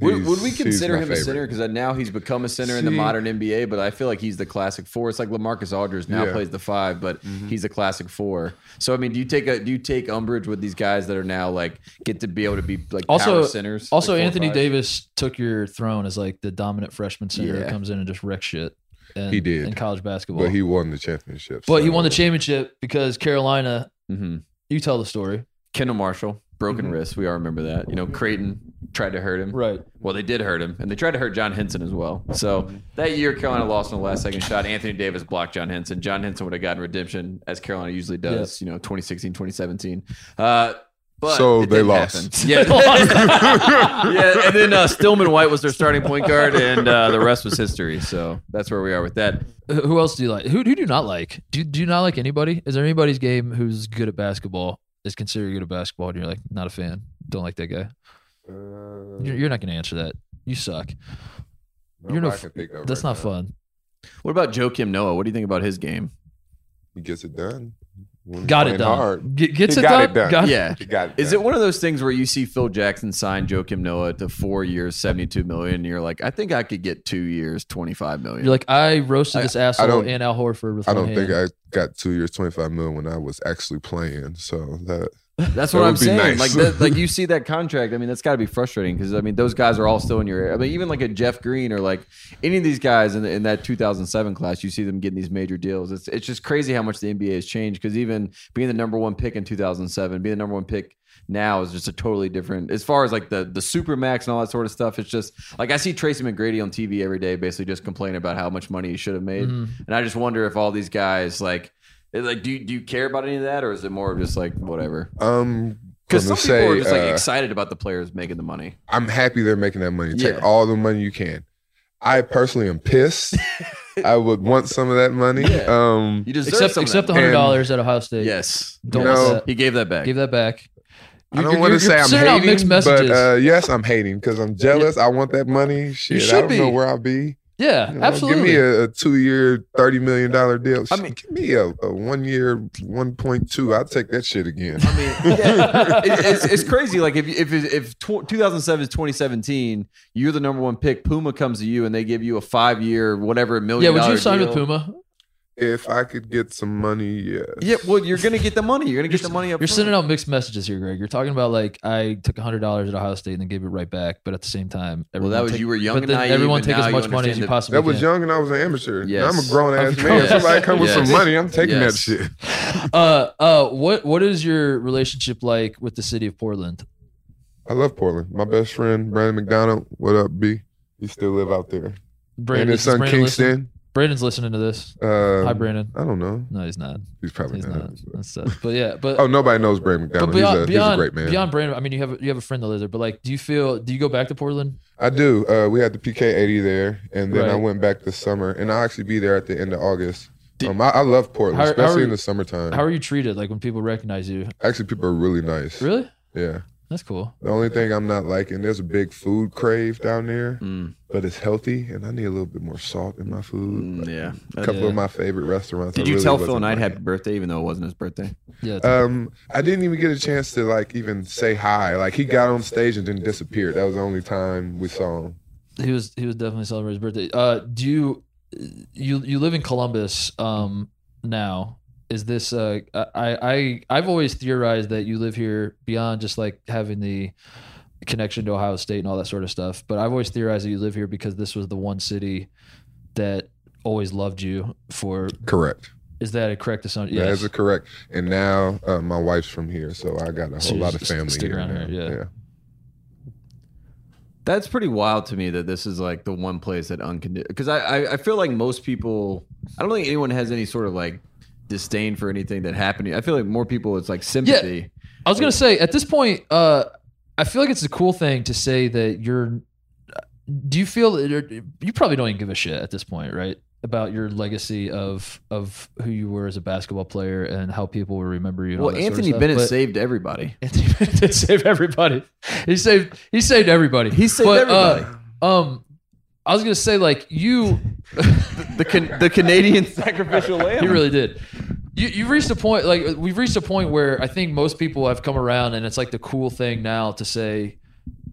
Speaker 6: Would,
Speaker 4: he's-
Speaker 6: would we
Speaker 4: he's
Speaker 6: consider
Speaker 4: my
Speaker 6: him a
Speaker 4: favorite.
Speaker 6: center? Because now he's become a center in the
Speaker 4: See-
Speaker 6: modern NBA, but I feel like he's the classic four. It's like Lamarcus Aldridge now
Speaker 4: Yeah.
Speaker 6: plays the five, but
Speaker 4: Mhm.
Speaker 6: he's a classic four. So I mean, do you take a do you take umbrage with these guys that are now like get to be able to be like
Speaker 1: Also-
Speaker 6: power centers?
Speaker 1: Also,
Speaker 6: like four or
Speaker 1: Anthony
Speaker 6: five?
Speaker 1: Davis took your throne as like the dominant freshman center that
Speaker 6: Yeah.
Speaker 1: comes in and just wrecks shit. And,
Speaker 4: He did.
Speaker 1: in college basketball,
Speaker 4: But he won the championship.
Speaker 1: But he
Speaker 4: so-
Speaker 1: won the championship because Carolina.
Speaker 6: Mhm.
Speaker 1: You tell the story,
Speaker 6: Kendall Marshall broken
Speaker 4: Mhm.
Speaker 6: wrist. We all remember that. You know, Creighton tried to hurt him.
Speaker 1: right?
Speaker 6: Well, they did hurt him, and they tried to hurt John Henson as well. So that year, Carolina lost in the last second shot. Anthony Davis blocked John Henson. John Henson would have gotten redemption, as Carolina usually does, you know, 2016, 2017. Uh, but
Speaker 4: So
Speaker 6: it
Speaker 4: they
Speaker 6: didn't
Speaker 4: lost.
Speaker 6: happen. Yeah. yeah. And then uh, Stillman White was their starting point guard, and uh, the rest was history. So that's where we are with that.
Speaker 1: Who who else do you like? Who, who do you not like? Do you, do you not like anybody? Is there anybody's game who's good at basketball is considered good at basketball, and you're like not a fan? Don't like that guy.
Speaker 4: Uh,
Speaker 1: You're, you're not going to answer that. You suck.
Speaker 4: nobody
Speaker 1: no
Speaker 4: I
Speaker 1: f-
Speaker 4: can think of
Speaker 1: That's
Speaker 4: right
Speaker 1: not
Speaker 4: now.
Speaker 1: fun.
Speaker 6: What about Joe Kim Noah? What do you think about his game?
Speaker 4: He gets it done. When he's
Speaker 1: Got it
Speaker 4: playing
Speaker 1: done.
Speaker 4: Hard.
Speaker 1: Get, gets
Speaker 4: He
Speaker 1: it,
Speaker 4: got
Speaker 1: done?
Speaker 4: it done.
Speaker 1: Got-
Speaker 6: Yeah.
Speaker 4: He got
Speaker 6: Is
Speaker 4: done.
Speaker 6: it one of those things where you see Phil Jackson sign Joakim Noah to four years, seventy-two million, and you're like, I think I could get two years, twenty-five million.
Speaker 1: You're like I roasted this asshole
Speaker 4: don't-
Speaker 1: and Al Horford with
Speaker 4: I
Speaker 1: one
Speaker 4: don't think
Speaker 1: hand.
Speaker 4: I got two years, twenty five mil when I was actually playing. So that
Speaker 6: that's
Speaker 4: that
Speaker 6: what
Speaker 4: would
Speaker 6: I'm
Speaker 4: be
Speaker 6: saying.
Speaker 4: nice.
Speaker 6: Like, that, like you see that contract. I mean, that's got to be frustrating because I mean, those guys are all still in your. area. I mean, even like a Jeff Green or like any of these guys in, the, in that 2007 class, you see them getting these major deals. It's it's just crazy how much the NBA has changed. Because even being the number one pick in 2007, being the number one pick now is just a totally different as far as like the the super max and all that sort of stuff it's just like i see tracy mcgrady on tv every day basically just complaining about how much money he should have made
Speaker 1: Mhm.
Speaker 6: and i just wonder if all these guys like it- like do you, do you care about any of that or is it more of just like whatever
Speaker 4: I'm
Speaker 6: because
Speaker 4: um, gonna
Speaker 6: some people are
Speaker 4: say
Speaker 6: just like
Speaker 4: uh,
Speaker 6: excited about the players making the money.
Speaker 4: I'm happy they're making that money. Take
Speaker 6: Yeah.
Speaker 4: all the money you can. I personally am pissed. I would want some of that money. Um,
Speaker 6: You deserve
Speaker 1: Except
Speaker 6: some of
Speaker 1: except the
Speaker 6: that.
Speaker 1: hundred dollars at Ohio State.
Speaker 6: yes.
Speaker 1: Don't
Speaker 4: You know-
Speaker 1: want that.
Speaker 6: He gave that back.
Speaker 1: Give that back.
Speaker 4: I
Speaker 1: You're-
Speaker 4: don't
Speaker 1: you're-
Speaker 4: want to
Speaker 1: you're
Speaker 4: say I'm
Speaker 1: sending out
Speaker 4: hating,
Speaker 1: mixed messages.
Speaker 4: but uh, yes, I'm hating because I'm jealous. I want that money. Shit, I
Speaker 1: should
Speaker 4: don't know
Speaker 1: be.
Speaker 4: where I'll be.
Speaker 1: yeah,
Speaker 4: You know,
Speaker 1: absolutely.
Speaker 4: Give me a, a two-year, thirty million dollar deal.
Speaker 6: I
Speaker 4: I
Speaker 6: mean-
Speaker 4: mean, give me a, a one-year, one point two. I'll take that shit again.
Speaker 6: I mean, yeah, it- it's, it's crazy. Like if if if tw- 2007 is 2017, you're the number one pick. Puma comes to you and they give you a five year, whatever
Speaker 1: yeah,
Speaker 6: million.
Speaker 1: would you
Speaker 6: dollar
Speaker 1: sign with
Speaker 6: deal.
Speaker 1: Puma?
Speaker 4: If I could get some money, yeah.
Speaker 6: Yeah, well, you're gonna get the money. You're gonna get the money up.
Speaker 1: You're
Speaker 6: front.
Speaker 1: sending out mixed messages here, Greg. You're talking about like I took hundred dollars at Ohio State and then gave it right back, but at the same time,
Speaker 6: Well, that
Speaker 1: everyone
Speaker 6: was
Speaker 1: take-
Speaker 6: you were young.
Speaker 1: But
Speaker 6: and
Speaker 1: then
Speaker 6: naive,
Speaker 1: everyone
Speaker 6: and
Speaker 1: take
Speaker 6: now
Speaker 1: as
Speaker 6: you
Speaker 1: much money as
Speaker 6: understand
Speaker 1: you
Speaker 6: that-
Speaker 1: possibly
Speaker 4: That was
Speaker 1: can.
Speaker 4: young and I was an amateur.
Speaker 6: Yes.
Speaker 4: Now I'm a grown
Speaker 1: Of
Speaker 4: ass man.
Speaker 1: course.
Speaker 4: If somebody come with
Speaker 6: Yes.
Speaker 4: some money, I'm taking
Speaker 6: Yes.
Speaker 4: that shit.
Speaker 1: Uh, uh, what what is your relationship like with the city of Portland?
Speaker 4: I love Portland. My best friend, Brandon McDonald. What up, B? He still live out there. and
Speaker 1: is
Speaker 4: his son
Speaker 1: Brandon listening?
Speaker 4: Kingston.
Speaker 1: Brandon's listening to this.
Speaker 4: Uh,
Speaker 1: Hi, Brandon.
Speaker 4: I don't know.
Speaker 1: No, he's not.
Speaker 4: He's probably
Speaker 1: He's
Speaker 4: not.
Speaker 1: not. That's sad. But yeah, but
Speaker 4: Oh, nobody knows Brandon
Speaker 1: but
Speaker 4: McDonald.
Speaker 1: beyond
Speaker 4: he's, a,
Speaker 1: beyond,
Speaker 4: he's a great man.
Speaker 1: beyond Brandon, I mean, you have you have a friend that lives there. But like, do you feel? Do you go back to Portland?
Speaker 4: I do. Uh, we had the PK80 there, and then I
Speaker 1: Right.
Speaker 4: went back this summer, and I'll actually be there at the end of August. um, I, I love Portland,
Speaker 1: How- how
Speaker 4: especially
Speaker 1: are-
Speaker 4: in the summertime.
Speaker 1: How are you treated? Like when people recognize you?
Speaker 4: actually, people are really nice.
Speaker 1: Really?
Speaker 4: Yeah.
Speaker 1: That's cool.
Speaker 4: The only thing I'm not liking, there's a big food crave down there,
Speaker 6: Mm,
Speaker 4: but it's healthy, and I need a little bit more salt in my food.
Speaker 6: mm, yeah.
Speaker 4: a
Speaker 1: Oh,
Speaker 4: couple
Speaker 1: Yeah.
Speaker 4: of my favorite restaurants. I
Speaker 6: Did you
Speaker 4: really
Speaker 6: tell Phil
Speaker 4: wasn't
Speaker 6: Knight
Speaker 4: like-
Speaker 6: happy birthday, even though it wasn't his birthday?
Speaker 1: Yeah. it's-
Speaker 4: Um, I didn't even get a chance to like even say hi. Like he got on stage and then disappeared. That was the only time we saw him.
Speaker 1: he was he was definitely celebrating his birthday. Uh, do you you you live in Columbus um now? Is this uh I I I've always theorized that you live here beyond just like having the connection to Ohio State and all that sort of stuff. But I've always theorized that you live here because this was the one city that always loved you for.
Speaker 4: Correct.
Speaker 1: Is that a correct assumption?
Speaker 4: That
Speaker 1: Yes.
Speaker 4: is a correct. And now uh, my wife's from here, so I got a whole
Speaker 1: So you
Speaker 4: lot of
Speaker 1: just
Speaker 4: family
Speaker 1: stick
Speaker 4: here.
Speaker 1: around
Speaker 4: now.
Speaker 1: here, yeah.
Speaker 6: That's pretty wild to me that this is like the one place that unconditional. Because I, I, I feel like most people, I don't think anyone has any sort of like disdain for anything that happened. to you. I feel like more people, it's like sympathy.
Speaker 1: I was gonna say at this point, uh, I feel like it's a cool thing to say that you're. Do you feel that you're, you probably don't even give a shit at this point, right? About your legacy of of who you were as a basketball player and how people will remember you. and all
Speaker 6: well,
Speaker 1: that sort of
Speaker 6: Anthony
Speaker 1: stuff,
Speaker 6: Bennett
Speaker 1: but-
Speaker 6: saved everybody.
Speaker 1: Anthony Bennett did save everybody. He saved he saved everybody.
Speaker 6: He saved
Speaker 1: But, uh,
Speaker 6: everybody.
Speaker 1: um, I was gonna say like you
Speaker 6: the can, the Canadian sacrificial lamb.
Speaker 1: He really did. You, you've reached a point like we've reached a point where I think most people have come around, and it's like the cool thing now to say,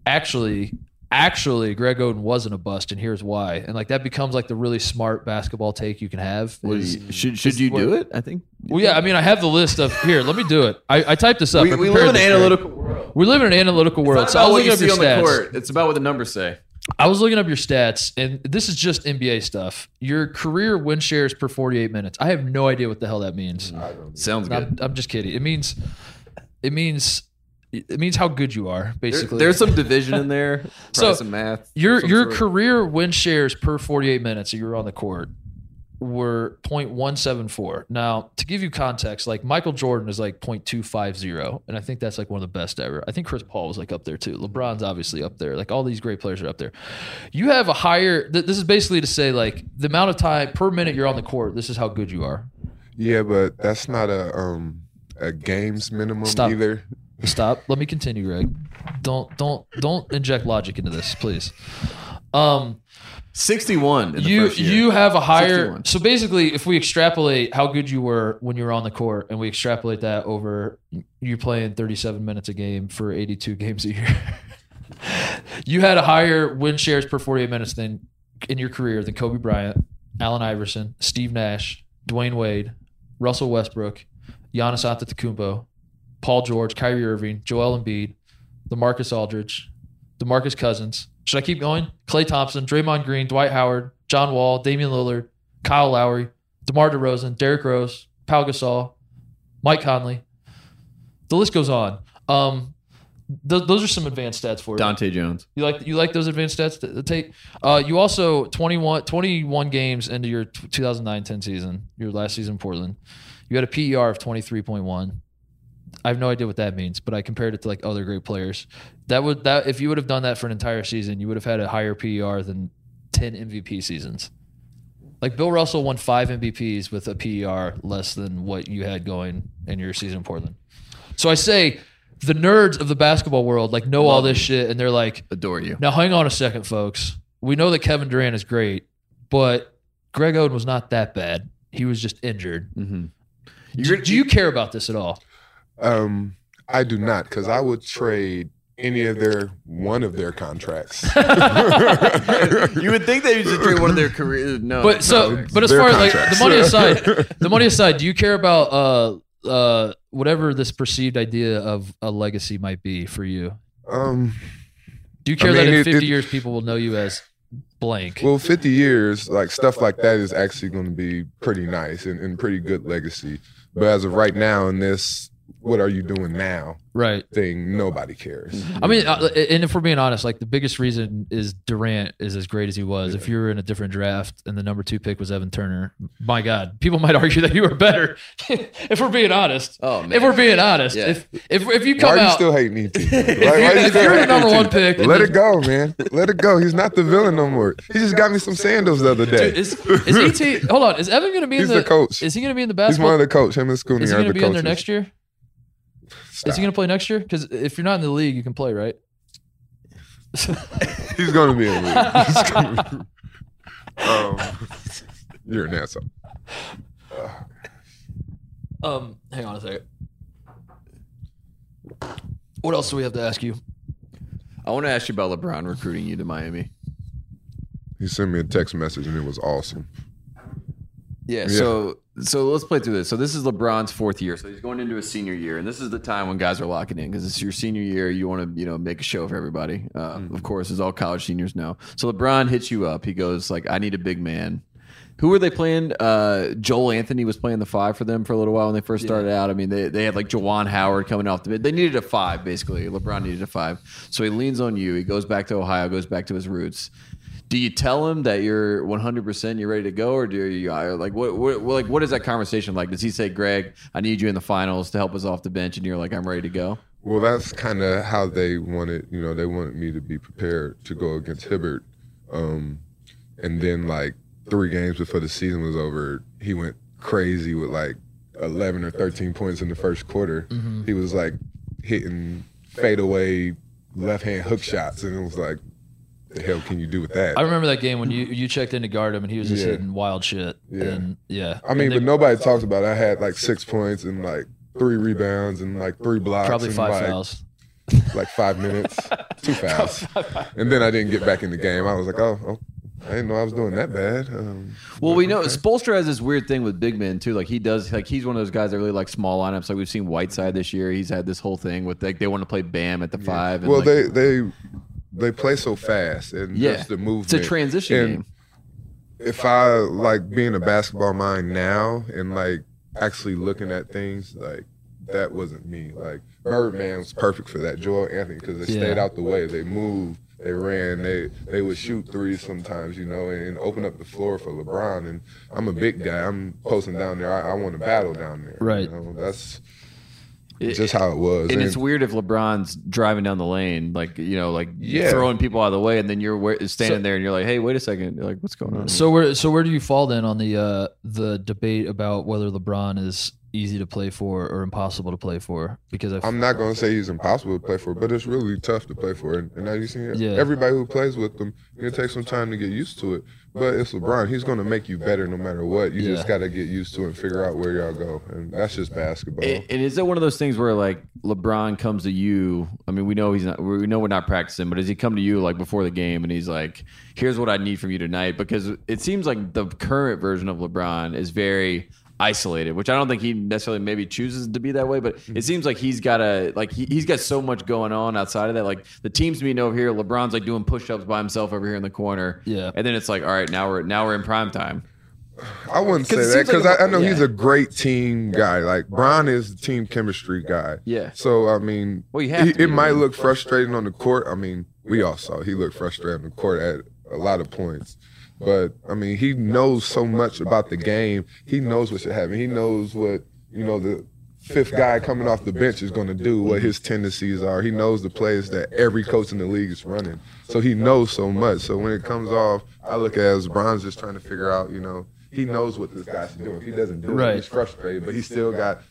Speaker 1: actually, actually, Greg Oden wasn't a bust, and here's why. And like that becomes like the really smart basketball take you can have.
Speaker 6: Well,
Speaker 1: is-
Speaker 6: you- should should you do it? I think.
Speaker 1: well, yeah, I mean, I have the list of here. Let me do it. I, I typed this up.
Speaker 6: We,
Speaker 1: I
Speaker 6: we
Speaker 1: prepared
Speaker 6: live in an
Speaker 1: this for you.
Speaker 6: analytical world.
Speaker 1: We live in an analytical world.
Speaker 6: It's
Speaker 1: so
Speaker 6: not
Speaker 1: I
Speaker 6: about
Speaker 1: was
Speaker 6: what
Speaker 1: looking
Speaker 6: you
Speaker 1: up
Speaker 6: see
Speaker 1: your stats.
Speaker 6: on the court. It's about what the numbers say.
Speaker 1: I was looking up your stats, and this is just NBA stuff. Your career win shares per 48 minutes. I have no idea what the hell that means.
Speaker 6: Sounds good.
Speaker 1: I'm, I'm just kidding. It means, it means, it means how good you are,
Speaker 6: There-
Speaker 1: basically.
Speaker 6: there's some division in there. probably
Speaker 1: So,
Speaker 6: some math.
Speaker 1: your
Speaker 6: some
Speaker 1: your
Speaker 6: sort of-
Speaker 1: career win shares per 48 minutes that you were on the court were 0.174. Now, to give you context, like Michael Jordan is like 0.250, and I think that's like one of the best ever. I think Chris Paul was like up there too. LeBron's obviously up there. Like all these great players are up there. You have a higher th- this is basically to say like the amount of time per minute you're on the court, this is how good you are.
Speaker 4: Yeah, but that's not a um a games minimum
Speaker 1: Stop.
Speaker 4: either.
Speaker 1: Stop. Let me continue, Greg. Don't don't don't inject logic into this, please. Um
Speaker 6: 61. In the
Speaker 1: you
Speaker 6: first year.
Speaker 1: you have a higher
Speaker 6: 61.
Speaker 1: so basically if we extrapolate how good you were when you were on the court and we extrapolate that over you playing 37 minutes a game for 82 games a year you had a higher win shares per 48 minutes than in your career than Kobe Bryant, Allen Iverson, Steve Nash, Dwayne Wade, Russell Westbrook, Giannis Antetokounmpo, Paul George, Kyrie Irving, Joel Embiid, LaMarcus Aldridge, DeMarcus Cousins. Should I keep going? Clay Thompson, Draymond Green, Dwight Howard, John Wall, Damian Lillard, Kyle Lowry, DeMar DeRozan, Derrick Rose, Pau Gasol, Mike Conley. The list goes on. Um, th- those are some advanced stats for you.
Speaker 6: Dante Jones.
Speaker 1: You like you like those advanced stats to, to take. Uh, you also 21, 21 games into your 2009-10 season, your last season in Portland. You had a PER of 23.1. I have no idea what that means, but I compared it to like other great players. That would that if you would have done that for an entire season, you would have had a higher PER than 10 MVP seasons. Like Bill Russell won 5 MVPs with a PER less than what you had going in your season in Portland. So I say the nerds of the basketball world like know all this shit and they're like
Speaker 6: Adore you.
Speaker 1: now, hang on a second, folks. We know that Kevin Durant is great, but Greg Oden was not that bad. He was just injured.
Speaker 6: Mm-hmm.
Speaker 1: Do, do you care about this at all?
Speaker 4: Um, I do not because I would trade any of their one of their contracts.
Speaker 6: you would think they should trade one of their careers. No.
Speaker 1: But so,
Speaker 4: it's
Speaker 1: but as
Speaker 4: their
Speaker 1: far as like the
Speaker 4: contracts.
Speaker 1: money aside, the money aside, do you care about uh uh whatever this perceived idea of a legacy might be for you?
Speaker 4: um,
Speaker 1: Do you care
Speaker 4: mean,
Speaker 1: that in
Speaker 4: it-
Speaker 1: fifty
Speaker 4: it-
Speaker 1: years people will know you as blank?
Speaker 4: well, fifty years like stuff like that is actually going to be pretty nice and, and pretty good legacy. But as of right now, in this "what are you doing now"
Speaker 1: right.
Speaker 4: thing, nobody cares.
Speaker 1: I mean, uh, and if we're being honest, like the biggest reason is Durant is as great as he was. If you were in a different draft and the number two pick was Evan Turner, my God, people might argue that you were better. if we're being honest,
Speaker 6: Oh, man.
Speaker 1: if we're being honest,
Speaker 6: Yeah.
Speaker 1: if if if you
Speaker 4: Why
Speaker 1: come
Speaker 4: are you
Speaker 1: out,
Speaker 4: still hating ET? Why- why
Speaker 1: if,
Speaker 4: are you
Speaker 1: you, if
Speaker 4: still
Speaker 1: you're the
Speaker 4: hating
Speaker 1: number
Speaker 4: ET?
Speaker 1: one pick,
Speaker 4: Let
Speaker 1: and
Speaker 4: it go, man. Let it go. He's not the villain no more. He just got me some sandals the other
Speaker 1: the-
Speaker 4: day.
Speaker 1: Is, is ET? Hold on, is Evan going to be
Speaker 4: He's
Speaker 1: in the,
Speaker 4: the coach.
Speaker 1: Is he going to be in the
Speaker 4: He's
Speaker 1: basketball?
Speaker 4: one of the coach. Him and Scooney
Speaker 1: is he
Speaker 4: are
Speaker 1: going to
Speaker 4: the
Speaker 1: be in
Speaker 4: coaches.
Speaker 1: there next year? Is
Speaker 4: Stop.
Speaker 1: he going to play next year? Because if you're not in the league, you can play, right?
Speaker 4: He's going to be in the league. He's gonna be- um, you're an asshole.
Speaker 1: Um, hang on a second. What else do we have to ask you?
Speaker 6: I want to ask you about LeBron recruiting you to Miami.
Speaker 4: He sent me a text message and it was awesome.
Speaker 6: Yeah.
Speaker 4: Yeah.
Speaker 6: So so let's play through this. So this is LeBron's fourth year. So he's going into his senior year, and this is the time when guys are locking in because it's your senior year. You want to you know make a show for everybody. Uh, Of course, as all college seniors know. So LeBron hits you up. He goes like, "I need a big man." Who were they playing? Uh, Joel Anthony was playing the five for them for a little while when they first started out. I mean, they, they had like Jawan Howard coming off the mid. They needed a five, basically. LeBron needed a five. So he leans on you. He goes back to Ohio, goes back to his roots do you tell him that you're 100% you're ready to go or do you or like what, what like what is that conversation like does he say greg i need you in the finals to help us off the bench and you're like i'm ready to go
Speaker 4: Well, that's kind of how they wanted, you know, they wanted me to be prepared to go against Hibbert. Um, and then, like, three games before the season was over, he went crazy with like 11 or 13 points in the first quarter.
Speaker 1: Mm-hmm.
Speaker 4: He was like hitting fadeaway left hand hook shots, and it was like, the hell can you do with that?
Speaker 1: I remember that game when you you checked in to guard him and he was just
Speaker 4: Yeah.
Speaker 1: hitting wild shit.
Speaker 4: Yeah.
Speaker 1: And yeah.
Speaker 4: I mean,
Speaker 1: And they-
Speaker 4: but nobody talks about it. I had like six points and like three rebounds and like three blocks.
Speaker 1: probably
Speaker 4: and,
Speaker 1: five
Speaker 4: like,
Speaker 1: fouls.
Speaker 4: like five minutes, two fouls, and then I didn't get back in the game. I was like, oh, oh I didn't know I was doing that bad. Um,
Speaker 6: well we know Spoelstra has this weird thing with big men too like he does like he's one of those guys that really like small lineups like we've seen whiteside this year he's had this whole thing with like they want to play bam at the five and
Speaker 4: well,
Speaker 6: like,
Speaker 4: they they they play so fast, and
Speaker 6: yeah
Speaker 4: just the movement.
Speaker 6: it's a transition
Speaker 4: And
Speaker 6: game
Speaker 4: If I like being a basketball mind now and like actually looking at things like that wasn't me. Like Birdman was perfect for that. Joel Anthony because they
Speaker 1: Yeah.
Speaker 4: stayed out the way, they moved. They ran. They they would shoot threes sometimes, you know, and open up the floor for LeBron. And I'm a big guy. I'm posting down there. I, I want to battle down there.
Speaker 1: Right.
Speaker 4: You know? That's
Speaker 6: It-
Speaker 4: just how it was.
Speaker 6: and it's weird if LeBron's driving down the lane, like you know, like
Speaker 4: Yeah.
Speaker 6: throwing people out of the way, and then you're wa- standing
Speaker 1: So-
Speaker 6: there and you're like, "Hey, wait a 2nd like what's going on?"
Speaker 1: So where so where do you fall then on the uh the debate about whether LeBron is easy to play for or impossible to play for? Because I
Speaker 4: I'm not gonna say he's impossible to play for, but it's really tough to play for. And, and now you see it.
Speaker 1: Yeah.
Speaker 4: everybody who plays with him, it'll take some time to get used to it. But it's LeBron. He's gonna make you better no matter what. You just
Speaker 1: Yeah.
Speaker 4: gotta get used to it and figure out where y'all go. And that's just basketball.
Speaker 6: And, and is it one of those things where like LeBron comes to you? I mean, we know he's not. We know we're not practicing, but does he come to you like before the game and he's like, "Here's what I need from you tonight"? Because it seems like the current version of LeBron is very isolated, which I don't think he necessarily maybe chooses to be that way. But
Speaker 1: Mm-hmm.
Speaker 6: it seems like he's got a like he, he's got so much going on outside of that. Like the team's meeting over here, LeBron's like doing push-ups by himself over here in the corner.
Speaker 1: Yeah.
Speaker 6: and then it's like, all right, now we're now we're in prime time.
Speaker 4: I wouldn't say
Speaker 6: 'Cause it
Speaker 4: that
Speaker 6: seems like
Speaker 4: because
Speaker 6: a-
Speaker 4: I, I know he's
Speaker 6: yeah.
Speaker 4: a great team guy. Like Bron is the team chemistry guy.
Speaker 6: Yeah.
Speaker 4: So I mean,
Speaker 6: Well, you have
Speaker 4: he-
Speaker 6: to be
Speaker 4: it
Speaker 6: to
Speaker 4: might
Speaker 6: win.
Speaker 4: look frustrating on the court. I mean, we all saw he looked frustrated on the court at a lot of points. But I mean, he knows so much about the game. He knows what should happen. He knows what you know the fifth guy coming off the bench is going to do, what his tendencies are. He knows the plays that every coach in the league is running. So he knows so much. So when it comes off, I look at it as Bron's just trying to figure out, you know, he knows what this guy's doing. If he doesn't do it,
Speaker 1: Right.
Speaker 4: he's frustrated, but he still got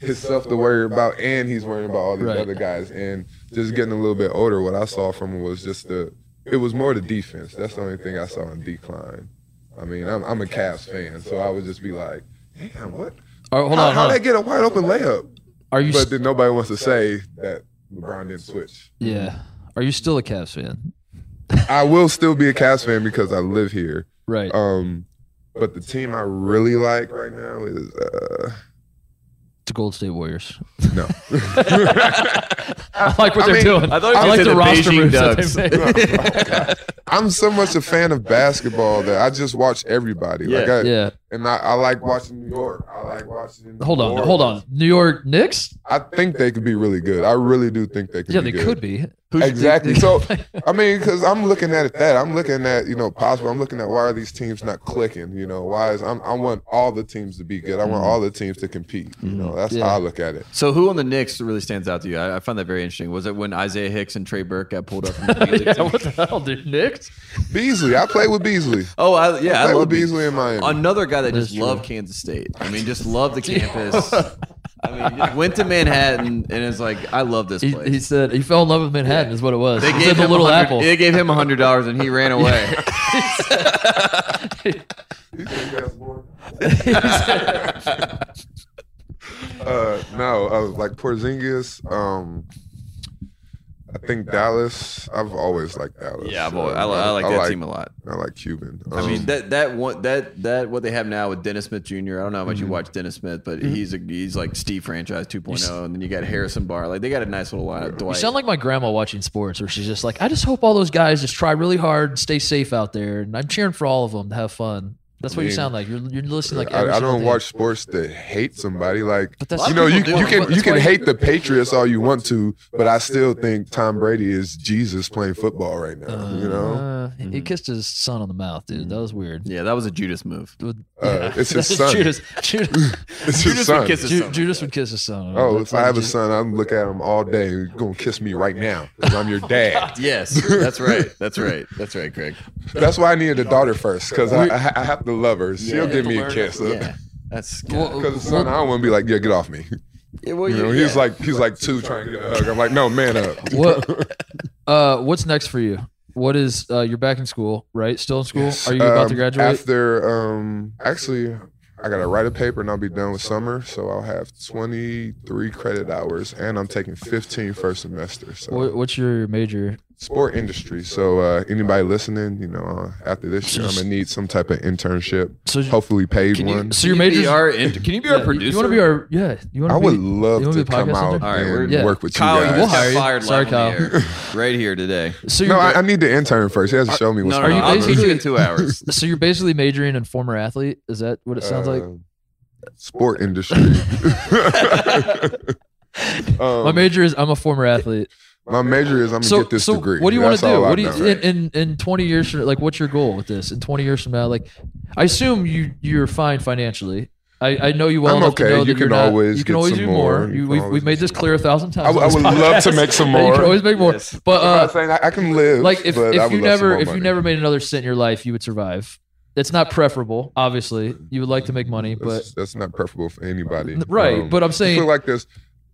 Speaker 4: his stuff to worry about and he's worrying about all these
Speaker 1: Right.
Speaker 4: other guys. And just getting a little bit older, what I saw from him was just the it was more the defense. That's the only thing I saw in decline. I mean, I'm, I'm a Cavs fan, so I would just be like, damn, what?
Speaker 1: All right, hold
Speaker 4: How,
Speaker 1: on,
Speaker 4: how'd
Speaker 1: hold
Speaker 4: I
Speaker 1: on.
Speaker 4: get a wide open layup?
Speaker 1: Are you
Speaker 4: But
Speaker 1: st-
Speaker 4: then nobody wants to say that LeBron didn't switch.
Speaker 1: yeah? Are you still a Cavs fan?
Speaker 4: I will still be a Cavs fan because I live here.
Speaker 1: Right.
Speaker 4: Um, but the team I really like right now is uh,
Speaker 1: the Gold State Warriors.
Speaker 4: no.
Speaker 1: I like what
Speaker 4: I
Speaker 1: they're
Speaker 4: mean,
Speaker 1: doing.
Speaker 6: I thought you
Speaker 1: I
Speaker 6: were
Speaker 1: like the,
Speaker 6: gonna say the
Speaker 1: roster
Speaker 6: Beijing
Speaker 1: moves that
Speaker 6: Ducks.
Speaker 1: they made.
Speaker 4: I'm so much a fan of basketball that I just watch everybody. Like I,
Speaker 1: yeah.
Speaker 4: and I, I like watching New York. I like watching.
Speaker 1: Hold on.
Speaker 4: New
Speaker 1: Hold on.
Speaker 4: Orleans.
Speaker 1: New York Knicks?
Speaker 4: I think they could be really good. I really do think they could.
Speaker 1: Yeah,
Speaker 4: be
Speaker 1: they
Speaker 4: good.
Speaker 1: could be.
Speaker 4: Exactly. So, I mean, because I'm looking at it that I'm looking at you know possible. I'm looking at why are these teams not clicking? You know, why is I'm, I want all the teams to be good. I want all the teams to compete. You know, that's
Speaker 1: Mm-hmm. Yeah.
Speaker 4: how I look at it.
Speaker 6: So who on the Knicks really stands out to you? I, I found that very interesting. Was it when Isaiah Hicks and Trey Burke got pulled up? From the G League
Speaker 1: yeah,
Speaker 6: team?
Speaker 1: what the hell, dude? Knicks?
Speaker 4: Beasley, I played with Beasley.
Speaker 6: Oh, I, yeah,
Speaker 4: I
Speaker 6: I,
Speaker 4: played
Speaker 6: love
Speaker 4: with
Speaker 6: Beasley.
Speaker 4: Beasley in Miami.
Speaker 6: Another guy that
Speaker 1: That's
Speaker 6: just
Speaker 1: true.
Speaker 6: loved Kansas State. I mean, just loved the campus. I mean, just went to Manhattan and is like, I love this
Speaker 1: He,
Speaker 6: place.
Speaker 1: he said he fell in love with Manhattan, is what it was.
Speaker 6: they
Speaker 1: he
Speaker 6: gave
Speaker 1: said the
Speaker 6: him
Speaker 1: little
Speaker 6: 100
Speaker 1: apple.
Speaker 6: They gave him hundred dollars and he ran away.
Speaker 4: uh, no, uh, like Porzingis. Um, I think Dallas. I've always liked Dallas.
Speaker 6: Yeah, I'm
Speaker 4: Uh,
Speaker 6: all- I, li- I like that team a lot.
Speaker 4: I like Cuban.
Speaker 6: I
Speaker 4: Um,
Speaker 6: mean that that one that that what they have now with Dennis Smith Jr. I don't know how
Speaker 1: Mm-hmm.
Speaker 6: much you watch Dennis Smith, but he's a he's like Steve franchise 2.0, and then you got Harrison Barr. Like they got a nice little lineup.
Speaker 1: You
Speaker 6: Dwight.
Speaker 1: sound like my grandma watching sports, where she's just like, "I just hope all those guys just try really hard, and stay safe out there, and I'm cheering for all of them to have fun." That's what you
Speaker 4: mean,
Speaker 1: sound like. You're you're listening like every
Speaker 4: I, I
Speaker 1: single
Speaker 4: don't
Speaker 1: day.
Speaker 4: watch sports that hate somebody. Like
Speaker 1: But that's-
Speaker 4: you know,
Speaker 6: A lot
Speaker 4: you,
Speaker 6: of people do.
Speaker 4: you can
Speaker 1: That's
Speaker 4: you
Speaker 1: why-
Speaker 4: can hate the Patriots all you want to, but I still think Tom Brady is Jesus playing football right now. you know, Mm-hmm.
Speaker 1: Uh, he- he kissed his son on the mouth, dude. That was weird.
Speaker 6: yeah, that was a Judas move.
Speaker 1: With-
Speaker 4: Uh, it's his
Speaker 1: That's
Speaker 4: son.
Speaker 1: Judas, Judas,
Speaker 4: it's
Speaker 6: Judas
Speaker 4: his
Speaker 6: would
Speaker 4: son.
Speaker 6: kiss his
Speaker 1: Ju-
Speaker 6: son.
Speaker 1: Judas would kiss his son.
Speaker 4: Oh,
Speaker 1: That's
Speaker 4: if I have a
Speaker 1: legit.
Speaker 4: son, I'm look at him all day. He's gonna kiss me right now because I'm your dad.
Speaker 6: Yes, that's right. That's right. That's right, Greg.
Speaker 4: That's why I needed a daughter first because I, I, I have to love her. She'll
Speaker 6: Yeah.
Speaker 4: give me a kiss.
Speaker 6: Yeah, that's
Speaker 1: Well,
Speaker 4: Because son, I don't want to be like, yeah, get off me.
Speaker 6: Yeah, well,
Speaker 4: You know,
Speaker 6: yeah.
Speaker 4: he's like, he's like two trying to get a hug. I'm like, no, man up.
Speaker 1: what uh what's next for you what is uh you're back in school right still in school are you about to
Speaker 4: Um,
Speaker 1: graduate
Speaker 4: After, um, actually, I gotta write a paper and I'll be done with summer. So I'll have 23 credit hours, and I'm taking 15 first semester. So
Speaker 1: What- what's your major
Speaker 4: sport industry. So uh, anybody listening, you know, uh, after this year, I'm gonna need some type of internship.
Speaker 1: So-
Speaker 4: hopefully, paid
Speaker 6: Can you-
Speaker 4: one.
Speaker 1: so your
Speaker 6: Can you be
Speaker 1: major's-
Speaker 6: our int- can you be
Speaker 1: Yeah,
Speaker 6: our producer?
Speaker 1: you want to be our yeah you want
Speaker 4: I
Speaker 1: to
Speaker 4: would
Speaker 1: be,
Speaker 4: love
Speaker 1: you wanna
Speaker 4: to
Speaker 1: be a podcast
Speaker 4: come out
Speaker 1: sometime?
Speaker 4: and
Speaker 6: All right, we're- Yeah.
Speaker 4: work with you
Speaker 6: Kyle, you
Speaker 4: guys.
Speaker 1: we'll
Speaker 6: just
Speaker 1: hire
Speaker 6: got
Speaker 1: you.
Speaker 6: fired
Speaker 1: Sorry,
Speaker 6: live on the
Speaker 1: Kyle.
Speaker 6: air. right here today.
Speaker 1: so you're,
Speaker 4: No, I, I need the intern first. He has to show me what's
Speaker 6: Uh, No, no,
Speaker 4: going
Speaker 1: you
Speaker 6: no,
Speaker 4: on.
Speaker 6: I'll teach
Speaker 1: basically-
Speaker 6: you in two hours.
Speaker 1: so you're basically majoring in former athlete is that what it sounds like
Speaker 4: Uh, Sport industry. Um,
Speaker 1: my major is i'm a former athlete
Speaker 4: my major is I'm gonna
Speaker 1: so
Speaker 4: get this
Speaker 1: so
Speaker 4: degree.
Speaker 1: what do you want
Speaker 4: That's
Speaker 1: to do
Speaker 4: all I
Speaker 1: what do you
Speaker 4: know.
Speaker 1: in, in in 20 years from like what's your goal with this in 20 years from now like i assume you you're fine financially I, I know you well
Speaker 4: I'm
Speaker 1: enough to
Speaker 4: okay.
Speaker 1: know
Speaker 4: You
Speaker 1: that
Speaker 4: can
Speaker 1: you're not-
Speaker 4: always
Speaker 1: you can
Speaker 4: get
Speaker 1: always
Speaker 4: some
Speaker 1: do more.
Speaker 4: more. You
Speaker 1: You-
Speaker 4: can
Speaker 1: we've,
Speaker 4: always
Speaker 1: we've made
Speaker 4: get
Speaker 1: this clear a thousand times.
Speaker 4: I would-
Speaker 1: on this
Speaker 4: I would love to
Speaker 1: podcast.
Speaker 4: make some
Speaker 1: You
Speaker 4: more.
Speaker 1: can always make more.
Speaker 6: Yes.
Speaker 1: But
Speaker 4: I'm
Speaker 1: uh,
Speaker 4: not saying I, I can live.
Speaker 1: like if,
Speaker 4: but I
Speaker 1: if
Speaker 4: would
Speaker 1: you
Speaker 4: love some
Speaker 1: never
Speaker 4: more
Speaker 1: if you
Speaker 4: money.
Speaker 1: never made another cent in your life, you would survive. It's not preferable, obviously. You would like to make money, but
Speaker 4: that's, that's not preferable for anybody,
Speaker 1: right.
Speaker 4: Um,
Speaker 1: but I'm
Speaker 4: I
Speaker 1: saying
Speaker 4: feel like this.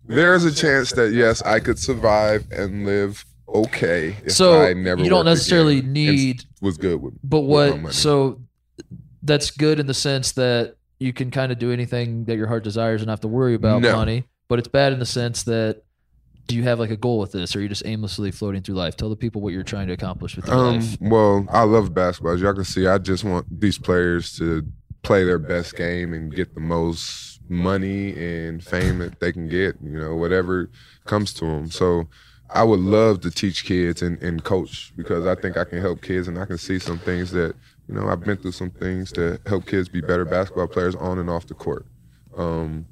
Speaker 4: There's a chance that yes, I could survive and live okay. If
Speaker 1: so
Speaker 4: I never
Speaker 1: you don't
Speaker 4: worked
Speaker 1: necessarily
Speaker 4: again and
Speaker 1: need.
Speaker 4: was good with.
Speaker 1: But
Speaker 4: with my money.
Speaker 1: what? So that's good in the sense that you can kind of do anything that your heart desires and not have to worry about
Speaker 4: No.
Speaker 1: money. But it's bad in the sense that. Do you have like a goal with this, or are you just aimlessly floating through life? Tell the people what you're trying to accomplish with your
Speaker 4: Um,
Speaker 1: life.
Speaker 4: well, I love basketball. As y'all can see, I just want these players to play their best game and get the most money and fame that they can get, you know, whatever comes to them. So I would love to teach kids and, and coach because I think I can help kids and I can see some things that, you know, I've been through some things to help kids be better basketball players on and off the court. Um,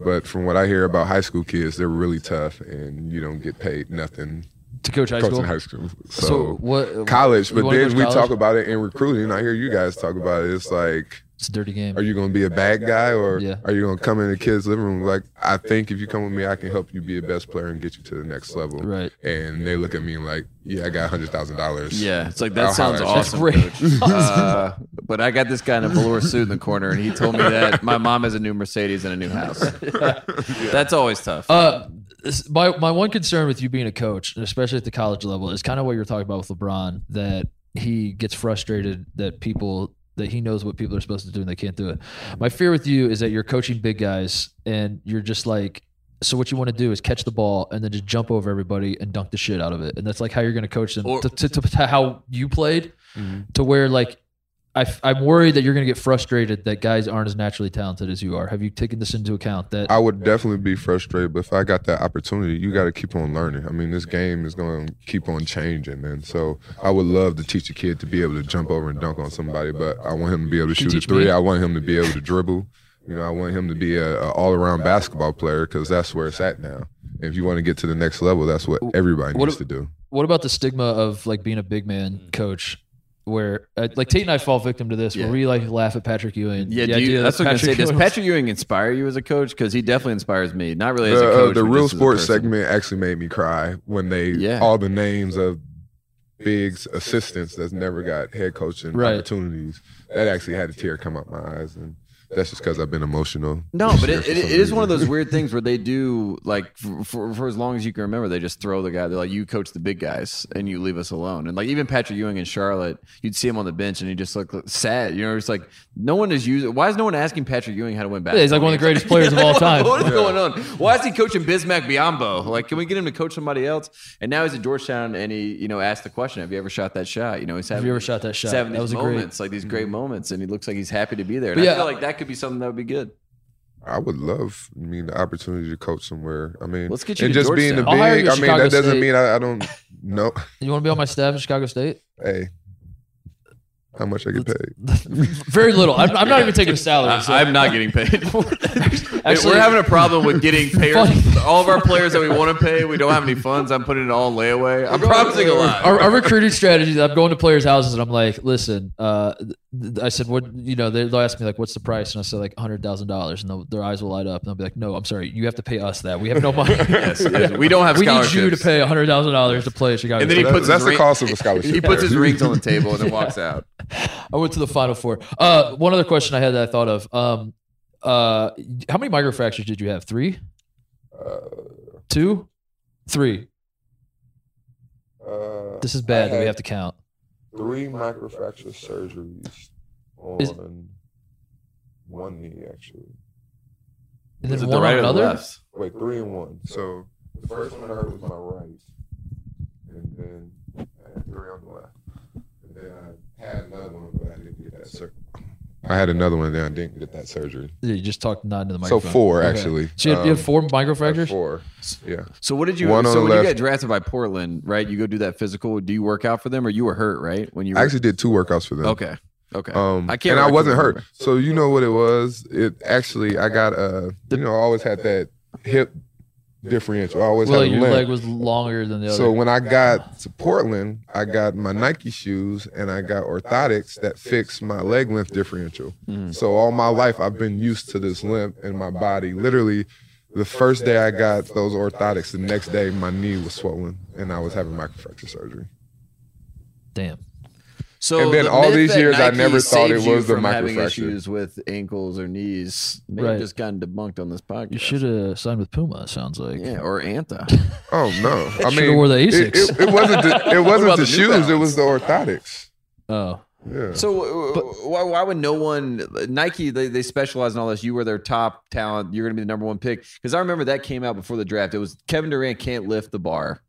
Speaker 4: but from what I hear about high school kids, they're really tough and you don't get paid nothing
Speaker 1: To coach high
Speaker 4: coaching
Speaker 1: school.
Speaker 4: high school.
Speaker 1: So, what?
Speaker 4: college,
Speaker 1: You
Speaker 4: but
Speaker 1: wanna
Speaker 4: then
Speaker 1: coach
Speaker 4: we
Speaker 1: college?
Speaker 4: talk about it in recruiting. I hear you guys talk about it. It's like,
Speaker 1: It's a dirty game.
Speaker 4: are you going to be a bad guy or
Speaker 1: Yeah.
Speaker 4: are you going to come in the kid's living room? Like, I think if you come with me, I can help you be a best player and get you to the next level.
Speaker 1: Right.
Speaker 4: And they look at me like, yeah, I got $100,000.
Speaker 6: Yeah, it's like
Speaker 4: I'll
Speaker 6: that sounds
Speaker 4: holler at you.
Speaker 6: awesome.
Speaker 1: That's
Speaker 6: Coach. Uh, but I got this guy in a velour suit in the corner, and he told me that my mom has a new Mercedes and a new house. That's always tough.
Speaker 1: Uh, this- my my one concern with you being a coach, and especially at the college level, is kind of what you're talking about with LeBron. That he gets frustrated that people that he knows what people are supposed to do and they can't do it. My fear with you is that you're coaching big guys and you're just like. So what you want to do is catch the ball and then just jump over everybody and dunk the shit out of it, and that's like how you're going to coach them
Speaker 6: Or-
Speaker 1: to, to, to, to how you played, to where like I, am worried that you're going to get frustrated that guys aren't as naturally talented as you are. Have you taken this into account? That
Speaker 4: I would definitely be frustrated, but if I got that opportunity, you got to keep on learning. I mean, this game is going to keep on changing, and so I would love to teach a kid to be able to jump over and dunk on somebody, but I want him to be able to
Speaker 1: Can you
Speaker 4: shoot a
Speaker 1: teach me?
Speaker 4: three. I want him to be able to dribble. You know, I want him to be a, a all-around basketball player because that's where it's at now. If you want to get to the next level, that's what everybody
Speaker 1: What-
Speaker 4: needs to do.
Speaker 1: What about the stigma of like being a big man coach? Where uh, like Tate and I fall victim to this,
Speaker 6: Yeah.
Speaker 1: where we like laugh at Patrick Ewing.
Speaker 6: yeah,
Speaker 1: The
Speaker 6: do
Speaker 1: idea
Speaker 6: you,
Speaker 1: that
Speaker 6: that's what I'm gonna say. Does
Speaker 1: Ewing-
Speaker 6: Patrick Ewing inspire you as a coach? Because he definitely inspires me. Not really as a
Speaker 4: The, uh,
Speaker 6: coach.
Speaker 4: the
Speaker 6: but
Speaker 4: real
Speaker 6: just as a
Speaker 4: sports
Speaker 6: person.
Speaker 4: segment actually made me cry when they
Speaker 6: Yeah.
Speaker 4: all the names of Big's assistants that's never got head coaching
Speaker 1: Right.
Speaker 4: opportunities. That actually had a tear come up my eyes, and That's just because I've been emotional.
Speaker 6: No,
Speaker 4: this
Speaker 6: but
Speaker 4: year
Speaker 6: it,
Speaker 4: for
Speaker 6: it,
Speaker 4: some
Speaker 6: it is one of
Speaker 4: reason.
Speaker 6: those weird things where they do like for, for, for as long as you can remember, they just throw the guy. They're like, you coach the big guys and you leave us alone. And like even Patrick Ewing in Charlotte, you'd see him on the bench and he just looked sad. You know, it's like no one is using. Why is no one asking Patrick Ewing how to win back?
Speaker 1: he's like one of the greatest players of all time.
Speaker 6: what is going on? Why is he coaching Bismack Biombo? Like, can we get him to coach somebody else? And now he's at Georgetown and he, you know, asked the question, "Have you ever shot that shot?" You know, he's having,
Speaker 1: you ever shot that shot?
Speaker 6: he's having
Speaker 1: That was
Speaker 6: these
Speaker 1: a great- Mm-hmm.
Speaker 6: moments, like these great moments, and he looks like he's happy to be there.
Speaker 1: But
Speaker 6: And
Speaker 1: yeah,
Speaker 6: I feel like that could be something that would be good.
Speaker 4: I would love, I mean, the opportunity to coach somewhere. I mean,
Speaker 6: Let's get you
Speaker 4: and
Speaker 6: to
Speaker 4: just being the
Speaker 6: Georgetown.
Speaker 4: big.
Speaker 1: I'll hire you
Speaker 4: I
Speaker 1: at
Speaker 4: mean,
Speaker 1: Chicago
Speaker 4: that doesn't
Speaker 1: State.
Speaker 4: mean I, I don't know.
Speaker 1: You want to be on my staff in Chicago State?
Speaker 4: hey, how much I get paid?
Speaker 1: Very little. I'm, I'm not even taking a salary. So.
Speaker 6: I, am not getting paid.
Speaker 1: Actually-
Speaker 6: we're having a problem with getting payers.
Speaker 1: Funny.
Speaker 6: all of our players that we want to pay, we don't have any funds. I'm putting it all in layaway. I'm promising a lot.
Speaker 1: our, our recruiting strategies. I'm going to players' houses and I'm like, listen, uh, th- th- I said, what, you know, they- they'll ask me like, what's the price? And I said like $100,000 and they'll- their eyes will light up and they'll be like, no, I'm sorry. You have to pay us that. We have no money.
Speaker 6: Yes, yes. We don't have
Speaker 1: we need
Speaker 6: scholarships.
Speaker 1: you to pay $100,000 to play at Chicago.
Speaker 6: And then
Speaker 1: State.
Speaker 6: he
Speaker 4: That-
Speaker 6: puts his
Speaker 4: that's the
Speaker 6: ring-
Speaker 4: cost of a scholarship. Uh,
Speaker 6: He puts his
Speaker 4: there.
Speaker 6: rings on the table and then walks out.
Speaker 1: I went to the final four. Uh, one other question I had that I thought of. Um, uh, how many microfractures did you have? Three, two, three.
Speaker 4: Uh,
Speaker 1: This is bad that we
Speaker 4: I had
Speaker 1: have to count.
Speaker 4: three microfracture surgeries on
Speaker 1: Is-
Speaker 4: one knee, actually.
Speaker 1: And
Speaker 6: Is
Speaker 1: then one
Speaker 6: it the right
Speaker 1: on
Speaker 6: or the
Speaker 1: another.
Speaker 6: left?
Speaker 4: Wait, three and one. So the first one I heard was my right, and then I had three on the left. And then I had another one, but I didn't get that surgery. I had another one, then I didn't get that surgery.
Speaker 1: Yeah, You just talked not into the
Speaker 4: So
Speaker 1: microphone.
Speaker 4: four
Speaker 1: Okay.
Speaker 4: actually.
Speaker 1: So you had, you had
Speaker 4: Um,
Speaker 1: four
Speaker 4: I had
Speaker 1: microfractures.
Speaker 4: Four. Yeah.
Speaker 6: So what did you?
Speaker 4: One on the
Speaker 6: so when you
Speaker 4: left.
Speaker 6: got drafted by Portland, right? You go do that physical. Do you work out for them, or you were hurt, right? When you were,
Speaker 4: I actually did two workouts for them.
Speaker 6: okay, okay.
Speaker 4: Um,
Speaker 6: I can't.
Speaker 4: and I
Speaker 6: couldn't
Speaker 4: wasn't
Speaker 6: remember.
Speaker 4: hurt. So you know what it was? It actually, I got uh, you know, I always had that hip differential. I always
Speaker 1: Well,
Speaker 4: had a
Speaker 1: your
Speaker 4: limp.
Speaker 1: leg was longer than the other.
Speaker 4: So when I got to Portland, I got my Nike shoes and I got orthotics that fixed my leg length differential. So all my life I've been used to this limp in my body. Literally, the first day I got those orthotics, the next day my knee was swollen and I was having microfracture surgery.
Speaker 1: Damn.
Speaker 6: So
Speaker 4: And then
Speaker 6: the
Speaker 4: all
Speaker 6: myth
Speaker 4: these
Speaker 6: that
Speaker 4: years, I
Speaker 6: Nike
Speaker 4: never thought
Speaker 6: saved
Speaker 4: it
Speaker 6: you
Speaker 4: was the
Speaker 6: from having
Speaker 4: microfracture.
Speaker 6: issues with ankles or knees. Maybe
Speaker 1: Right.
Speaker 6: just gotten debunked on this podcast.
Speaker 1: You should have signed with Puma. it Sounds like.
Speaker 6: Yeah, or Anta.
Speaker 4: Oh no! I
Speaker 1: Shoulda
Speaker 4: mean,
Speaker 1: wore the
Speaker 4: it-
Speaker 1: Asics.
Speaker 4: It, it wasn't the, it wasn't
Speaker 6: about
Speaker 4: the,
Speaker 6: the New
Speaker 4: shoes; it
Speaker 6: Balance?
Speaker 4: was the orthotics.
Speaker 1: Oh,
Speaker 4: Yeah.
Speaker 6: So uh, why, why would no one Nike? They, they specialize in all this. You were their top talent. You're going to be the number one pick because I remember that came out before the draft. It was Kevin Durant can't lift the bar.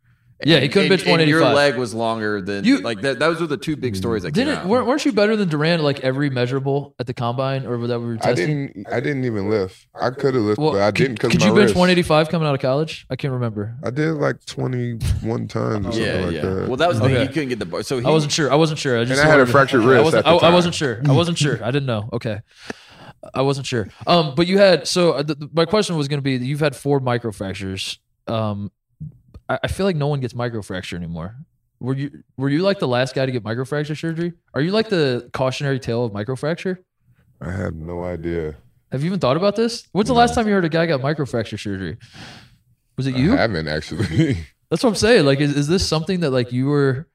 Speaker 1: Yeah, he couldn't
Speaker 6: And-
Speaker 1: bench
Speaker 6: and Your
Speaker 1: 185.
Speaker 6: leg was longer than
Speaker 1: You-
Speaker 6: you. Like that. Those were the two big stories that came
Speaker 1: didn't
Speaker 6: out.
Speaker 1: weren't, weren't you better than Durant like every measurable at the combine or that we were testing?
Speaker 4: I didn't. I didn't even lift. I could have lifted,
Speaker 1: Well,
Speaker 4: but I
Speaker 1: could-
Speaker 4: didn't because
Speaker 1: Could
Speaker 4: my
Speaker 1: you bench
Speaker 4: wrist.
Speaker 1: 185 coming out of college? I can't remember.
Speaker 4: I did like 21 times
Speaker 1: Oh,
Speaker 4: or something
Speaker 6: yeah,
Speaker 4: like
Speaker 6: yeah.
Speaker 4: that.
Speaker 6: Well, that was the thing.
Speaker 1: Okay.
Speaker 6: He couldn't get the bar. So he,
Speaker 1: I wasn't sure. I wasn't sure. I just
Speaker 4: I had a
Speaker 1: wanted to-
Speaker 4: fractured
Speaker 1: I
Speaker 4: wrist
Speaker 1: wasn't-
Speaker 4: at the
Speaker 1: I, I
Speaker 4: time.
Speaker 1: wasn't sure. I wasn't sure. I didn't know. Okay. I wasn't sure. Um, but you had so uh, the, the- my question was going to be that you've had four microfractures. Um, I, I feel like no one gets microfracture anymore. Were you were you like the last guy to get microfracture surgery? Are you like the cautionary tale of microfracture?
Speaker 4: I have no idea.
Speaker 1: Have you even thought about this? When's the last time you heard a guy got microfracture surgery? Was it you?
Speaker 4: I haven't actually.
Speaker 1: That's what I'm saying. Like, is, is this something that like you were?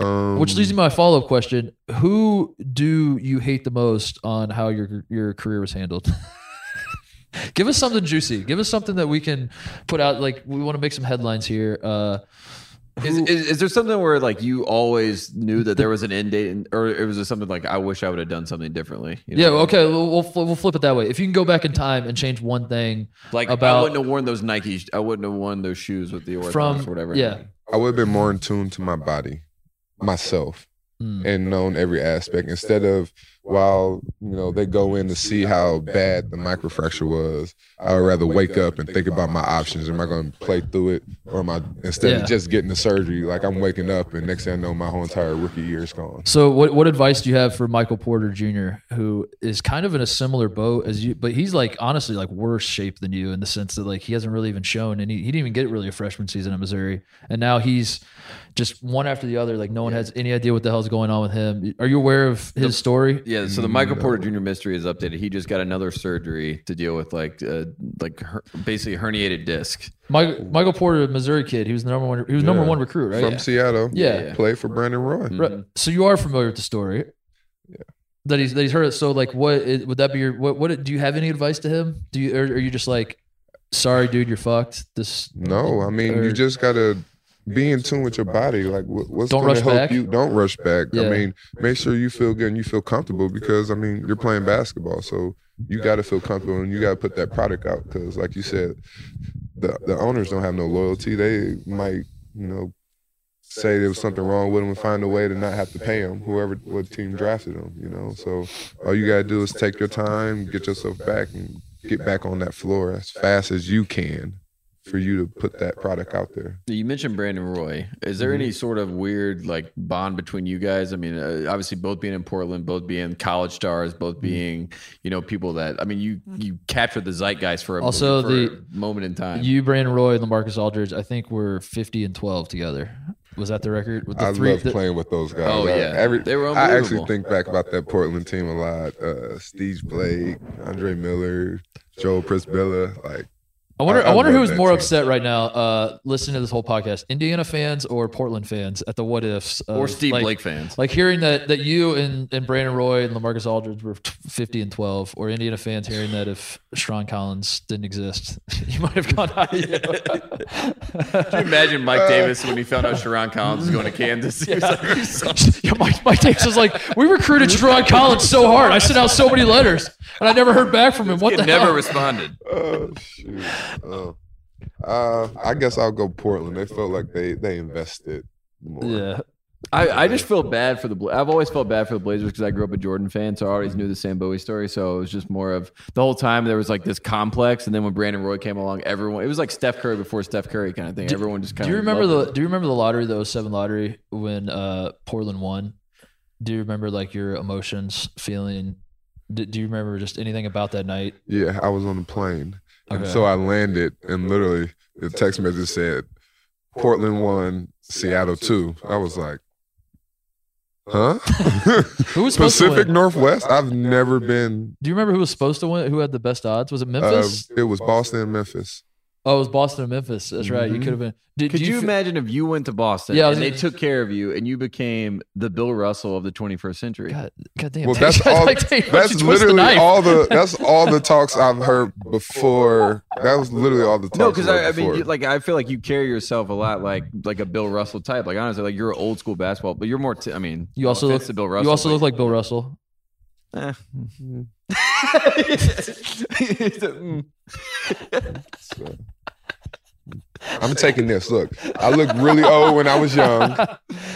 Speaker 4: um,
Speaker 1: Which leads me to my follow up question: Who do you hate the most on how your your career was handled? Give us something juicy. Give us something that we can put out. Like we want to make some headlines here. Uh,
Speaker 6: Is, is, is there something where like you always knew that there was an end date, and, or it was just something like I wish I would have done something differently? you know?
Speaker 1: yeah. Okay. We'll we'll, fl- we'll flip it that way. If you can go back in time and change one thing
Speaker 6: Like I
Speaker 1: about
Speaker 6: wouldn't have worn those Nikes. I wouldn't have worn those shoes with the orthotics
Speaker 1: from
Speaker 6: or whatever.
Speaker 1: yeah,
Speaker 4: I would have been more in tune to my body, myself,
Speaker 1: Hmm.
Speaker 4: and known every aspect instead of while you know they go in to see how bad the microfracture was. I would rather wake up and think about my options. Am I going to play through it, or am I instead
Speaker 1: Yeah.
Speaker 4: of just getting the surgery? Like I'm waking up and next thing I know, my whole entire rookie year is gone.
Speaker 1: So what what advice do you have for Michael Porter Jr., who is kind of in a similar boat as you, but he's like honestly like worse shape than you in the sense that like he hasn't really even shown and he, he didn't even get really a freshman season at Missouri. And now he's just one after the other. Like no one has any idea what the hell's going on with him. Are you aware of his story?
Speaker 6: Yeah, so the Michael Porter Jr. mystery is updated. He just got another surgery to deal with like uh, like her, basically herniated disc.
Speaker 1: Michael, Michael Porter, Missouri kid, he was the number one he was number
Speaker 4: Yeah.
Speaker 1: one recruit, right?
Speaker 4: From Seattle,
Speaker 1: Oh, Yeah.
Speaker 4: played for Brandon Roy.
Speaker 1: Right. So you are familiar with the story. that he's that he's heard it. So like, what is, would that be your what? What do you have any advice to him? Do you or are you just like, sorry, dude, you're fucked. This
Speaker 4: No, I mean
Speaker 1: Or-
Speaker 4: you just gotta be in tune with your body. Like what, what's
Speaker 1: Don't
Speaker 4: gonna
Speaker 1: rush
Speaker 4: help
Speaker 1: back.
Speaker 4: you? Don't rush back.
Speaker 1: Yeah.
Speaker 4: I mean, make sure you feel good and you feel comfortable because I mean you're playing basketball, so you gotta feel comfortable and you gotta put that product out because, like you said, the the owners don't have no loyalty. They might you know say there was something wrong with them and find a way to not have to pay them. Whoever what team drafted them, you know. So all you gotta do is take your time, get yourself back, and get back on that floor as fast as you can for you to put that product out there.
Speaker 6: You mentioned Brandon Roy. Is there
Speaker 1: Mm-hmm.
Speaker 6: any sort of weird like bond between you guys? I mean, uh, obviously both being in Portland, both being college stars, both
Speaker 1: Mm-hmm.
Speaker 6: being you know people that I mean, you you captured the zeitgeist for a,
Speaker 1: Also,
Speaker 6: for
Speaker 1: the-
Speaker 6: a moment in time.
Speaker 1: you, Brandon Roy, and Lamarcus Aldridge, I think were 50 and 12 together. Was that the record with the
Speaker 4: I
Speaker 1: three?
Speaker 4: love
Speaker 1: the-
Speaker 4: playing with those guys.
Speaker 6: Oh,
Speaker 4: I-
Speaker 6: yeah.
Speaker 4: every-
Speaker 6: They were
Speaker 4: I actually
Speaker 6: unbelievable.
Speaker 4: think back about that Portland team a lot. Uh, Steve Blake, Andre Miller, Joel Prisbilla. Like,
Speaker 1: I wonder.
Speaker 4: I-
Speaker 1: I,
Speaker 4: I
Speaker 1: wonder
Speaker 4: love
Speaker 1: who's
Speaker 4: that
Speaker 1: more
Speaker 4: team.
Speaker 1: upset right now, uh, listening to this whole podcast: Indiana fans or Portland fans at the what ifs, of,
Speaker 6: or Steve
Speaker 1: uh, like,
Speaker 6: Blake fans.
Speaker 1: Like hearing that that you and and Brandon Roy and Lamarcus Aldridge were t- 50 and 12, or Indiana fans hearing that if Sean Collins didn't exist, you might have gone higher.
Speaker 6: Imagine Mike Davis when he found out Sharon Collins was going to Kansas. He was like, "You son of
Speaker 1: Yeah, Mike, Mike Davis was like, we recruited Sean Collins so hard. I sent out so many letters, and I never heard back from him.
Speaker 6: a-
Speaker 1: What the
Speaker 6: never
Speaker 1: hell?
Speaker 6: responded.
Speaker 4: oh, shoot. Oh. Uh, I guess I'll go Portland. They felt like they, they invested more.
Speaker 1: yeah,
Speaker 6: I, I just feel bad for the. Bla- I've always felt bad for the Blazers because I grew up a Jordan fan, so I always knew the Sam Bowie story. So it was just more of the whole time there was like this complex, and then when Brandon Roy came along, everyone it was like Steph Curry before Steph Curry kind of thing. everyone just kind
Speaker 1: Do you
Speaker 6: of
Speaker 1: remember
Speaker 6: loved
Speaker 1: the Do you remember the lottery, the 07 lottery, when uh, Portland won? Do you remember like your emotions, feeling? Do, do you remember just anything about that night?
Speaker 4: Yeah, I was on the plane. And
Speaker 1: Okay.
Speaker 4: so I landed, and literally the text message said, Portland won, Seattle two. I was like, huh?
Speaker 1: Who was supposed
Speaker 4: Pacific
Speaker 1: to win?
Speaker 4: Northwest? I've never been.
Speaker 1: Do you remember who was supposed to win? Who had the best odds? Was it
Speaker 4: Uh,
Speaker 1: Memphis?
Speaker 4: it was Boston and Memphis.
Speaker 1: oh, it was Boston and Memphis. That's right. You
Speaker 4: Mhm.
Speaker 1: could have been. Did,
Speaker 6: Could
Speaker 1: do
Speaker 6: you,
Speaker 1: fe-
Speaker 6: imagine if you went to Boston
Speaker 1: Yeah, I was
Speaker 6: and they
Speaker 1: gonna-
Speaker 6: took care of you and you became the Bill Russell of the 21st century?
Speaker 1: God, God damn.
Speaker 4: Well, that's all.
Speaker 1: Like, hey, why don't you
Speaker 4: That's
Speaker 1: twist the
Speaker 4: literally
Speaker 1: knife?
Speaker 4: all the. That's all the talks I've heard before. That was literally all the talks.
Speaker 6: No, because
Speaker 4: I've
Speaker 6: I,
Speaker 4: heard
Speaker 6: I mean,
Speaker 4: before.
Speaker 6: you, like I feel like you carry yourself a lot like like a Bill Russell type. Like honestly, like you're an old school basketball, but you're more. T- I mean,
Speaker 1: You also
Speaker 6: no
Speaker 1: look.
Speaker 6: offense to Bill Russell.
Speaker 1: you also
Speaker 6: but-
Speaker 1: look like Bill Russell.
Speaker 6: Eh.
Speaker 4: So, I'm taking this. Look, I looked really old when I was young,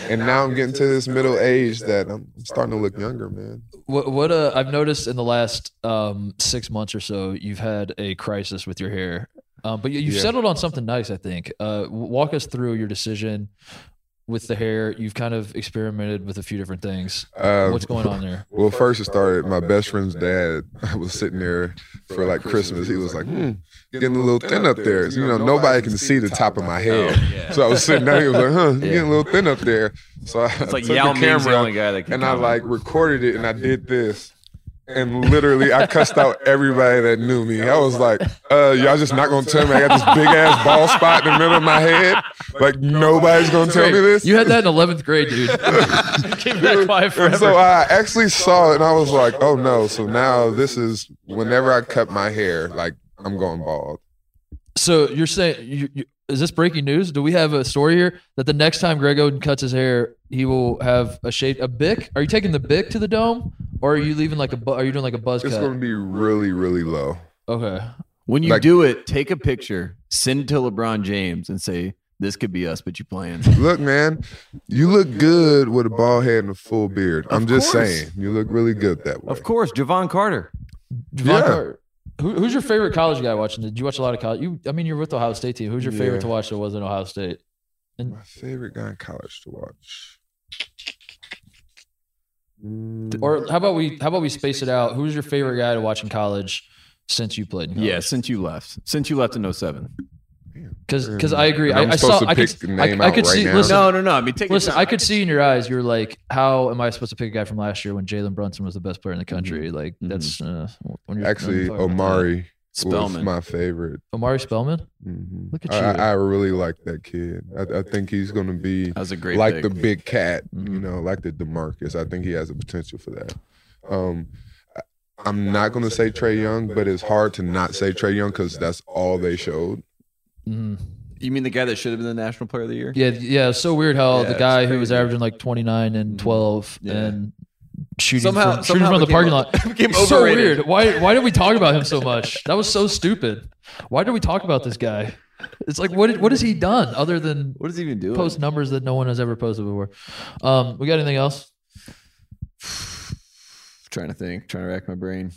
Speaker 4: and now I'm getting to this middle age that I'm starting to look younger, man.
Speaker 1: What what uh, I've noticed in the last um, six months or so, you've had a crisis with your hair, um, but you, you've
Speaker 4: Yeah.
Speaker 1: settled on something nice. I think. Uh, w- walk us through your decision with the hair. You've kind of experimented with a few different things.
Speaker 4: Uh,
Speaker 1: What's going on there?
Speaker 4: Well, first it started. My best friend's dad was sitting there for like Christmas. He was like, hmm, getting a little thin up there. You know, nobody can see the top of
Speaker 6: Oh,
Speaker 4: my head. So I was sitting there. He was like, huh, you're getting a little thin up there. So I
Speaker 6: It's like
Speaker 4: took
Speaker 6: Yao
Speaker 4: the
Speaker 6: Ming's the
Speaker 4: camera
Speaker 6: only guy that can.
Speaker 4: and I
Speaker 6: comment.
Speaker 4: like recorded it and I did this. And literally, I cussed out everybody that knew me. I was like, uh, y'all just not gonna tell me I got this big ass ball spot in the middle of my head? Like, nobody's gonna tell me this?
Speaker 1: You had that in eleventh grade, dude. Keep that quiet
Speaker 4: And so
Speaker 1: forever.
Speaker 4: I actually saw it and I was like, oh no. So now this is whenever I cut my hair, like I'm going bald.
Speaker 1: So you're saying, you, you, is this breaking news? Do we have a story here that the next time Greg Oden cuts his hair, he will have a shape, a bic? Are you taking the bic to the dome, or are you leaving like a? bu- Are you doing like a buzz
Speaker 4: It's
Speaker 1: cut?
Speaker 4: gonna be really, really low.
Speaker 1: okay.
Speaker 6: when you
Speaker 4: like-
Speaker 6: do it, take a picture, send it to LeBron James, and say this could be us, but you playing.
Speaker 4: Look, man, you look good with a bald head and a full beard. I'm just
Speaker 6: course.
Speaker 4: saying, you look really good that way.
Speaker 6: Of course, Javon Carter.
Speaker 1: Javon
Speaker 4: Yeah.
Speaker 1: Carter. Who, who's your favorite college guy watching? Did you watch a lot of college? You, I mean, you're with the Ohio State team. Who's your favorite
Speaker 4: Yeah.
Speaker 1: to watch that wasn't Ohio State?
Speaker 4: My favorite guy in college to watch.
Speaker 1: Or how about we how about we space it out? Who's your favorite guy to watch in college since you played? In college?
Speaker 6: Yeah, since you left, since you left in 07.
Speaker 1: because I agree.
Speaker 4: And
Speaker 1: I,
Speaker 4: I'm
Speaker 1: I
Speaker 4: supposed
Speaker 1: saw.
Speaker 4: to
Speaker 1: I could,
Speaker 4: pick the
Speaker 1: I,
Speaker 4: name
Speaker 1: I
Speaker 4: out
Speaker 1: could
Speaker 4: right
Speaker 1: see.
Speaker 4: now.
Speaker 1: Listen,
Speaker 6: No, no, no. I mean, take your
Speaker 1: listen.
Speaker 6: time.
Speaker 1: I could see in your eyes. You're like, how am I supposed to pick a guy from last year when Jalen Brunson was the best player in the country?
Speaker 6: Mm-hmm.
Speaker 1: Like that's uh, when you're when
Speaker 4: Actually,
Speaker 1: you're talking about
Speaker 4: Omari was
Speaker 6: Spellman.
Speaker 4: my favorite.
Speaker 1: that. Omari Spellman.
Speaker 6: Mm-hmm.
Speaker 4: Mhm.
Speaker 1: Look at
Speaker 4: I,
Speaker 1: you.
Speaker 4: I I really like that kid. I, I think he's going to be
Speaker 6: that was a great
Speaker 4: like
Speaker 6: pick.
Speaker 4: the big cat, you
Speaker 1: Mhm.
Speaker 4: know, like the Demarcus. I think he has the potential for that. Um, I- I'm not going to say Trey Young, but it's hard to not say Trey Young because that's all they showed.
Speaker 1: Mhm.
Speaker 6: You mean the guy that should have been the National Player of the Year?
Speaker 1: Yeah, yeah. It's so weird how
Speaker 6: Yeah,
Speaker 1: the
Speaker 6: it's
Speaker 1: guy who was
Speaker 6: crazy. Mm-hmm.
Speaker 1: averaging like 29 and 12
Speaker 6: Yeah.
Speaker 1: and shooting
Speaker 6: Somehow,
Speaker 1: from, shooting
Speaker 6: somehow
Speaker 1: from the
Speaker 6: became-
Speaker 1: parking lot.
Speaker 6: became
Speaker 1: So
Speaker 6: overrated.
Speaker 1: weird. Why why did we talk about him so much? That was so stupid. Why did we talk about this guy? It's like what what has he done other than
Speaker 6: What is he even doing?
Speaker 1: post numbers that no one has ever posted before? Um, we got anything else?
Speaker 6: trying to think, trying to rack my brain.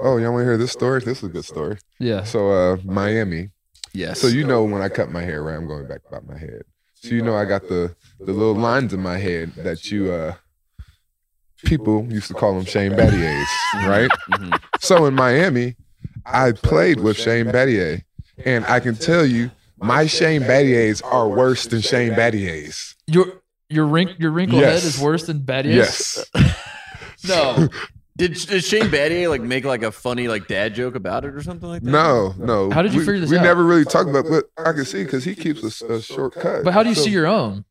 Speaker 4: Oh, y'all want to hear this story? This is a good story.
Speaker 1: Yeah.
Speaker 4: So, uh, Miami.
Speaker 6: Yes.
Speaker 4: So you know when I cut my hair, right? I'm going back about my head. So you know I got the the little lines in my head that you uh people used to call them Shane Battier's, right?
Speaker 1: Mm-hmm.
Speaker 6: Mhm.
Speaker 4: So in Miami, I played with Shane Battier, and I can tell you my Shane Battier's are worse than Shane Battier's.
Speaker 1: Your your wrink your wrinkled
Speaker 4: Yes.
Speaker 1: head is worse than Battius.
Speaker 4: Yes.
Speaker 1: No.
Speaker 6: Did, did Shane Battier like make like a funny like dad joke about it or something like that?
Speaker 4: No, no.
Speaker 1: How did you
Speaker 4: we,
Speaker 1: figure this
Speaker 4: we
Speaker 1: out?
Speaker 4: never really talked about, but I can see because he keeps a, s- a short cut.
Speaker 1: But how do you
Speaker 4: So-
Speaker 1: see your own?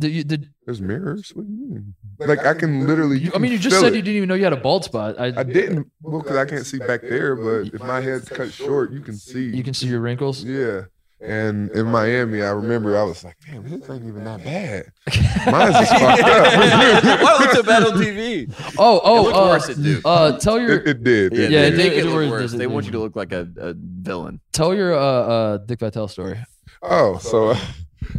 Speaker 1: Did you, did,
Speaker 4: There's mirrors. What do you mean? Like I can literally.
Speaker 1: you, I mean, you
Speaker 4: can
Speaker 1: just
Speaker 4: feel
Speaker 1: said
Speaker 4: it.
Speaker 1: you didn't even know you had a bald spot. I,
Speaker 4: I didn't well because I can't see back there, but if my head's cut short, you can see.
Speaker 1: You can see your wrinkles.
Speaker 4: Yeah. And in Miami, I remember I was like, damn, this ain't even that bad. Mine's is fucked up.
Speaker 6: Why was it so bad on TV?
Speaker 1: Oh,
Speaker 6: It
Speaker 1: oh,
Speaker 6: looked
Speaker 1: uh,
Speaker 6: worse, it dude.
Speaker 1: uh, tell your
Speaker 4: it, it did.
Speaker 1: Yeah, it
Speaker 6: they
Speaker 1: did-
Speaker 6: make
Speaker 1: it
Speaker 6: it
Speaker 1: did
Speaker 6: look
Speaker 1: worse,
Speaker 6: worse.
Speaker 1: it
Speaker 6: They
Speaker 1: did.
Speaker 6: want you to look like a, a villain.
Speaker 1: tell your uh, uh, Dick Vitale story.
Speaker 4: Oh, so uh,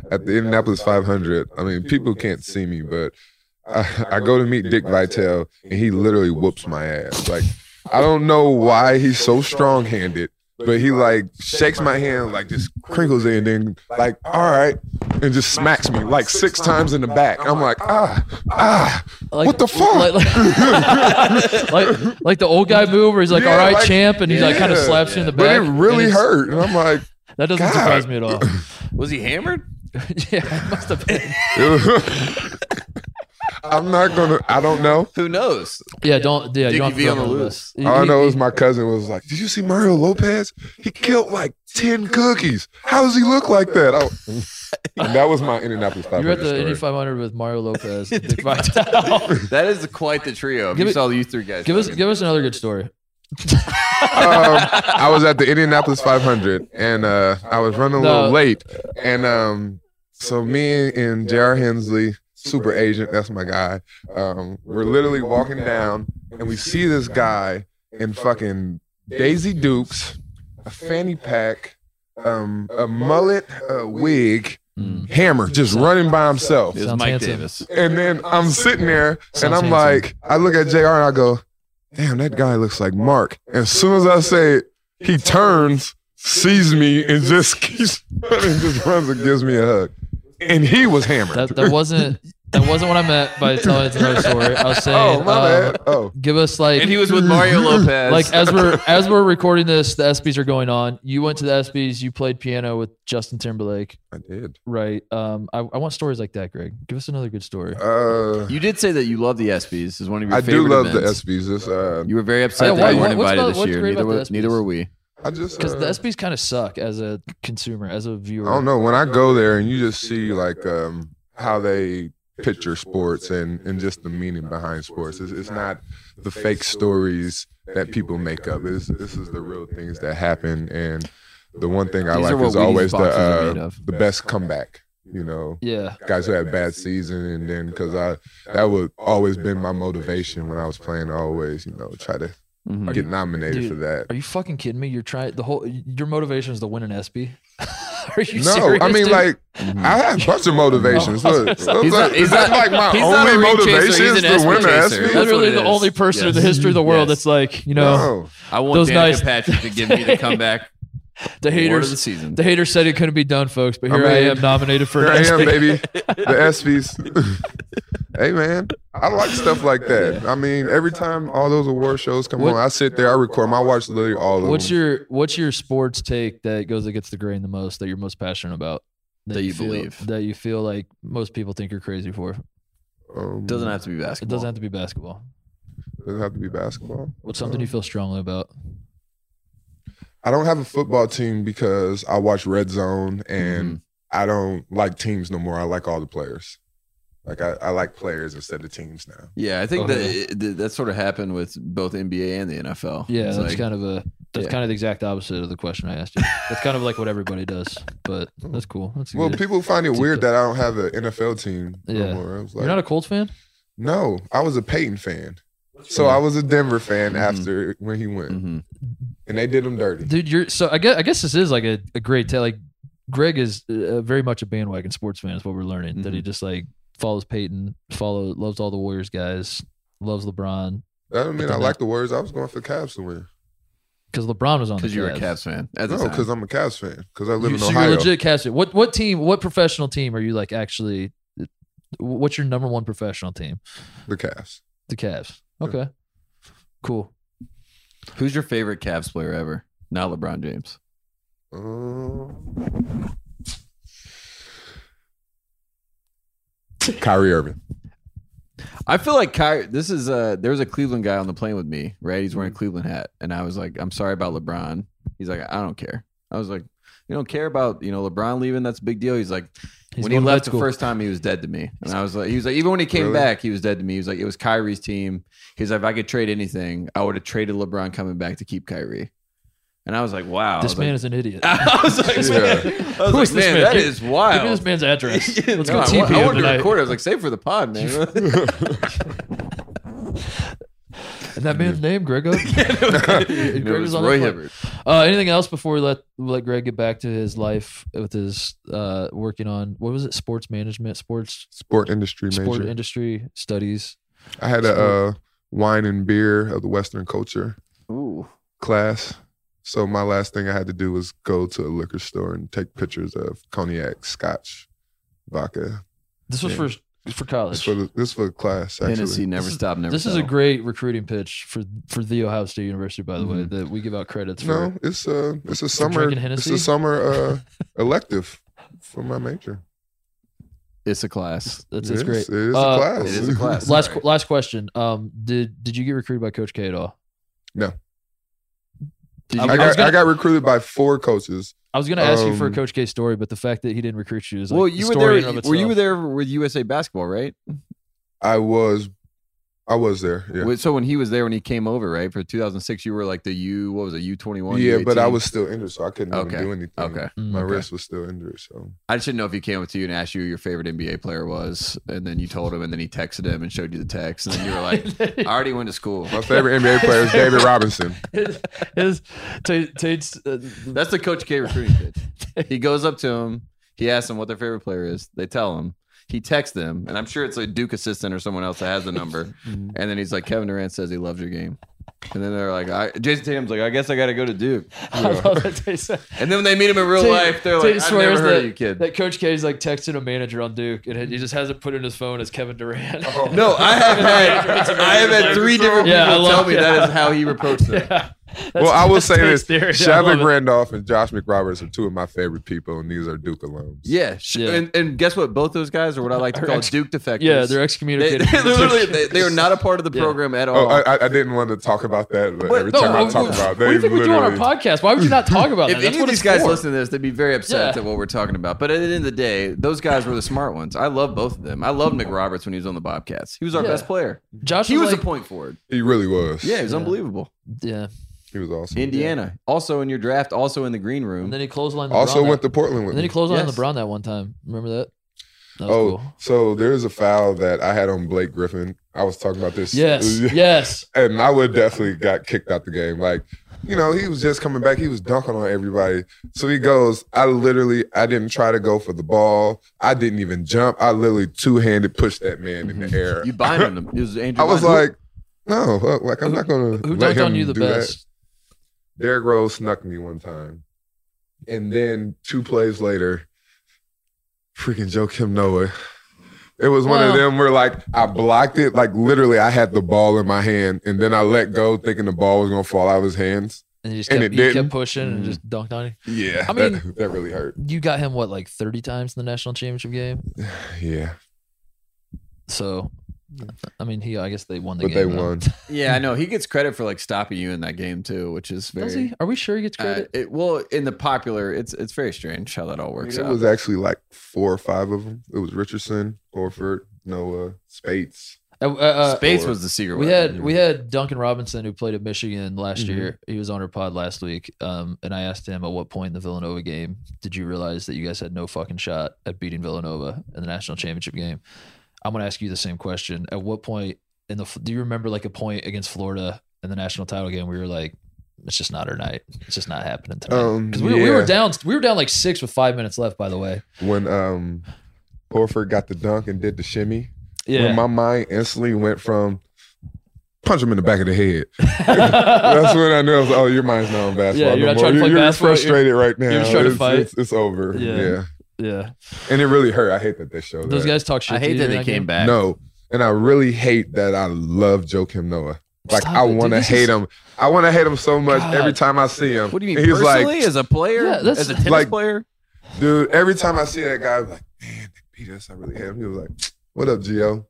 Speaker 4: at the Indianapolis 500, I mean, people can't see me, but I, I go to meet Dick Vitale, and he literally whoops my ass. Like, I don't know why he's so strong handed, but he like shakes my hand, like just crinkles it, and then like, all right, and just smacks me like six times in the back. I'm like, ah, ah,
Speaker 1: Like,
Speaker 4: What the fuck?
Speaker 1: Like, like, like, like the old guy move where he's like,
Speaker 4: Yeah,
Speaker 1: "All right,
Speaker 4: like-
Speaker 1: champ," and he's like, kind of
Speaker 4: yeah.
Speaker 1: slaps you in the
Speaker 4: but
Speaker 1: back.
Speaker 4: it really
Speaker 1: and it's-
Speaker 4: hurt. And I'm like,
Speaker 1: That doesn't
Speaker 4: God.
Speaker 1: surprise me at all.
Speaker 6: Was he hammered?
Speaker 1: yeah, it must have been.
Speaker 4: I'm not gonna, I don't know.
Speaker 6: Who knows?
Speaker 1: Yeah, don't. Yeah,
Speaker 6: Dickie
Speaker 1: you don't have to
Speaker 6: V
Speaker 1: throw
Speaker 6: on
Speaker 1: him
Speaker 6: the
Speaker 1: under bus.
Speaker 6: loose.
Speaker 1: He-
Speaker 4: All I
Speaker 1: he-
Speaker 4: know
Speaker 1: he-
Speaker 4: is my cousin was like, "Did you see Mario Lopez? He killed like ten cookies. How does he look like that?" I, and that was my Indianapolis
Speaker 1: You were at
Speaker 4: 500
Speaker 1: the
Speaker 4: story.
Speaker 1: Indy 500 with Mario Lopez, and Dick Vitale.
Speaker 6: That is quite the trio. If
Speaker 1: Give
Speaker 6: you
Speaker 1: it-
Speaker 6: saw you three guys.
Speaker 1: give us,
Speaker 6: fucking-
Speaker 1: give us another good story.
Speaker 4: um, I was at the Indianapolis 500, and uh, I was running a little
Speaker 1: No.
Speaker 4: late. And um, so me and J.R. Hensley, super agent, that's my guy. Um, we're literally walking down, and we see this guy in fucking Daisy Dukes, a fanny pack, um, a mullet, a wig,
Speaker 1: Mm.
Speaker 4: hammer, just running by himself.
Speaker 6: It was
Speaker 1: Sounds
Speaker 6: Mike
Speaker 1: handsome.
Speaker 6: Davis.
Speaker 4: And then I'm sitting there and
Speaker 1: Sounds
Speaker 4: I'm
Speaker 1: handsome.
Speaker 4: like, I look at JR and I go, damn, that guy looks like Mark. And as soon as I say it, he turns, sees me, and just keeps and just runs and gives me a hug. And he was hammered.
Speaker 1: That, that wasn't that wasn't what I meant by telling it's another story. I was saying,
Speaker 4: oh, my
Speaker 1: uh,
Speaker 4: bad. Oh.
Speaker 1: give us like
Speaker 6: And he was with Mario Lopez.
Speaker 1: like as we're as we're recording this, the ESPYS are going on. You went to the ESPYS, you played piano with Justin Timberlake,
Speaker 4: I did.
Speaker 1: right? Um, I, I want stories like that, Greg. Give us another good story.
Speaker 4: Uh,
Speaker 6: you did say that you love the ESPYS. Is one of your
Speaker 4: I do
Speaker 6: favorite
Speaker 4: love
Speaker 6: events.
Speaker 4: the ESPYs. This, uh,
Speaker 6: You were very upset
Speaker 1: Yeah,
Speaker 6: that
Speaker 1: why-
Speaker 6: you
Speaker 1: why-
Speaker 6: weren't
Speaker 1: what's
Speaker 6: invited
Speaker 1: about-
Speaker 6: this
Speaker 1: what's
Speaker 6: year.
Speaker 1: great
Speaker 6: Neither
Speaker 1: about the
Speaker 6: were, neither
Speaker 1: ESPYS?
Speaker 6: were we.
Speaker 4: I just.
Speaker 1: Because
Speaker 4: uh,
Speaker 1: the ESPYS kind of suck as a consumer, as a viewer.
Speaker 4: I don't know. When I go there and you just see like um, how they picture sports and, and just the meaning behind sports, it's, it's not the fake stories that people make up. It's, this is the real things that happen. And the one thing I
Speaker 6: These are
Speaker 4: like
Speaker 6: what
Speaker 4: is
Speaker 6: Wheaties
Speaker 4: always the
Speaker 6: boxes are made
Speaker 4: uh,
Speaker 6: of.
Speaker 4: the best comeback. You know,
Speaker 1: Yeah,
Speaker 4: guys who had bad season and then because I that would always been my motivation when I was playing. I always you know try to
Speaker 6: Mhm.
Speaker 4: get nominated
Speaker 1: dude,
Speaker 4: for that.
Speaker 1: are you fucking kidding me? You're trying the whole. Your motivation is to win an ESPY. are you
Speaker 4: No,
Speaker 1: serious,
Speaker 4: I mean
Speaker 1: dude?
Speaker 4: like I have a bunch of motivations. Look,
Speaker 6: He's not- he's
Speaker 4: it's
Speaker 6: not-
Speaker 4: not like my
Speaker 6: he's not a
Speaker 4: only
Speaker 6: ring chaser,
Speaker 4: motivation is
Speaker 6: he's an
Speaker 4: to win the
Speaker 6: ass chaser.
Speaker 4: ESPYs.
Speaker 1: That's
Speaker 6: That's what
Speaker 1: really
Speaker 6: it
Speaker 1: the
Speaker 6: is.
Speaker 1: only person in the
Speaker 6: Yes.
Speaker 1: history of the world
Speaker 6: Yes.
Speaker 1: that's like, you know,
Speaker 4: No,
Speaker 6: I want
Speaker 1: Those
Speaker 6: Danica
Speaker 1: nice-
Speaker 6: Patrick to give me the comeback
Speaker 1: the
Speaker 6: award of the
Speaker 1: haters.
Speaker 6: season.
Speaker 1: The haters said it couldn't be done, folks, but
Speaker 4: I
Speaker 1: here I,
Speaker 4: mean,
Speaker 1: am nominated for
Speaker 4: here I
Speaker 1: an
Speaker 4: am,
Speaker 1: ESPY.
Speaker 4: baby. The ESPYs. hey man, I like stuff like that. I mean, every time all those award shows come
Speaker 1: What-
Speaker 4: on, I sit there, I record, 'em, I watch literally all of them.
Speaker 1: What's your what's your sports take that goes against the grain the most that you're most passionate about
Speaker 6: That you
Speaker 1: feel-
Speaker 6: believe.
Speaker 1: that you feel like most people think you're crazy for?
Speaker 4: um,
Speaker 6: doesn't have to be
Speaker 1: It
Speaker 6: basketball.
Speaker 1: doesn't have to be basketball.
Speaker 4: doesn't have to be basketball.
Speaker 1: What's something
Speaker 4: uh,
Speaker 1: you feel strongly about?
Speaker 4: I don't have a football team because
Speaker 1: Mm-hmm.
Speaker 4: I watch Red Zone and I don't like teams no more. I like all the players. Like I, I like players instead of teams now.
Speaker 6: Yeah, I think
Speaker 1: Oh,
Speaker 6: that,
Speaker 1: yeah.
Speaker 6: it- that that sort of happened with both NBA and the NFL.
Speaker 1: Yeah,
Speaker 6: It's
Speaker 1: that's
Speaker 6: like-
Speaker 1: kind of a that's
Speaker 6: yeah.
Speaker 1: kind of the exact opposite of the question I asked you. That's kind of like what everybody does, but that's cool. That's
Speaker 4: Well,
Speaker 1: good.
Speaker 4: people find it
Speaker 1: Deep
Speaker 4: weird
Speaker 1: dive.
Speaker 4: that I don't have an NFL team
Speaker 1: Yeah.
Speaker 4: no more. I was
Speaker 1: You're not
Speaker 4: like,
Speaker 1: a Colts fan?
Speaker 4: no, I was a Peyton fan, so I was a Denver fan after when he went,
Speaker 6: Mhm.
Speaker 4: and they did him dirty.
Speaker 1: Mm-hmm. dude you're so i guess i guess this is like a, a great tale like greg is uh, very much a bandwagon sports fan is what we're learning that
Speaker 6: Mm-hmm.
Speaker 1: he just like follows peyton follow loves all the warriors guys loves lebron
Speaker 4: I don't mean
Speaker 1: But
Speaker 4: I
Speaker 1: then
Speaker 4: like the words. I was going for Cavs to win.
Speaker 1: because lebron was on the
Speaker 6: Because you were a
Speaker 1: Cavs.
Speaker 6: Cavs fan. At the
Speaker 4: No,
Speaker 6: time.
Speaker 4: because I'm a Cavs fan. Because I live
Speaker 1: You-
Speaker 4: in
Speaker 1: so
Speaker 4: Ohio.
Speaker 1: you're legit Cavs fan. what what team what professional team are you like actually what's your number one professional team
Speaker 4: The Cavs.
Speaker 1: the Cavs okay cool
Speaker 6: who's your favorite Cavs player ever? Not LeBron James.
Speaker 4: Um, Kyrie Irving.
Speaker 6: I feel like Kyrie. This is uh there was a Cleveland guy on the plane with me, right? He's wearing a Cleveland hat, and I was like, I'm sorry about LeBron. He's like, I don't care. I was like, you don't care about you know LeBron leaving? That's a big deal. He's like,
Speaker 1: He's
Speaker 6: when he
Speaker 1: going to med
Speaker 6: left the
Speaker 1: school.
Speaker 6: first time, he was dead to me, and I was like, he was like, even when he came
Speaker 4: Really?
Speaker 6: back, he was dead to me. He was like, it was Kyrie's team. He's like, if I could trade anything, I would have traded LeBron coming back to keep Kyrie. And I was like, wow. I
Speaker 1: this
Speaker 6: was
Speaker 1: man
Speaker 6: like-
Speaker 1: is an idiot
Speaker 6: I was like,
Speaker 4: Yeah.
Speaker 6: man, I was
Speaker 1: Who
Speaker 6: like,
Speaker 1: is this
Speaker 6: man,
Speaker 1: man?
Speaker 6: that
Speaker 1: Give-
Speaker 6: is
Speaker 1: Give me
Speaker 6: wild.
Speaker 1: this man's address.
Speaker 6: Yeah,
Speaker 1: Let's
Speaker 6: no,
Speaker 1: go
Speaker 6: I,
Speaker 1: TP
Speaker 6: wa- I
Speaker 1: him
Speaker 6: wanted to
Speaker 1: tonight.
Speaker 6: record. it. I was like, save for the pod, man.
Speaker 1: And that man's name, Grego.
Speaker 6: It
Speaker 1: Greg
Speaker 6: was
Speaker 1: was on the
Speaker 6: Roy
Speaker 1: plane.
Speaker 6: Hibbert.
Speaker 1: Uh, anything else before we let we let Greg get back to his life with his uh, working on what was it? Sports management, sports
Speaker 4: Sport industry major.
Speaker 1: sport industry studies.
Speaker 4: I had a uh, wine and beer of the Western culture
Speaker 6: Ooh.
Speaker 4: class. So my last thing I had to do was go to a liquor store and take pictures of cognac, scotch, vodka.
Speaker 1: This was for for
Speaker 4: This
Speaker 1: college.
Speaker 4: for the, this for the class actually.
Speaker 6: Tennessee never
Speaker 1: This is-
Speaker 6: stop, never
Speaker 1: this is a
Speaker 6: settle.
Speaker 1: great recruiting pitch for for the Ohio State University, by the way,
Speaker 6: Mm-hmm.
Speaker 1: that we give out credits for.
Speaker 4: No, it's a it's a summer
Speaker 1: drinking
Speaker 4: it's
Speaker 1: Hennessy?
Speaker 4: a summer uh, elective for my major.
Speaker 6: It's a class.
Speaker 1: That's,
Speaker 4: It
Speaker 1: that's
Speaker 4: is-
Speaker 1: great.
Speaker 4: It is
Speaker 1: Uh,
Speaker 4: a class.
Speaker 6: It is a class.
Speaker 1: Last
Speaker 6: Sorry.
Speaker 1: last question. Um, did did you get recruited by Coach K at all?
Speaker 4: No.
Speaker 6: Did
Speaker 1: I
Speaker 6: you
Speaker 4: I
Speaker 1: was
Speaker 4: got
Speaker 1: gonna-
Speaker 4: I got recruited by four coaches.
Speaker 1: I was going to ask you for a
Speaker 4: Um,
Speaker 1: Coach K story, but the fact that he didn't recruit you is like
Speaker 6: well,
Speaker 1: the
Speaker 6: you were
Speaker 1: story
Speaker 6: there.
Speaker 1: in and of
Speaker 6: Were you
Speaker 1: itself.
Speaker 6: there with USA Basketball, right?
Speaker 4: I was I was there. Yeah.
Speaker 6: Wait, So when he was there, when he came over, right for 2006, you were like the U. What was it? U twenty one.
Speaker 4: yeah, but I was still injured, so I couldn't
Speaker 6: Okay.
Speaker 4: even do anything.
Speaker 6: okay.
Speaker 1: Mm.
Speaker 4: My
Speaker 6: Okay.
Speaker 4: wrist was still injured, so
Speaker 6: I just didn't know if he came up to you and asked you who your favorite NBA player was, and then you told him, and then he texted him and showed you the text, and then you were like, "I already went to school."
Speaker 4: my favorite NBA player is David Robinson.
Speaker 1: his, his Tate- Tate's uh,
Speaker 6: That's the Coach K recruiting pitch. He goes up to him. He asks them what their favorite player is. They tell him. He texts them, and I'm sure it's a Duke assistant or someone else that has the number. and then he's like, Kevin Durant says he loves your game. And then they're like, I, Jason Tatum's like, I guys, I got to go to Duke.
Speaker 1: I love that Tate said-
Speaker 6: And then when they meet him in real
Speaker 1: Tate-
Speaker 6: life, they're
Speaker 1: Tate
Speaker 6: like, I've never
Speaker 1: swears
Speaker 6: heard
Speaker 1: that,
Speaker 6: of you, kid.
Speaker 1: that Coach K's like texting a manager on Duke, and he just has it put in his phone as Kevin Durant.
Speaker 6: no, I have had I have had three different
Speaker 1: Yeah, I
Speaker 6: people tell
Speaker 1: love-
Speaker 6: me that is how he approached them.
Speaker 1: Yeah. That's-
Speaker 4: well, I will
Speaker 1: that's
Speaker 4: say
Speaker 1: Tate's
Speaker 4: this:
Speaker 1: theory. I love
Speaker 4: Shavik
Speaker 1: it.
Speaker 4: Randolph and Josh McRoberts are two of my favorite people, and these are Duke alums.
Speaker 6: Yeah, sh-
Speaker 1: Yeah.
Speaker 6: And, and guess what? Both those guys are what I like to
Speaker 1: Are
Speaker 6: call
Speaker 1: ex-
Speaker 6: Duke defectors.
Speaker 1: Yeah, they're
Speaker 6: they,
Speaker 1: excommunicated.
Speaker 6: they're
Speaker 1: from Duke.
Speaker 6: literally they, they are not a part of the
Speaker 1: Yeah.
Speaker 6: program at all.
Speaker 4: Oh, I, I- I didn't want to talk about that, but
Speaker 6: What?
Speaker 4: every
Speaker 6: No,
Speaker 4: time I
Speaker 6: what-
Speaker 4: talk
Speaker 6: what-
Speaker 4: about,
Speaker 1: what
Speaker 4: they
Speaker 1: do you think we do on our
Speaker 4: literally.
Speaker 1: podcast? Why would you not talk about that?
Speaker 6: if
Speaker 1: That's
Speaker 6: any of
Speaker 1: what
Speaker 6: these
Speaker 1: it's
Speaker 6: guys
Speaker 1: for.
Speaker 6: listen to this, they'd be very upset
Speaker 1: Yeah.
Speaker 6: at what we're talking about. But at the end of the day, those guys were the smart ones. I love both of them. I love Nick Roberts when he was on the Bobcats. He was our
Speaker 1: Yeah.
Speaker 6: best player.
Speaker 1: Josh
Speaker 6: He was
Speaker 1: like,
Speaker 6: a point forward.
Speaker 4: He really was.
Speaker 6: Yeah, he was
Speaker 1: Yeah.
Speaker 6: unbelievable.
Speaker 1: Yeah,
Speaker 4: he was awesome.
Speaker 6: Indiana, also in your draft, also in the green room.
Speaker 1: and then he clotheslined.
Speaker 4: Also
Speaker 1: LeBron
Speaker 4: went
Speaker 1: that,
Speaker 4: to Portland with
Speaker 1: and then he
Speaker 4: me.
Speaker 1: clotheslined
Speaker 6: Yes.
Speaker 1: LeBron that one time. Remember that? That was
Speaker 4: Oh,
Speaker 1: cool.
Speaker 4: so there's a foul that I had on Blake Griffin. I was talking about this.
Speaker 1: Yes, yes.
Speaker 4: and I would definitely got kicked out the game. Like, you know, he was just coming back. He was dunking on everybody. So he goes, I literally, I didn't try to go for the ball. I didn't even jump. I literally two handed pushed that man in
Speaker 1: Mm-hmm.
Speaker 4: the air.
Speaker 6: you bind on him. It was Andrew.
Speaker 4: I was
Speaker 6: Bynum.
Speaker 4: like, no, fuck, like I'm not gonna.
Speaker 1: Who
Speaker 4: let
Speaker 1: dunked on
Speaker 4: him
Speaker 1: you the
Speaker 4: do
Speaker 1: best?
Speaker 4: That. Derrick Rose snuck me one time, and then two plays later, freaking Joe Kim Noah. It was one
Speaker 1: Wow.
Speaker 4: of them where like I blocked it, like literally I had the ball in my hand, and then I let go, thinking the ball was gonna fall out of his hands.
Speaker 1: And he just
Speaker 4: And
Speaker 1: kept, he
Speaker 4: it
Speaker 1: kept
Speaker 4: didn't.
Speaker 1: pushing and just dunked on you.
Speaker 4: Yeah,
Speaker 1: I
Speaker 4: that-
Speaker 1: mean-
Speaker 4: that, really hurt.
Speaker 1: You got him what like thirty times in the national championship game.
Speaker 4: Yeah,
Speaker 1: So, I mean, he I guess they won the
Speaker 4: but they
Speaker 1: game. though.
Speaker 4: won.
Speaker 6: yeah, I know. He gets credit for like stopping you in that game too, which is very.
Speaker 1: Does he? Are we sure he gets
Speaker 6: Uh,
Speaker 1: credit?
Speaker 6: it, well, in the popular, it's it's very strange how that all
Speaker 4: I mean,
Speaker 6: works
Speaker 4: It
Speaker 6: out.
Speaker 4: was actually like four or five of them. It was Richardson, Horford, no uh, Spates.
Speaker 1: Uh, uh,
Speaker 6: Space
Speaker 4: or-
Speaker 6: was the secret.
Speaker 1: we
Speaker 6: weapon.
Speaker 1: had we had Duncan Robinson who played at Michigan last
Speaker 6: Mhm.
Speaker 1: year. He was on our pod last week, um, and I asked him at what point in the Villanova game did you realize that you guys had no fucking shot at beating Villanova in the national championship game? I'm gonna ask you the same question. At what point in the do you remember like a point against Florida in the national title game where you were like, it's just not our night. It's just not happening tonight.
Speaker 4: Um,
Speaker 1: 'Cause we, we were
Speaker 4: yeah.
Speaker 1: down we were down like six with five minutes left. By the way,
Speaker 4: When um, Horford got the dunk and did the shimmy, when my mind instantly went from punch him in the back of the head. That's when I knew I was oh, your mind's not on basketball.
Speaker 1: Yeah, you're
Speaker 4: no
Speaker 1: not trying to
Speaker 4: more.
Speaker 1: play
Speaker 4: you're,
Speaker 1: basketball.
Speaker 4: You're frustrated right now.
Speaker 1: you're just trying to
Speaker 4: it's,
Speaker 1: fight.
Speaker 4: It's, it's over.
Speaker 1: Yeah.
Speaker 4: Yeah.
Speaker 1: yeah.
Speaker 4: and it really hurt. I hate that they showed
Speaker 1: Those
Speaker 4: that.
Speaker 1: guys talk shit.
Speaker 6: I
Speaker 1: to
Speaker 6: hate
Speaker 1: you
Speaker 6: that
Speaker 1: during
Speaker 6: they came
Speaker 1: game.
Speaker 6: back.
Speaker 4: No, and I really hate that I love Joe Kim Noah. Like
Speaker 1: Stop
Speaker 4: I
Speaker 1: it, dude.
Speaker 4: want to
Speaker 1: This
Speaker 4: hate
Speaker 1: is-
Speaker 4: him. I want to hate him so much
Speaker 1: God.
Speaker 4: every time I see him.
Speaker 6: What do you mean
Speaker 4: And He's
Speaker 6: personally
Speaker 4: like,
Speaker 6: as a player?
Speaker 1: Yeah, that's-
Speaker 6: as a tennis
Speaker 4: Like-
Speaker 6: player?
Speaker 4: dude. Every time I see that guy, I'm like, man, they beat us. I really hate him. He was like, what up, Gio?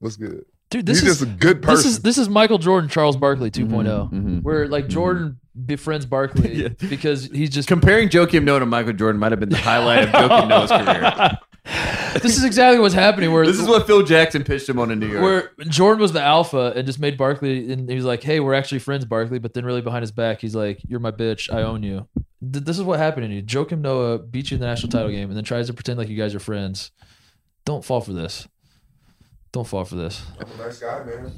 Speaker 4: What's good?
Speaker 1: Dude,
Speaker 4: You're
Speaker 1: this is
Speaker 4: just a good person.
Speaker 1: This is this is Michael Jordan, Charles Barkley 2
Speaker 6: Mhm.
Speaker 1: where like Jordan befriends Barkley
Speaker 6: Yeah.
Speaker 1: because he's just.
Speaker 6: Comparing Joakim Noah to Michael Jordan might have been the highlight of Joakim Noah's career.
Speaker 1: this is exactly what's happening. Where
Speaker 6: This is what Phil Jackson pitched him on in New York.
Speaker 1: where Jordan was the alpha and just made Barkley, and he was like, "Hey, we're actually friends, Barkley," but then really behind his back, he's like, "You're my bitch. I own you." Th- this is what happened to you. Joakim Noah beat you in the national title game, and then tries to pretend like you guys are friends. Don't fall for this. Don't fall for this.
Speaker 4: nice guy, man.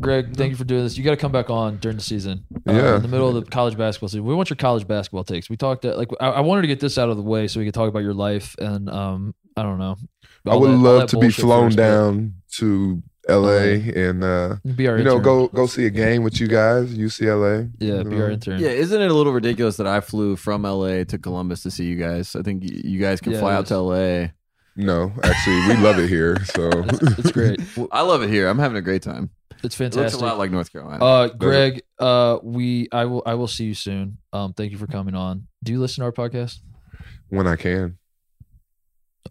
Speaker 1: Greg, thank you for doing this. You got to come back on during the season. Uh,
Speaker 4: Yeah.
Speaker 1: in the middle of the college basketball season, we want your college basketball takes. We talked that like I, I wanted to get this out of the way so we could talk about your life and um I don't know.
Speaker 4: I
Speaker 1: all
Speaker 4: would
Speaker 1: that- all
Speaker 4: love
Speaker 1: that
Speaker 4: to be
Speaker 1: bullshit
Speaker 4: flown
Speaker 1: first, but
Speaker 4: down to L.A. and uh,
Speaker 1: Be our
Speaker 4: you know
Speaker 1: intern.
Speaker 4: go Uh, go see a game with you guys, UCLA.
Speaker 1: yeah,
Speaker 4: you
Speaker 1: be
Speaker 4: know.
Speaker 1: our intern.
Speaker 6: yeah, isn't it a little ridiculous that I flew from LA to Columbus to see you guys? I think y- you guys can
Speaker 1: Yeah,
Speaker 6: fly
Speaker 1: it
Speaker 6: out to LA.
Speaker 4: No, actually, we love it here. So
Speaker 1: It's, it's great.
Speaker 6: I love it here. I'm having a great time.
Speaker 1: It's
Speaker 6: It looks
Speaker 1: fantastic.
Speaker 6: a lot like North Carolina.
Speaker 1: uh, Greg, uh, we I will I will see you soon. Um, thank you for coming on. Do you listen to our podcast?
Speaker 4: when I can,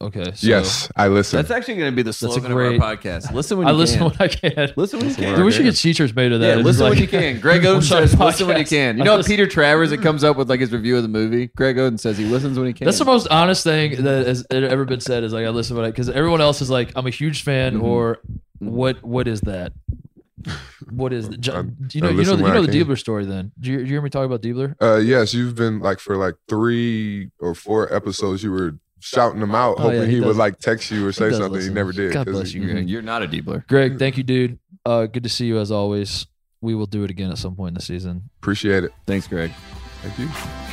Speaker 1: Okay. So
Speaker 4: yes, I listen.
Speaker 6: that's actually going to be the
Speaker 1: a
Speaker 6: slogan
Speaker 1: great-
Speaker 6: of our podcast. Listen when
Speaker 1: I
Speaker 6: you
Speaker 1: listen
Speaker 6: can.
Speaker 1: when I can.
Speaker 6: listen when you can.
Speaker 1: Dude, we should get teachers made of that.
Speaker 6: Yeah,
Speaker 1: It's
Speaker 6: listen
Speaker 1: like-
Speaker 6: when you can. Greg Oden
Speaker 1: What's our
Speaker 6: says, "Listen when you
Speaker 1: podcast?
Speaker 6: can." You
Speaker 1: I
Speaker 6: know,
Speaker 1: listen-
Speaker 6: Peter Travers it comes up with like his review of the movie. Greg Oden says he listens when he can.
Speaker 1: That's the most honest thing that has ever been said. Is like I listen to it because everyone else is like, I'm a huge fan,
Speaker 6: Mhm.
Speaker 1: or what? What is that? What is that? Jo-
Speaker 4: I-
Speaker 1: you know?
Speaker 4: I
Speaker 1: You know?
Speaker 4: listen
Speaker 1: You
Speaker 4: when
Speaker 1: know
Speaker 4: I
Speaker 1: the
Speaker 4: can.
Speaker 1: Diebler story. Then do you, do you hear me talk about Diebler?
Speaker 4: Uh, yes, you've been like for like three or four episodes. You were shouting him out,
Speaker 1: Oh,
Speaker 4: hoping
Speaker 1: yeah, he
Speaker 4: he, would
Speaker 1: does-
Speaker 4: like text you or say
Speaker 1: does
Speaker 4: something.
Speaker 1: listen.
Speaker 4: He never did.
Speaker 1: God
Speaker 4: 'cause
Speaker 1: bless
Speaker 4: he-
Speaker 1: you.
Speaker 6: You're, you're not a deepler.
Speaker 1: Greg, thank you, dude. Uh, good to see you as always. We will do it again at some point in the season.
Speaker 4: Appreciate it.
Speaker 6: Thanks, Greg.
Speaker 4: Thank you.